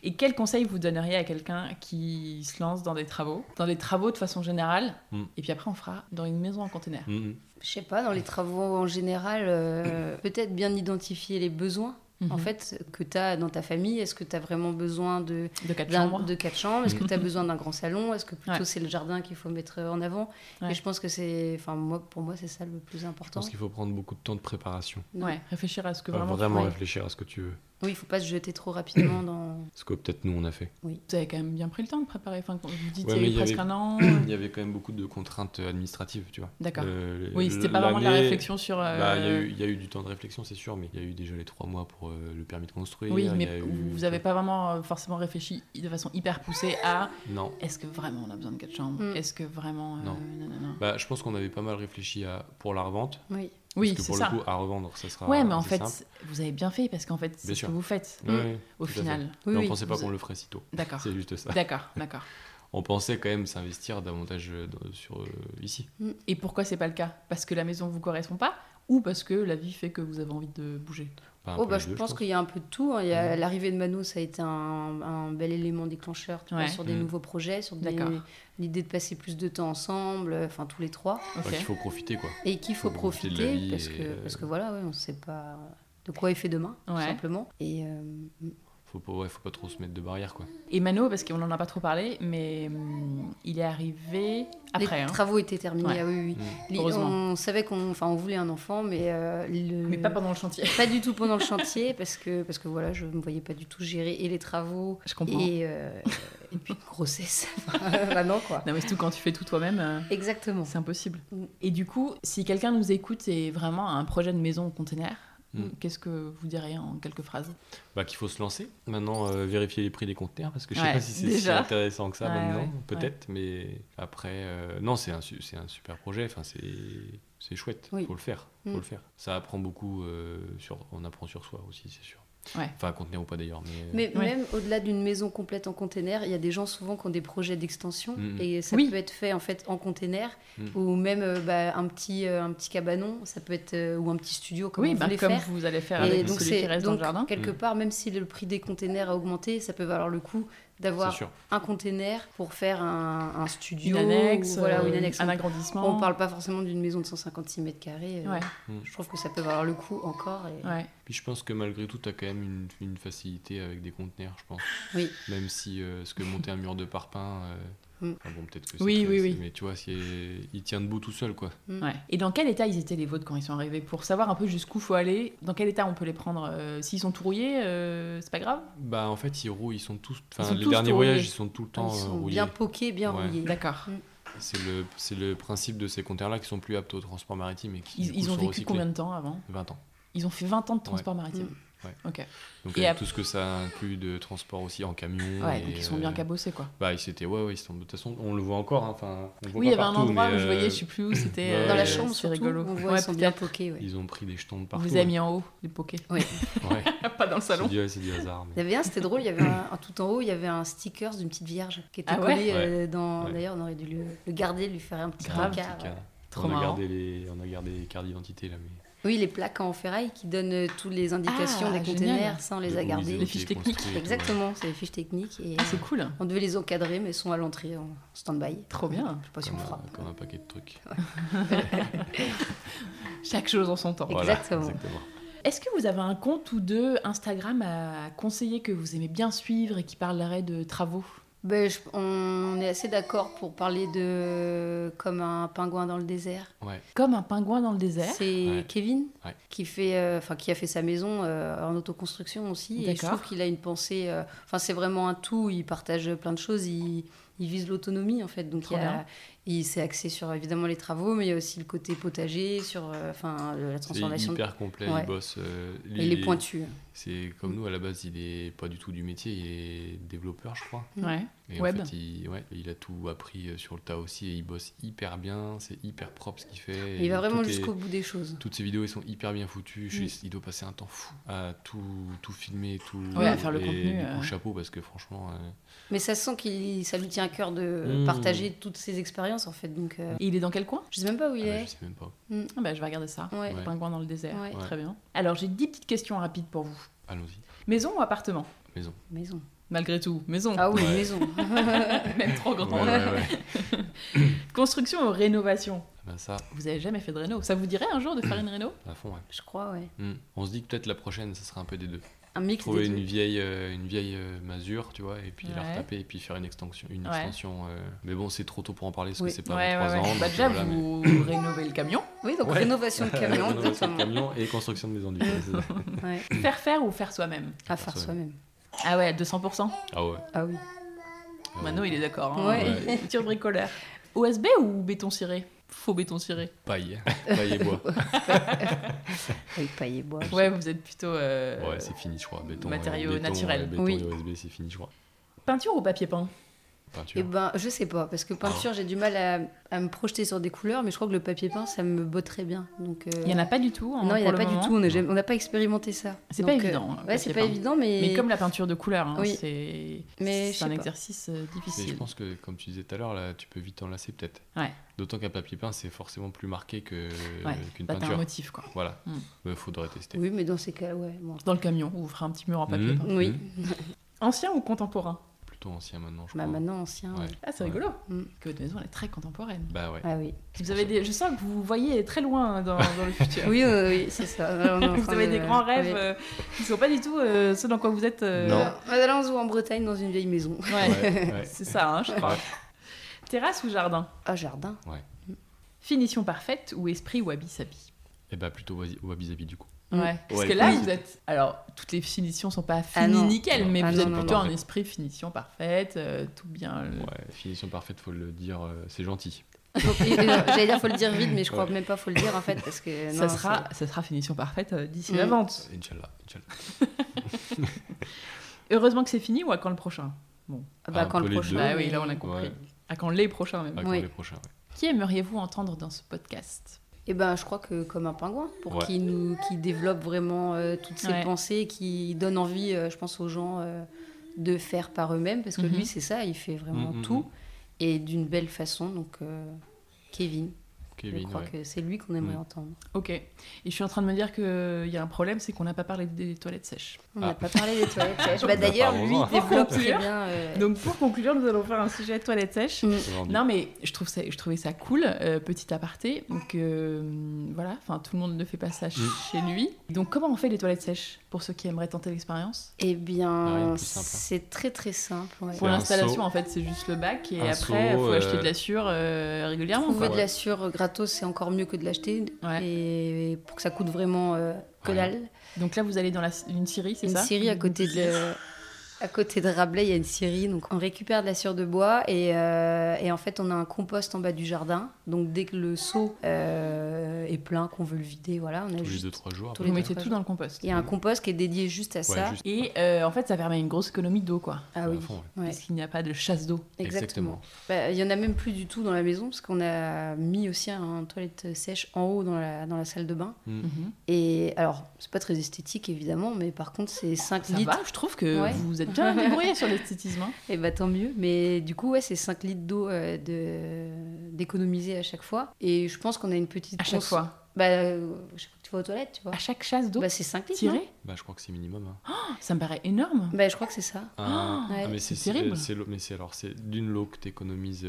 [SPEAKER 4] et quel conseil vous donneriez à quelqu'un qui se lance dans des travaux, dans des travaux de façon générale
[SPEAKER 2] Mm.
[SPEAKER 4] et puis après on fera dans une maison en conteneur.
[SPEAKER 2] Mm, mm.
[SPEAKER 3] Je sais pas, dans les travaux en général, euh, peut-être bien identifier les besoins. En
[SPEAKER 4] Mhm.
[SPEAKER 3] fait, que tu as dans ta famille, est-ce que tu as vraiment besoin de,
[SPEAKER 4] de quatre
[SPEAKER 3] d'un-
[SPEAKER 4] chambres.
[SPEAKER 3] de quatre chambres Est-ce que
[SPEAKER 2] Mhm.
[SPEAKER 3] tu as besoin d'un grand salon Est-ce que plutôt
[SPEAKER 4] Ouais.
[SPEAKER 3] c'est le jardin qu'il faut mettre en avant
[SPEAKER 4] Ouais.
[SPEAKER 3] Et je pense que c'est, enfin, moi, pour moi, c'est ça le plus important.
[SPEAKER 2] Je pense qu'il faut prendre beaucoup de temps de préparation.
[SPEAKER 4] Ouais, réfléchir à ce que
[SPEAKER 2] Pas
[SPEAKER 4] vraiment, tu
[SPEAKER 2] Ah, vraiment
[SPEAKER 4] voulais.
[SPEAKER 2] réfléchir à ce que tu veux.
[SPEAKER 3] Oui, il faut pas se jeter trop rapidement dans.
[SPEAKER 2] Ce que peut-être nous, on a fait.
[SPEAKER 4] Vous avez quand même bien pris le temps de préparer. Enfin, quand vous dites il
[SPEAKER 2] Ouais,
[SPEAKER 4] y a
[SPEAKER 2] mais
[SPEAKER 4] eu
[SPEAKER 2] il y
[SPEAKER 4] presque
[SPEAKER 2] avait-
[SPEAKER 4] un an.
[SPEAKER 2] il y avait quand même beaucoup de contraintes administratives, tu vois.
[SPEAKER 4] D'accord.
[SPEAKER 2] Euh,
[SPEAKER 4] oui, c'était pas vraiment de la
[SPEAKER 2] l'année-
[SPEAKER 4] réflexion sur. euh,
[SPEAKER 2] Bah, Il y a eu- il y, a eu du temps de réflexion, c'est sûr, mais il y a eu déjà les trois mois pour euh, le permis de construire.
[SPEAKER 4] Oui,
[SPEAKER 2] il y a
[SPEAKER 4] mais
[SPEAKER 2] eu-
[SPEAKER 4] vous n'avez pas vraiment euh, forcément réfléchi de façon hyper poussée à
[SPEAKER 2] Non.
[SPEAKER 4] est-ce que vraiment on a besoin de quatre chambres
[SPEAKER 3] Mm.
[SPEAKER 4] Est-ce que vraiment. euh,
[SPEAKER 2] Non.
[SPEAKER 4] nanana.
[SPEAKER 2] Bah, je pense qu'on avait pas mal réfléchi à pour la revente.
[SPEAKER 3] Oui.
[SPEAKER 4] Oui,
[SPEAKER 2] parce que
[SPEAKER 4] c'est
[SPEAKER 2] pour
[SPEAKER 4] ça.
[SPEAKER 2] le coup, à revendre, ça sera.
[SPEAKER 4] ouais, mais en
[SPEAKER 2] c'est
[SPEAKER 4] fait,
[SPEAKER 2] simple.
[SPEAKER 4] vous avez bien fait parce qu'en fait, c'est
[SPEAKER 2] Bien
[SPEAKER 4] ce
[SPEAKER 2] sûr.
[SPEAKER 4] que vous faites
[SPEAKER 2] Ouais, ouais,
[SPEAKER 4] au
[SPEAKER 2] tout à fait.
[SPEAKER 4] final.
[SPEAKER 3] Oui,
[SPEAKER 2] Mais
[SPEAKER 3] oui.
[SPEAKER 2] on pensait pas
[SPEAKER 4] Vous- Ah.
[SPEAKER 2] qu'on le ferait si tôt.
[SPEAKER 4] D'accord.
[SPEAKER 2] C'est juste ça.
[SPEAKER 4] D'accord, d'accord.
[SPEAKER 2] On pensait quand même s'investir davantage euh, dans- sur euh, ici.
[SPEAKER 4] Et pourquoi c'est pas le cas Parce que la maison vous correspond pas ou parce que la vie fait que vous avez envie de bouger
[SPEAKER 2] Enfin, un
[SPEAKER 3] Oh
[SPEAKER 2] peu
[SPEAKER 3] bah,
[SPEAKER 2] les
[SPEAKER 3] je
[SPEAKER 2] deux,
[SPEAKER 3] pense qu'il y a un peu de tout. hein. Il y a
[SPEAKER 2] Mhm.
[SPEAKER 3] l'arrivée de Mano, ça a été un, un bel élément déclencheur tu vois,
[SPEAKER 4] Ouais.
[SPEAKER 3] sur des
[SPEAKER 2] Mhm.
[SPEAKER 3] nouveaux projets, sur des-
[SPEAKER 4] D'accord.
[SPEAKER 3] l'idée de passer plus de temps ensemble, euh, enfin tous les trois,
[SPEAKER 4] Ok.
[SPEAKER 2] Enfin, qu'il faut profiter quoi.
[SPEAKER 3] et qu'il faut
[SPEAKER 2] Faut profiter de la
[SPEAKER 3] profiter
[SPEAKER 2] vie
[SPEAKER 3] parce
[SPEAKER 2] et,
[SPEAKER 3] que
[SPEAKER 2] euh,
[SPEAKER 3] parce que voilà, ouais, on sait pas de quoi est fait demain, tout
[SPEAKER 4] Ouais.
[SPEAKER 3] simplement. Et euh,
[SPEAKER 2] Faut pas, ouais, faut pas trop se mettre de barrières quoi.
[SPEAKER 4] Et Mano, parce qu'on en a pas trop parlé, mais hum, il est arrivé après.
[SPEAKER 3] les
[SPEAKER 4] hein.
[SPEAKER 3] travaux étaient terminés.
[SPEAKER 4] Ouais.
[SPEAKER 3] ah oui, oui.
[SPEAKER 2] Mm.
[SPEAKER 3] Les-
[SPEAKER 4] Heureusement.
[SPEAKER 3] On savait qu'on, enfin, on voulait un enfant, mais euh, le-
[SPEAKER 4] Mais pas pendant le chantier.
[SPEAKER 3] pas du tout pendant le chantier parce que parce que voilà, je me voyais pas du tout gérer et les travaux
[SPEAKER 4] Je comprends.
[SPEAKER 3] et, euh, et puis grossesse. Maintenant quoi.
[SPEAKER 4] Non, mais surtout quand tu fais tout toi-même. euh,
[SPEAKER 3] Exactement.
[SPEAKER 4] C'est impossible.
[SPEAKER 3] Mm.
[SPEAKER 4] Et du coup, si quelqu'un nous écoute et vraiment a un projet de maison en conteneur,
[SPEAKER 2] Mm.
[SPEAKER 4] qu'est-ce que vous diriez en quelques phrases
[SPEAKER 2] Bah, qu'il faut se lancer. Maintenant, euh, vérifier les prix des conteneurs parce que je sais
[SPEAKER 4] Ouais,
[SPEAKER 2] pas si c'est si
[SPEAKER 4] déjà.
[SPEAKER 2] intéressant que ça
[SPEAKER 4] Ouais,
[SPEAKER 2] maintenant,
[SPEAKER 4] ouais,
[SPEAKER 2] peut-être, mais après, euh, non, c'est un, su- c'est un super projet. Enfin, c'est c'est chouette.
[SPEAKER 3] Oui.
[SPEAKER 2] Faut le faire.
[SPEAKER 3] Mm.
[SPEAKER 2] Faut le faire. Ça apprend beaucoup. euh, sur, on apprend sur soi aussi, c'est sûr.
[SPEAKER 4] Ouais.
[SPEAKER 2] Enfin, conteneur ou pas d'ailleurs, mais. euh,
[SPEAKER 3] Mais
[SPEAKER 4] Ouais.
[SPEAKER 3] même au-delà d'une maison complète en container, il y a des gens souvent qui ont des projets d'extension
[SPEAKER 4] Mm,
[SPEAKER 2] Mhm.
[SPEAKER 3] et ça
[SPEAKER 4] Oui.
[SPEAKER 3] peut être fait en fait en container
[SPEAKER 4] Mm.
[SPEAKER 2] Mhm.
[SPEAKER 3] ou même euh, bah, un petit euh, un petit cabanon, ça peut être euh, ou un petit studio comme
[SPEAKER 4] Oui,
[SPEAKER 3] on
[SPEAKER 4] bah,
[SPEAKER 3] voulait
[SPEAKER 4] comme
[SPEAKER 3] faire.
[SPEAKER 4] vous allez faire
[SPEAKER 3] Et
[SPEAKER 4] avec
[SPEAKER 3] donc
[SPEAKER 4] celui qui
[SPEAKER 3] c'est
[SPEAKER 4] reste dans
[SPEAKER 3] donc
[SPEAKER 4] le jardin.
[SPEAKER 3] quelque
[SPEAKER 2] Mhm.
[SPEAKER 3] part même si le prix des containers a augmenté, ça peut valoir le coup d'avoir
[SPEAKER 2] sûr.
[SPEAKER 3] un container pour faire un, un studio,
[SPEAKER 4] Une annexe,
[SPEAKER 3] ou, voilà, ou une
[SPEAKER 4] euh,
[SPEAKER 3] annexe.
[SPEAKER 4] un agrandissement.
[SPEAKER 3] On parle pas forcément d'une maison de 156 mètres carrés. euh,
[SPEAKER 4] Ouais,
[SPEAKER 2] Mm.
[SPEAKER 3] Je trouve que ça peut valoir le coup encore. Et...
[SPEAKER 4] ouais.
[SPEAKER 2] Puis je pense que malgré tout, tu as quand même une, une facilité avec des conteneurs, je pense.
[SPEAKER 3] Oui.
[SPEAKER 2] Même si euh, ce que monter un mur de parpaing. euh,
[SPEAKER 3] Mm.
[SPEAKER 2] enfin bon, peut-être que c'est
[SPEAKER 4] Oui,
[SPEAKER 2] très-
[SPEAKER 4] oui, oui.
[SPEAKER 2] Mais tu vois, c'est- il tient debout tout seul, quoi.
[SPEAKER 3] Mm.
[SPEAKER 4] Ouais. Et dans quel état ils étaient les vôtres quand ils sont arrivés Pour savoir un peu jusqu'où faut aller, dans quel état on peut les prendre euh, S'ils sont tout rouillés, euh, c'est pas grave
[SPEAKER 2] Bah, en fait, ils rouillent, ils sont tous. Enfin,
[SPEAKER 4] sont
[SPEAKER 2] les
[SPEAKER 4] tous
[SPEAKER 2] derniers
[SPEAKER 4] rouillés.
[SPEAKER 2] voyages, ils sont tout le temps
[SPEAKER 3] Ils
[SPEAKER 2] euh,
[SPEAKER 3] sont
[SPEAKER 2] rouillés.
[SPEAKER 3] bien poqués, bien
[SPEAKER 2] Ouais.
[SPEAKER 3] rouillés.
[SPEAKER 4] D'accord.
[SPEAKER 2] C'est le, c'est le principe de ces conteneurs-là qui sont plus aptes au transport maritime et qui.
[SPEAKER 4] Ils,
[SPEAKER 2] du coup,
[SPEAKER 4] ils ont
[SPEAKER 2] sont
[SPEAKER 4] vécu
[SPEAKER 2] recyclés.
[SPEAKER 4] combien de temps avant
[SPEAKER 2] 20 ans.
[SPEAKER 4] Ils ont fait 20 ans de transport maritime.
[SPEAKER 2] Ouais.
[SPEAKER 4] Ok.
[SPEAKER 2] Donc,
[SPEAKER 4] Et
[SPEAKER 2] avec
[SPEAKER 4] ap-
[SPEAKER 2] tout ce que ça inclut de transport aussi en camion.
[SPEAKER 4] Ouais,
[SPEAKER 2] et,
[SPEAKER 4] donc ils sont bien
[SPEAKER 2] euh,
[SPEAKER 4] cabossés quoi.
[SPEAKER 2] Bah, ils s'étaient. Ouais, ouais, ils sont. De toute façon, on le voit encore. hein, Enfin, on le voit
[SPEAKER 4] Oui, il y
[SPEAKER 2] pas
[SPEAKER 4] avait un
[SPEAKER 2] partout,
[SPEAKER 4] endroit
[SPEAKER 2] mais,
[SPEAKER 4] où je voyais,
[SPEAKER 2] euh,
[SPEAKER 4] je sais plus où, c'était.
[SPEAKER 2] bah,
[SPEAKER 3] Dans la
[SPEAKER 2] Euh,
[SPEAKER 3] chambre,
[SPEAKER 4] c'est
[SPEAKER 3] surtout,
[SPEAKER 4] rigolo.
[SPEAKER 3] on voit,
[SPEAKER 4] Ouais,
[SPEAKER 3] ils sont bien
[SPEAKER 4] peut-être.
[SPEAKER 3] poqués. ouais.
[SPEAKER 2] Ils ont pris des jetons de
[SPEAKER 4] On
[SPEAKER 2] partout.
[SPEAKER 4] vous a mis en haut, les pokés.
[SPEAKER 2] Ouais.
[SPEAKER 3] Ah,
[SPEAKER 4] pas dans le salon.
[SPEAKER 2] C'est du, c'est du hasard.
[SPEAKER 3] Il y
[SPEAKER 2] mais-
[SPEAKER 3] en avait un, c'était drôle, il y avait un, un- tout en haut, il y avait un sticker d'une petite vierge qui était
[SPEAKER 4] Ah ouais
[SPEAKER 3] collée euh, dans.
[SPEAKER 2] Ouais.
[SPEAKER 3] D'ailleurs, on aurait dû le, le garder, lui faire un petit
[SPEAKER 4] Grave.
[SPEAKER 3] placard.
[SPEAKER 2] C'est
[SPEAKER 3] ouais.
[SPEAKER 2] carré.
[SPEAKER 4] Trop
[SPEAKER 2] on, a
[SPEAKER 4] marrant.
[SPEAKER 2] gardé les, on a gardé les cartes d'identité là, mais
[SPEAKER 3] Oui, les plaques en ferraille qui donnent euh, toutes les indications
[SPEAKER 4] Ah,
[SPEAKER 3] des
[SPEAKER 4] génial.
[SPEAKER 3] containers, ça on les
[SPEAKER 2] de
[SPEAKER 3] a
[SPEAKER 2] où ils
[SPEAKER 3] gardées.
[SPEAKER 2] ont
[SPEAKER 4] Les fiches
[SPEAKER 2] été
[SPEAKER 4] techniques.
[SPEAKER 2] construits et tout, ouais.
[SPEAKER 3] Exactement, c'est les fiches techniques et
[SPEAKER 4] Ah, c'est cool.
[SPEAKER 3] on devait les encadrer, mais elles sont à l'entrée en stand-by.
[SPEAKER 4] Trop bien.
[SPEAKER 3] Je sais pas si on
[SPEAKER 2] Comme, un-
[SPEAKER 3] frappe.
[SPEAKER 2] comme un paquet de trucs.
[SPEAKER 4] Chaque chose en son temps.
[SPEAKER 3] Et- Exactement.
[SPEAKER 4] Est-ce que vous avez un compte ou deux Instagram à conseiller que vous aimez bien suivre et qui parlerait de travaux
[SPEAKER 3] Ben, je- on est assez d'accord pour parler de comme un pingouin dans le désert.
[SPEAKER 2] Ouais.
[SPEAKER 4] Comme un pingouin dans le désert.
[SPEAKER 3] C'est
[SPEAKER 2] Ouais.
[SPEAKER 3] Kevin
[SPEAKER 2] Ouais.
[SPEAKER 3] qui fait, euh, enfin qui a fait sa maison euh, en autoconstruction aussi. Et je
[SPEAKER 4] D'accord.
[SPEAKER 3] trouve qu'il a une pensée. euh, Enfin, c'est vraiment un tout. Il partage plein de choses. Il, il vise l'autonomie en fait. Donc
[SPEAKER 4] Trop
[SPEAKER 3] il, y a-
[SPEAKER 4] bien.
[SPEAKER 3] il s'est axé sur évidemment les travaux, mais il y a aussi le côté potager, sur euh, enfin le- la
[SPEAKER 2] C'est
[SPEAKER 3] transformation.
[SPEAKER 2] hyper complet,
[SPEAKER 3] Ouais.
[SPEAKER 2] il bosse. euh, lui,
[SPEAKER 3] Et il
[SPEAKER 2] il
[SPEAKER 3] est
[SPEAKER 2] est-
[SPEAKER 3] pointu.
[SPEAKER 2] C'est comme nous, à la base, il est pas du tout du métier, il est développeur, je crois.
[SPEAKER 4] Ouais.
[SPEAKER 2] Et
[SPEAKER 4] Web.
[SPEAKER 2] en fait, il, ouais, il a tout appris euh, sur le tas aussi et il bosse hyper bien, c'est hyper propre ce qu'il fait.
[SPEAKER 3] Il
[SPEAKER 2] et
[SPEAKER 3] va vraiment
[SPEAKER 2] tout est-
[SPEAKER 3] jusqu'au bout Mm. des choses.
[SPEAKER 2] Toutes ses vidéos, elles sont hyper bien foutues. Je sais, il doit passer un temps fou à tout, tout filmer, tout.
[SPEAKER 4] Ouais, à faire le
[SPEAKER 2] et
[SPEAKER 4] contenu,
[SPEAKER 2] Du
[SPEAKER 4] euh.
[SPEAKER 2] coup, chapeau, parce que franchement, euh,
[SPEAKER 3] Mais ça sent qu'il, ça lui tient à cœur de
[SPEAKER 2] Mmh.
[SPEAKER 3] partager toutes ses expériences en fait. Donc euh,
[SPEAKER 4] Et il est dans quel coin
[SPEAKER 3] je sais même pas où il
[SPEAKER 2] ah bah,
[SPEAKER 3] est.
[SPEAKER 2] je sais même pas.
[SPEAKER 4] Ah bah, Je vais regarder ça.
[SPEAKER 3] Ouais.
[SPEAKER 2] Ouais.
[SPEAKER 4] Pingouin dans le désert.
[SPEAKER 3] Ouais.
[SPEAKER 4] Très bien. Alors j'ai 10 petites questions rapides pour vous.
[SPEAKER 2] Allons-y,
[SPEAKER 4] Maison ou appartement
[SPEAKER 2] maison.
[SPEAKER 3] Maison.
[SPEAKER 4] Malgré tout, maison.
[SPEAKER 3] Ah oui,
[SPEAKER 2] Ouais.
[SPEAKER 3] maison.
[SPEAKER 4] Même trop grand.
[SPEAKER 2] Ouais, ouais, ouais.
[SPEAKER 4] Construction ou rénovation
[SPEAKER 2] Ah bah, ça,
[SPEAKER 4] Vous avez jamais fait de réno. Ça vous dirait un jour de faire une réno
[SPEAKER 2] à fond, ouais.
[SPEAKER 3] Je crois, ouais.
[SPEAKER 2] Hmm. On se dit que peut-être la prochaine, ça sera un peu des deux.
[SPEAKER 3] Un mix
[SPEAKER 2] Trouver
[SPEAKER 3] des deux.
[SPEAKER 2] une vieille, euh, une vieille euh, masure, tu vois, et puis la
[SPEAKER 4] Ouais.
[SPEAKER 2] retaper, et puis faire une extension. Une
[SPEAKER 4] Ouais.
[SPEAKER 2] extension euh, Mais bon, c'est trop tôt pour en parler, parce
[SPEAKER 3] Oui.
[SPEAKER 2] que c'est pas
[SPEAKER 4] Ouais,
[SPEAKER 2] avant
[SPEAKER 4] ouais,
[SPEAKER 2] 3
[SPEAKER 4] ouais.
[SPEAKER 2] ans.
[SPEAKER 4] Bah,
[SPEAKER 2] donc
[SPEAKER 4] déjà,
[SPEAKER 2] voilà, mais-
[SPEAKER 4] vous rénovez le camion.
[SPEAKER 3] Oui, donc
[SPEAKER 2] Ouais.
[SPEAKER 3] rénovation de camion,
[SPEAKER 2] Rénovation de
[SPEAKER 3] exactement.
[SPEAKER 2] camion et construction de maison du coup, c'est-
[SPEAKER 3] Ouais.
[SPEAKER 4] Faire faire ou faire soi-même
[SPEAKER 3] À faire
[SPEAKER 2] soi-même.
[SPEAKER 3] soi-même.
[SPEAKER 4] Ah ouais, 200%.
[SPEAKER 2] Ah ouais.
[SPEAKER 3] Ah oui.
[SPEAKER 2] Ah
[SPEAKER 4] Mano,
[SPEAKER 2] ouais.
[SPEAKER 4] il est d'accord. Hein.
[SPEAKER 3] Ouais.
[SPEAKER 4] Ouais. Futur bricoleur. OSB ou béton ciré Faux béton ciré.
[SPEAKER 2] Paille. Paille et bois.
[SPEAKER 3] Avec paille et bois.
[SPEAKER 4] Ouais, vous êtes plutôt. euh,
[SPEAKER 2] Ouais, c'est fini, je crois. Béton,
[SPEAKER 4] matériaux
[SPEAKER 2] euh, béton,
[SPEAKER 4] naturels.
[SPEAKER 2] ouais, béton
[SPEAKER 3] Oui.
[SPEAKER 2] et OSB, c'est fini, je crois.
[SPEAKER 4] Peinture ou papier peint
[SPEAKER 2] Peinture.
[SPEAKER 3] Et ben, je sais pas, parce que peinture, j'ai du mal à, à me projeter sur des couleurs, mais je crois que le papier peint, ça me botterait bien. Donc, euh,
[SPEAKER 4] Il n'y en a pas du tout. hein,
[SPEAKER 3] non, il n'y en a
[SPEAKER 4] pour
[SPEAKER 3] pas
[SPEAKER 4] le
[SPEAKER 3] du
[SPEAKER 4] moment.
[SPEAKER 3] tout. On n'a jamais- on n'a pas expérimenté ça.
[SPEAKER 4] C'est
[SPEAKER 3] Donc,
[SPEAKER 4] pas
[SPEAKER 3] euh,
[SPEAKER 4] évident. le
[SPEAKER 3] Ouais, c'est
[SPEAKER 4] papier
[SPEAKER 3] pas
[SPEAKER 4] peint.
[SPEAKER 3] évident, mais.
[SPEAKER 4] Mais comme la peinture de couleur, hein,
[SPEAKER 3] Oui.
[SPEAKER 4] c'est
[SPEAKER 3] Mais je
[SPEAKER 4] c'est
[SPEAKER 3] sais
[SPEAKER 4] un
[SPEAKER 3] pas.
[SPEAKER 4] exercice euh,
[SPEAKER 2] Mais je
[SPEAKER 4] difficile.
[SPEAKER 2] pense que, comme tu disais tout à l'heure, là, tu peux vite t'en lasser peut-être.
[SPEAKER 4] Ouais.
[SPEAKER 2] D'autant qu'un papier peint, c'est forcément plus marqué que- euh,
[SPEAKER 4] Ouais.
[SPEAKER 2] qu'une
[SPEAKER 4] Bah, t'as un
[SPEAKER 2] peinture.
[SPEAKER 4] motif quoi.
[SPEAKER 2] Voilà.
[SPEAKER 4] Mm.
[SPEAKER 2] Mais faudrait tester.
[SPEAKER 3] Oui, mais dans ces cas, ouais. bon.
[SPEAKER 4] Dans le camion, vous ferez un petit mur en papier
[SPEAKER 2] Mhm.
[SPEAKER 4] peint.
[SPEAKER 3] Oui,
[SPEAKER 4] Ancien ou contemporain
[SPEAKER 2] Plutôt ancien maintenant, je
[SPEAKER 3] bah,
[SPEAKER 2] crois.
[SPEAKER 3] maintenant ancien.
[SPEAKER 2] Mmh. Ouais.
[SPEAKER 4] Ah, c'est
[SPEAKER 2] Ouais.
[SPEAKER 4] rigolo.
[SPEAKER 3] Mm.
[SPEAKER 4] Que votre maison elle est très contemporaine.
[SPEAKER 2] Bah ouais.
[SPEAKER 3] Ah oui.
[SPEAKER 4] Vous avez des... Je sens que vous voyez très loin dans, dans le futur.
[SPEAKER 3] Oui, oui, oui, c'est ça. Là, on est en
[SPEAKER 4] Vous
[SPEAKER 3] train
[SPEAKER 4] avez
[SPEAKER 3] de-
[SPEAKER 4] des grands rêves
[SPEAKER 3] Ouais.
[SPEAKER 4] euh, qui ne sont pas du tout euh, ceux dans quoi vous êtes. euh,
[SPEAKER 2] Non.
[SPEAKER 3] Euh, Madeleine, on se voit en Bretagne dans une vieille maison.
[SPEAKER 4] Ouais,
[SPEAKER 2] Ouais, ouais.
[SPEAKER 4] c'est ça, hein, je crois.
[SPEAKER 2] Ouais.
[SPEAKER 4] Terrasse ou jardin
[SPEAKER 3] Ah, jardin.
[SPEAKER 4] Finition parfaite ou esprit wabi-sabi
[SPEAKER 2] Et bah plutôt wasi- wabi-sabi du coup.
[SPEAKER 3] Mm.
[SPEAKER 4] Ouais, parce
[SPEAKER 2] Ouais,
[SPEAKER 4] que là,
[SPEAKER 2] oui.
[SPEAKER 4] vous êtes. Alors, toutes les finitions sont pas
[SPEAKER 3] Ah
[SPEAKER 4] finies
[SPEAKER 3] non.
[SPEAKER 4] nickel, mais
[SPEAKER 3] Ah
[SPEAKER 4] vous
[SPEAKER 3] non,
[SPEAKER 4] êtes
[SPEAKER 3] non,
[SPEAKER 4] plutôt
[SPEAKER 2] non.
[SPEAKER 4] un esprit finition parfaite, euh, tout bien. euh,
[SPEAKER 2] Ouais, finition parfaite, faut le dire, euh, c'est gentil.
[SPEAKER 3] Faut- et- et non, J'allais dire, faut le dire vite, mais je crois
[SPEAKER 2] Ouais.
[SPEAKER 3] même pas faut le dire en fait, parce que.
[SPEAKER 4] Ça,
[SPEAKER 3] non,
[SPEAKER 4] sera, ça sera finition parfaite euh, d'ici
[SPEAKER 3] Mm.
[SPEAKER 4] la vente.
[SPEAKER 2] Inch'Allah, Inch'Allah.
[SPEAKER 4] Heureusement que c'est fini ou à quand le prochain
[SPEAKER 3] c'est- Bah,
[SPEAKER 2] un
[SPEAKER 3] quand
[SPEAKER 2] peu
[SPEAKER 3] le
[SPEAKER 2] les
[SPEAKER 3] prochain.
[SPEAKER 2] deux.
[SPEAKER 4] Ah oui, là, on a compris.
[SPEAKER 2] Ouais,
[SPEAKER 4] À quand les prochains, même.
[SPEAKER 2] à quand
[SPEAKER 3] Oui.
[SPEAKER 2] les prochains. ouais.
[SPEAKER 4] Qui aimeriez-vous entendre dans ce podcast
[SPEAKER 3] Et ben, je crois que comme un pingouin, pour
[SPEAKER 2] Ouais.
[SPEAKER 3] qu'il nous, qui développe vraiment euh, toutes ses
[SPEAKER 4] Ouais.
[SPEAKER 3] pensées, qui donne envie, euh, je pense, aux gens euh, de faire par eux-mêmes, parce que
[SPEAKER 4] Mhm.
[SPEAKER 3] lui, c'est ça, il fait vraiment
[SPEAKER 2] Mhm,
[SPEAKER 3] tout et d'une belle façon. Donc, euh, Kevin, je
[SPEAKER 2] Kevin,
[SPEAKER 3] crois
[SPEAKER 2] ouais.
[SPEAKER 3] que c'est lui qu'on aimerait
[SPEAKER 2] Mm.
[SPEAKER 3] entendre.
[SPEAKER 4] Ok. Et je suis en train de me dire qu'il y a un problème, c'est qu'on n'a pas parlé des toilettes sèches.
[SPEAKER 3] On n'a
[SPEAKER 2] Ah.
[SPEAKER 3] pas parlé des toilettes sèches. Bah,
[SPEAKER 2] Bah,
[SPEAKER 3] D'ailleurs, lui
[SPEAKER 2] parlons-en.
[SPEAKER 3] développe
[SPEAKER 4] Pour
[SPEAKER 3] très
[SPEAKER 4] conclure.
[SPEAKER 3] bien. euh,
[SPEAKER 4] Donc pour conclure, nous allons faire un sujet toilettes sèches.
[SPEAKER 3] Mm.
[SPEAKER 2] C'est vendu.
[SPEAKER 4] Non mais je trouve ça, je trouvais ça cool, euh, petit aparté. Donc euh, voilà, enfin tout le monde ne fait pas ça chez lui. Donc comment on fait les toilettes sèches pour ceux qui aimeraient tenter l'expérience
[SPEAKER 3] Eh
[SPEAKER 2] Ah, rien de
[SPEAKER 3] bien,
[SPEAKER 2] plus simple, hein.
[SPEAKER 3] c'est très très simple. ouais.
[SPEAKER 4] Pour
[SPEAKER 2] un
[SPEAKER 4] l'installation
[SPEAKER 2] seau.
[SPEAKER 4] en fait, c'est juste le bac et
[SPEAKER 2] Un
[SPEAKER 4] après
[SPEAKER 2] seau,
[SPEAKER 4] faut
[SPEAKER 2] euh,
[SPEAKER 4] acheter de la sûre euh, régulièrement.
[SPEAKER 3] Trouver
[SPEAKER 4] quoi.
[SPEAKER 3] de la sûre gratos, c'est encore mieux que de l'acheter.
[SPEAKER 4] Ouais.
[SPEAKER 3] Et pour que ça coûte vraiment euh, que
[SPEAKER 2] Ouais.
[SPEAKER 3] dalle.
[SPEAKER 4] Donc là vous allez dans la, une scierie, c'est
[SPEAKER 3] une
[SPEAKER 4] ça
[SPEAKER 3] scierie à côté de à côté de Rabelais, il y a une scierie. Donc on récupère de la sciure de bois et, euh, et en fait on a un compost en bas du jardin. Donc dès que le seau euh, est plein, qu'on veut le vider, voilà, on a
[SPEAKER 2] Tous les
[SPEAKER 3] juste.
[SPEAKER 2] 2-3 jours. à
[SPEAKER 3] tous
[SPEAKER 2] peu
[SPEAKER 4] Vous
[SPEAKER 3] les
[SPEAKER 2] près.
[SPEAKER 4] mettez tout dans le compost.
[SPEAKER 3] Il y a un compost qui est dédié juste à ça.
[SPEAKER 2] Ouais, juste
[SPEAKER 4] Et euh, en fait ça permet une grosse économie d'eau quoi.
[SPEAKER 3] Ah
[SPEAKER 2] à
[SPEAKER 3] oui,
[SPEAKER 2] fond, ouais.
[SPEAKER 3] ouais,
[SPEAKER 4] Parce qu'il n'y a pas de chasse d'eau.
[SPEAKER 3] exactement. Bah, Il y en a même plus du tout dans la maison parce qu'on a mis aussi un toilette sèche en haut dans la, dans la salle de bain.
[SPEAKER 2] Mm.
[SPEAKER 4] Mhm.
[SPEAKER 3] Et alors, c'est pas très esthétique évidemment, mais par contre, c'est 5
[SPEAKER 4] Ça
[SPEAKER 3] litres.
[SPEAKER 4] va, je trouve que
[SPEAKER 3] Ouais.
[SPEAKER 4] vous êtes bien débrouillés sur l'esthétisme. hein.
[SPEAKER 3] Et bah tant mieux, mais du coup ouais c'est 5 litres d'eau euh, de- d'économiser à chaque fois. Et je pense qu'on a une petite...
[SPEAKER 4] À chaque
[SPEAKER 3] cons-
[SPEAKER 4] fois.
[SPEAKER 3] Bah euh, chaque fois que tu vas aux toilettes, tu vois.
[SPEAKER 4] À chaque chasse d'eau
[SPEAKER 3] Bah c'est 5 litres. non
[SPEAKER 4] tirée
[SPEAKER 2] Bah, je crois que c'est minimum. hein.
[SPEAKER 4] Ça me paraît énorme.
[SPEAKER 3] bah je crois que c'est ça.
[SPEAKER 2] Ah,
[SPEAKER 3] Oh, ouais,
[SPEAKER 2] ah, mais
[SPEAKER 4] c'est
[SPEAKER 2] c'est
[SPEAKER 4] terrible.
[SPEAKER 2] c'est- c'est l'eau- Mais c'est alors, c'est d'une l'eau que tu économises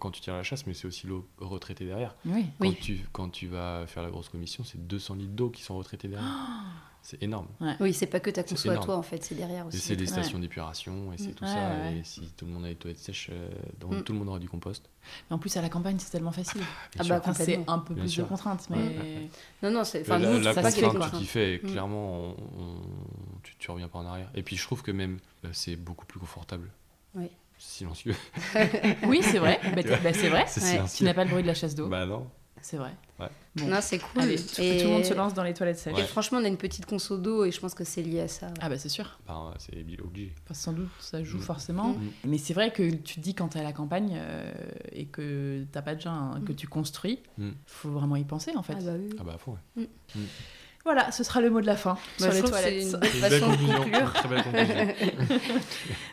[SPEAKER 2] quand tu tires la chasse, mais c'est aussi l'eau retraitée derrière.
[SPEAKER 4] Oui.
[SPEAKER 2] Quand,
[SPEAKER 3] Oui.
[SPEAKER 2] tu, quand tu vas faire la grosse commission, c'est 200 litres d'eau qui sont retraités derrière.
[SPEAKER 3] Oh.
[SPEAKER 2] C'est énorme.
[SPEAKER 3] Oui, c'est pas que ta
[SPEAKER 2] C'est
[SPEAKER 3] conso à
[SPEAKER 2] énorme.
[SPEAKER 3] toi en fait, c'est derrière
[SPEAKER 2] Et
[SPEAKER 3] aussi.
[SPEAKER 2] c'est des
[SPEAKER 4] trucs-
[SPEAKER 2] stations d'épuration et c'est tout
[SPEAKER 4] Ouais,
[SPEAKER 2] ça.
[SPEAKER 4] ouais.
[SPEAKER 2] Et si tout le monde a des toilettes sèches, euh, donc
[SPEAKER 3] Mm.
[SPEAKER 2] tout le monde aura du compost.
[SPEAKER 4] Mais en plus, à la campagne, c'est tellement facile.
[SPEAKER 2] Bien
[SPEAKER 3] Ah
[SPEAKER 2] sûr.
[SPEAKER 3] bah,
[SPEAKER 4] Enfin, c'est
[SPEAKER 3] complètement.
[SPEAKER 4] un peu
[SPEAKER 2] Bien
[SPEAKER 4] plus de
[SPEAKER 2] sûr.
[SPEAKER 4] contraintes, mais.
[SPEAKER 2] Ouais, ouais, ouais.
[SPEAKER 3] Non, non, c'est... Enfin,
[SPEAKER 2] la
[SPEAKER 3] nous,
[SPEAKER 2] la
[SPEAKER 3] c'est pas que les
[SPEAKER 2] contrainte que
[SPEAKER 3] contraintes.
[SPEAKER 2] tu fais, et
[SPEAKER 3] Mm.
[SPEAKER 2] clairement, on- on- tu, tu reviens pas en arrière. Et puis je trouve que même, euh, c'est beaucoup plus confortable.
[SPEAKER 3] Oui.
[SPEAKER 2] Silencieux.
[SPEAKER 4] Oui, c'est vrai. Bah, t'es- bah, c'est vrai.
[SPEAKER 2] c'est
[SPEAKER 3] Ouais.
[SPEAKER 4] Tu
[SPEAKER 2] silencieux.
[SPEAKER 4] n'as pas le bruit de la chasse d'eau.
[SPEAKER 2] Bah non.
[SPEAKER 4] C'est vrai.
[SPEAKER 3] Non, c'est cool.
[SPEAKER 4] Allez, tout- que tout le monde se lance dans les toilettes sèches.
[SPEAKER 3] Et franchement, on a une petite conso d'eau et je pense que c'est lié à ça. ouais.
[SPEAKER 4] Ah bah c'est sûr,
[SPEAKER 2] Bah, c'est obligé.
[SPEAKER 4] Enfin, sans doute ça joue
[SPEAKER 2] Mm.
[SPEAKER 4] forcément.
[SPEAKER 2] Mm.
[SPEAKER 4] Mais c'est vrai que tu te dis quand t'es à la campagne euh, et que t'as pas déjà un- que tu construis,
[SPEAKER 2] Mm.
[SPEAKER 4] faut vraiment y penser en fait.
[SPEAKER 3] Ah bah oui.
[SPEAKER 2] Ah bah à fond, ouais.
[SPEAKER 4] Voilà, ce sera le mot de la fin
[SPEAKER 3] Bah,
[SPEAKER 4] sur
[SPEAKER 3] je
[SPEAKER 4] les
[SPEAKER 3] trouve que c'est
[SPEAKER 4] toilettes.
[SPEAKER 3] une belle
[SPEAKER 2] C'est une belle
[SPEAKER 3] façon de
[SPEAKER 2] conclusion,
[SPEAKER 3] conclure.
[SPEAKER 2] une Très belle conclusion.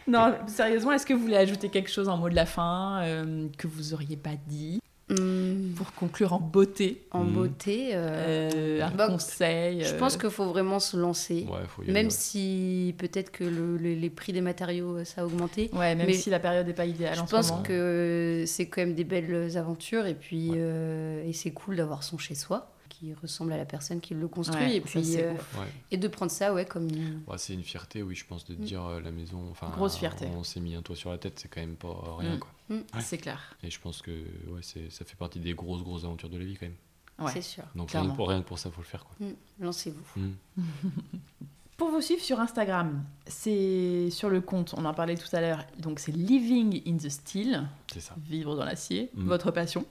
[SPEAKER 4] Non, sérieusement, est-ce que vous voulez ajouter quelque chose en mot de la fin euh, que vous auriez pas dit
[SPEAKER 3] Hum,
[SPEAKER 4] pour conclure en beauté
[SPEAKER 3] En
[SPEAKER 2] Mhm.
[SPEAKER 3] beauté, euh,
[SPEAKER 4] euh, Un
[SPEAKER 3] Bah,
[SPEAKER 4] conseil
[SPEAKER 3] je
[SPEAKER 4] euh,
[SPEAKER 3] pense qu'il faut vraiment se lancer.
[SPEAKER 2] Ouais, faut y aller,
[SPEAKER 3] Même
[SPEAKER 2] ouais.
[SPEAKER 3] si peut-être que le- le- les prix des matériaux, euh, ça a augmenté.
[SPEAKER 4] Ouais, même
[SPEAKER 3] Mais-
[SPEAKER 4] si la période n'est pas idéale
[SPEAKER 3] Je
[SPEAKER 4] en ce
[SPEAKER 3] pense
[SPEAKER 4] moment.
[SPEAKER 3] que c'est quand même des belles aventures et puis
[SPEAKER 2] Ouais.
[SPEAKER 3] euh, et c'est cool d'avoir son chez soi qui ressemble à la personne qui le construit
[SPEAKER 4] Ouais,
[SPEAKER 3] et
[SPEAKER 4] ça,
[SPEAKER 3] puis
[SPEAKER 4] c'est
[SPEAKER 3] euh,
[SPEAKER 4] ouf.
[SPEAKER 2] Ouais.
[SPEAKER 3] et de prendre ça ouais comme une-
[SPEAKER 2] Ouais, c'est une fierté, oui, je pense, de te
[SPEAKER 3] Mm.
[SPEAKER 2] dire euh, la maison. Enfin,
[SPEAKER 4] Grosse fierté.
[SPEAKER 2] On s'est mis un toit sur la tête, c'est quand même pas rien,
[SPEAKER 4] Mm.
[SPEAKER 2] quoi. Ouais.
[SPEAKER 4] C'est clair.
[SPEAKER 2] Et je pense que ouais, c'est- ça fait partie des grosses, grosses aventures de la vie, quand même.
[SPEAKER 4] Ouais.
[SPEAKER 3] c'est sûr.
[SPEAKER 2] Donc rien
[SPEAKER 4] Clairement.
[SPEAKER 2] que, pour, rien que pour ça, faut le faire, quoi.
[SPEAKER 3] Mm. Lancez-vous.
[SPEAKER 2] Mm.
[SPEAKER 4] Pour vous suivre sur Instagram, c'est sur le compte, on en parlait tout à l'heure, donc c'est Living in the Steel,
[SPEAKER 2] C'est ça.
[SPEAKER 4] vivre dans l'acier,
[SPEAKER 2] Mm.
[SPEAKER 4] votre passion.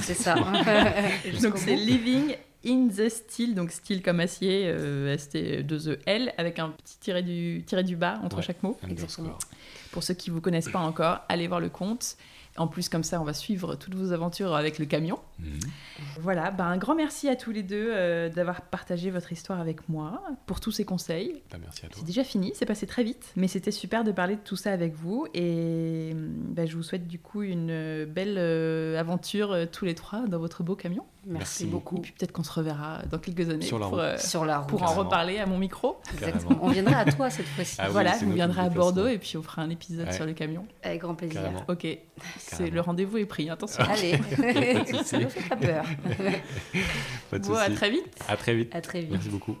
[SPEAKER 3] c'est ça.
[SPEAKER 4] Donc c'est Living in the Steel, donc steel comme acier, euh, ST2EL, avec un petit tiré du, tiré du bas entre
[SPEAKER 2] Ouais.
[SPEAKER 4] chaque mot.
[SPEAKER 3] Exactement.
[SPEAKER 2] Underscore.
[SPEAKER 4] Pour ceux qui ne vous connaissent pas encore, allez voir le compte. En plus, comme ça, on va suivre toutes vos aventures avec le camion.
[SPEAKER 2] Mm.
[SPEAKER 4] Voilà, bah, un grand merci à tous les deux euh, d'avoir partagé votre histoire avec moi, pour tous ces conseils.
[SPEAKER 2] Bah, merci à toi.
[SPEAKER 4] C'est déjà fini, c'est passé très vite, mais c'était super de parler de tout ça avec vous et hum, bah, je vous souhaite du coup une euh, belle euh, aventure euh, tous les trois dans votre beau camion.
[SPEAKER 3] Merci
[SPEAKER 2] Merci
[SPEAKER 3] beaucoup.
[SPEAKER 4] Et puis peut-être qu'on se reverra dans quelques années
[SPEAKER 2] Sur la
[SPEAKER 4] pour,
[SPEAKER 2] route.
[SPEAKER 4] euh,
[SPEAKER 3] Sur la route.
[SPEAKER 4] pour en
[SPEAKER 2] Carrément.
[SPEAKER 4] reparler à mon micro.
[SPEAKER 3] Exactement.
[SPEAKER 2] Carrément.
[SPEAKER 3] On viendra à toi cette fois-ci.
[SPEAKER 2] Ah oui,
[SPEAKER 4] voilà,
[SPEAKER 2] c'est
[SPEAKER 4] vous
[SPEAKER 2] nous qui
[SPEAKER 4] viendrez
[SPEAKER 2] nous
[SPEAKER 4] à Bordeaux
[SPEAKER 2] déplacerons.
[SPEAKER 4] et puis on fera un épisode
[SPEAKER 2] Ouais.
[SPEAKER 4] sur le camion.
[SPEAKER 3] Avec grand plaisir.
[SPEAKER 2] Carrément.
[SPEAKER 4] Ok, c'est
[SPEAKER 2] Carrément.
[SPEAKER 4] le rendez-vous est pris, attention.
[SPEAKER 3] Allez.
[SPEAKER 2] souci.
[SPEAKER 3] ça nous fait pas peur.
[SPEAKER 2] Pas de
[SPEAKER 4] Bon, à
[SPEAKER 2] soucis.
[SPEAKER 4] très vite.
[SPEAKER 2] à très vite.
[SPEAKER 3] À très vite.
[SPEAKER 2] Merci beaucoup.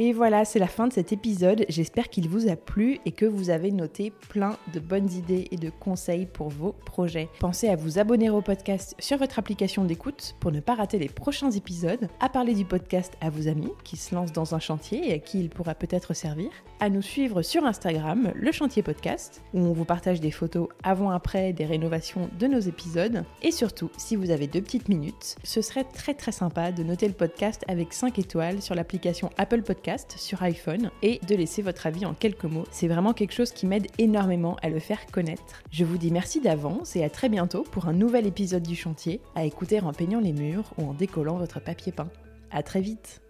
[SPEAKER 1] Et voilà, c'est la fin de cet épisode. J'espère qu'il vous a plu et que vous avez noté plein de bonnes idées et de conseils pour vos projets. Pensez à vous abonner au podcast sur votre application d'écoute pour ne pas rater les prochains épisodes, à parler du podcast à vos amis qui se lancent dans un chantier et à qui il pourra peut-être servir, à nous suivre sur Instagram, le chantier podcast, où on vous partage des photos avant-après des rénovations de nos épisodes. Et surtout, si vous avez deux petites minutes, ce serait très très sympa de noter le podcast avec 5 étoiles sur l'application Apple Podcast sur iPhone et de laisser votre avis en quelques mots. C'est vraiment quelque chose qui m'aide énormément à le faire connaître. Je vous dis merci d'avance et à très bientôt pour un nouvel épisode du chantier à écouter en peignant les murs ou en décollant votre papier peint. À très vite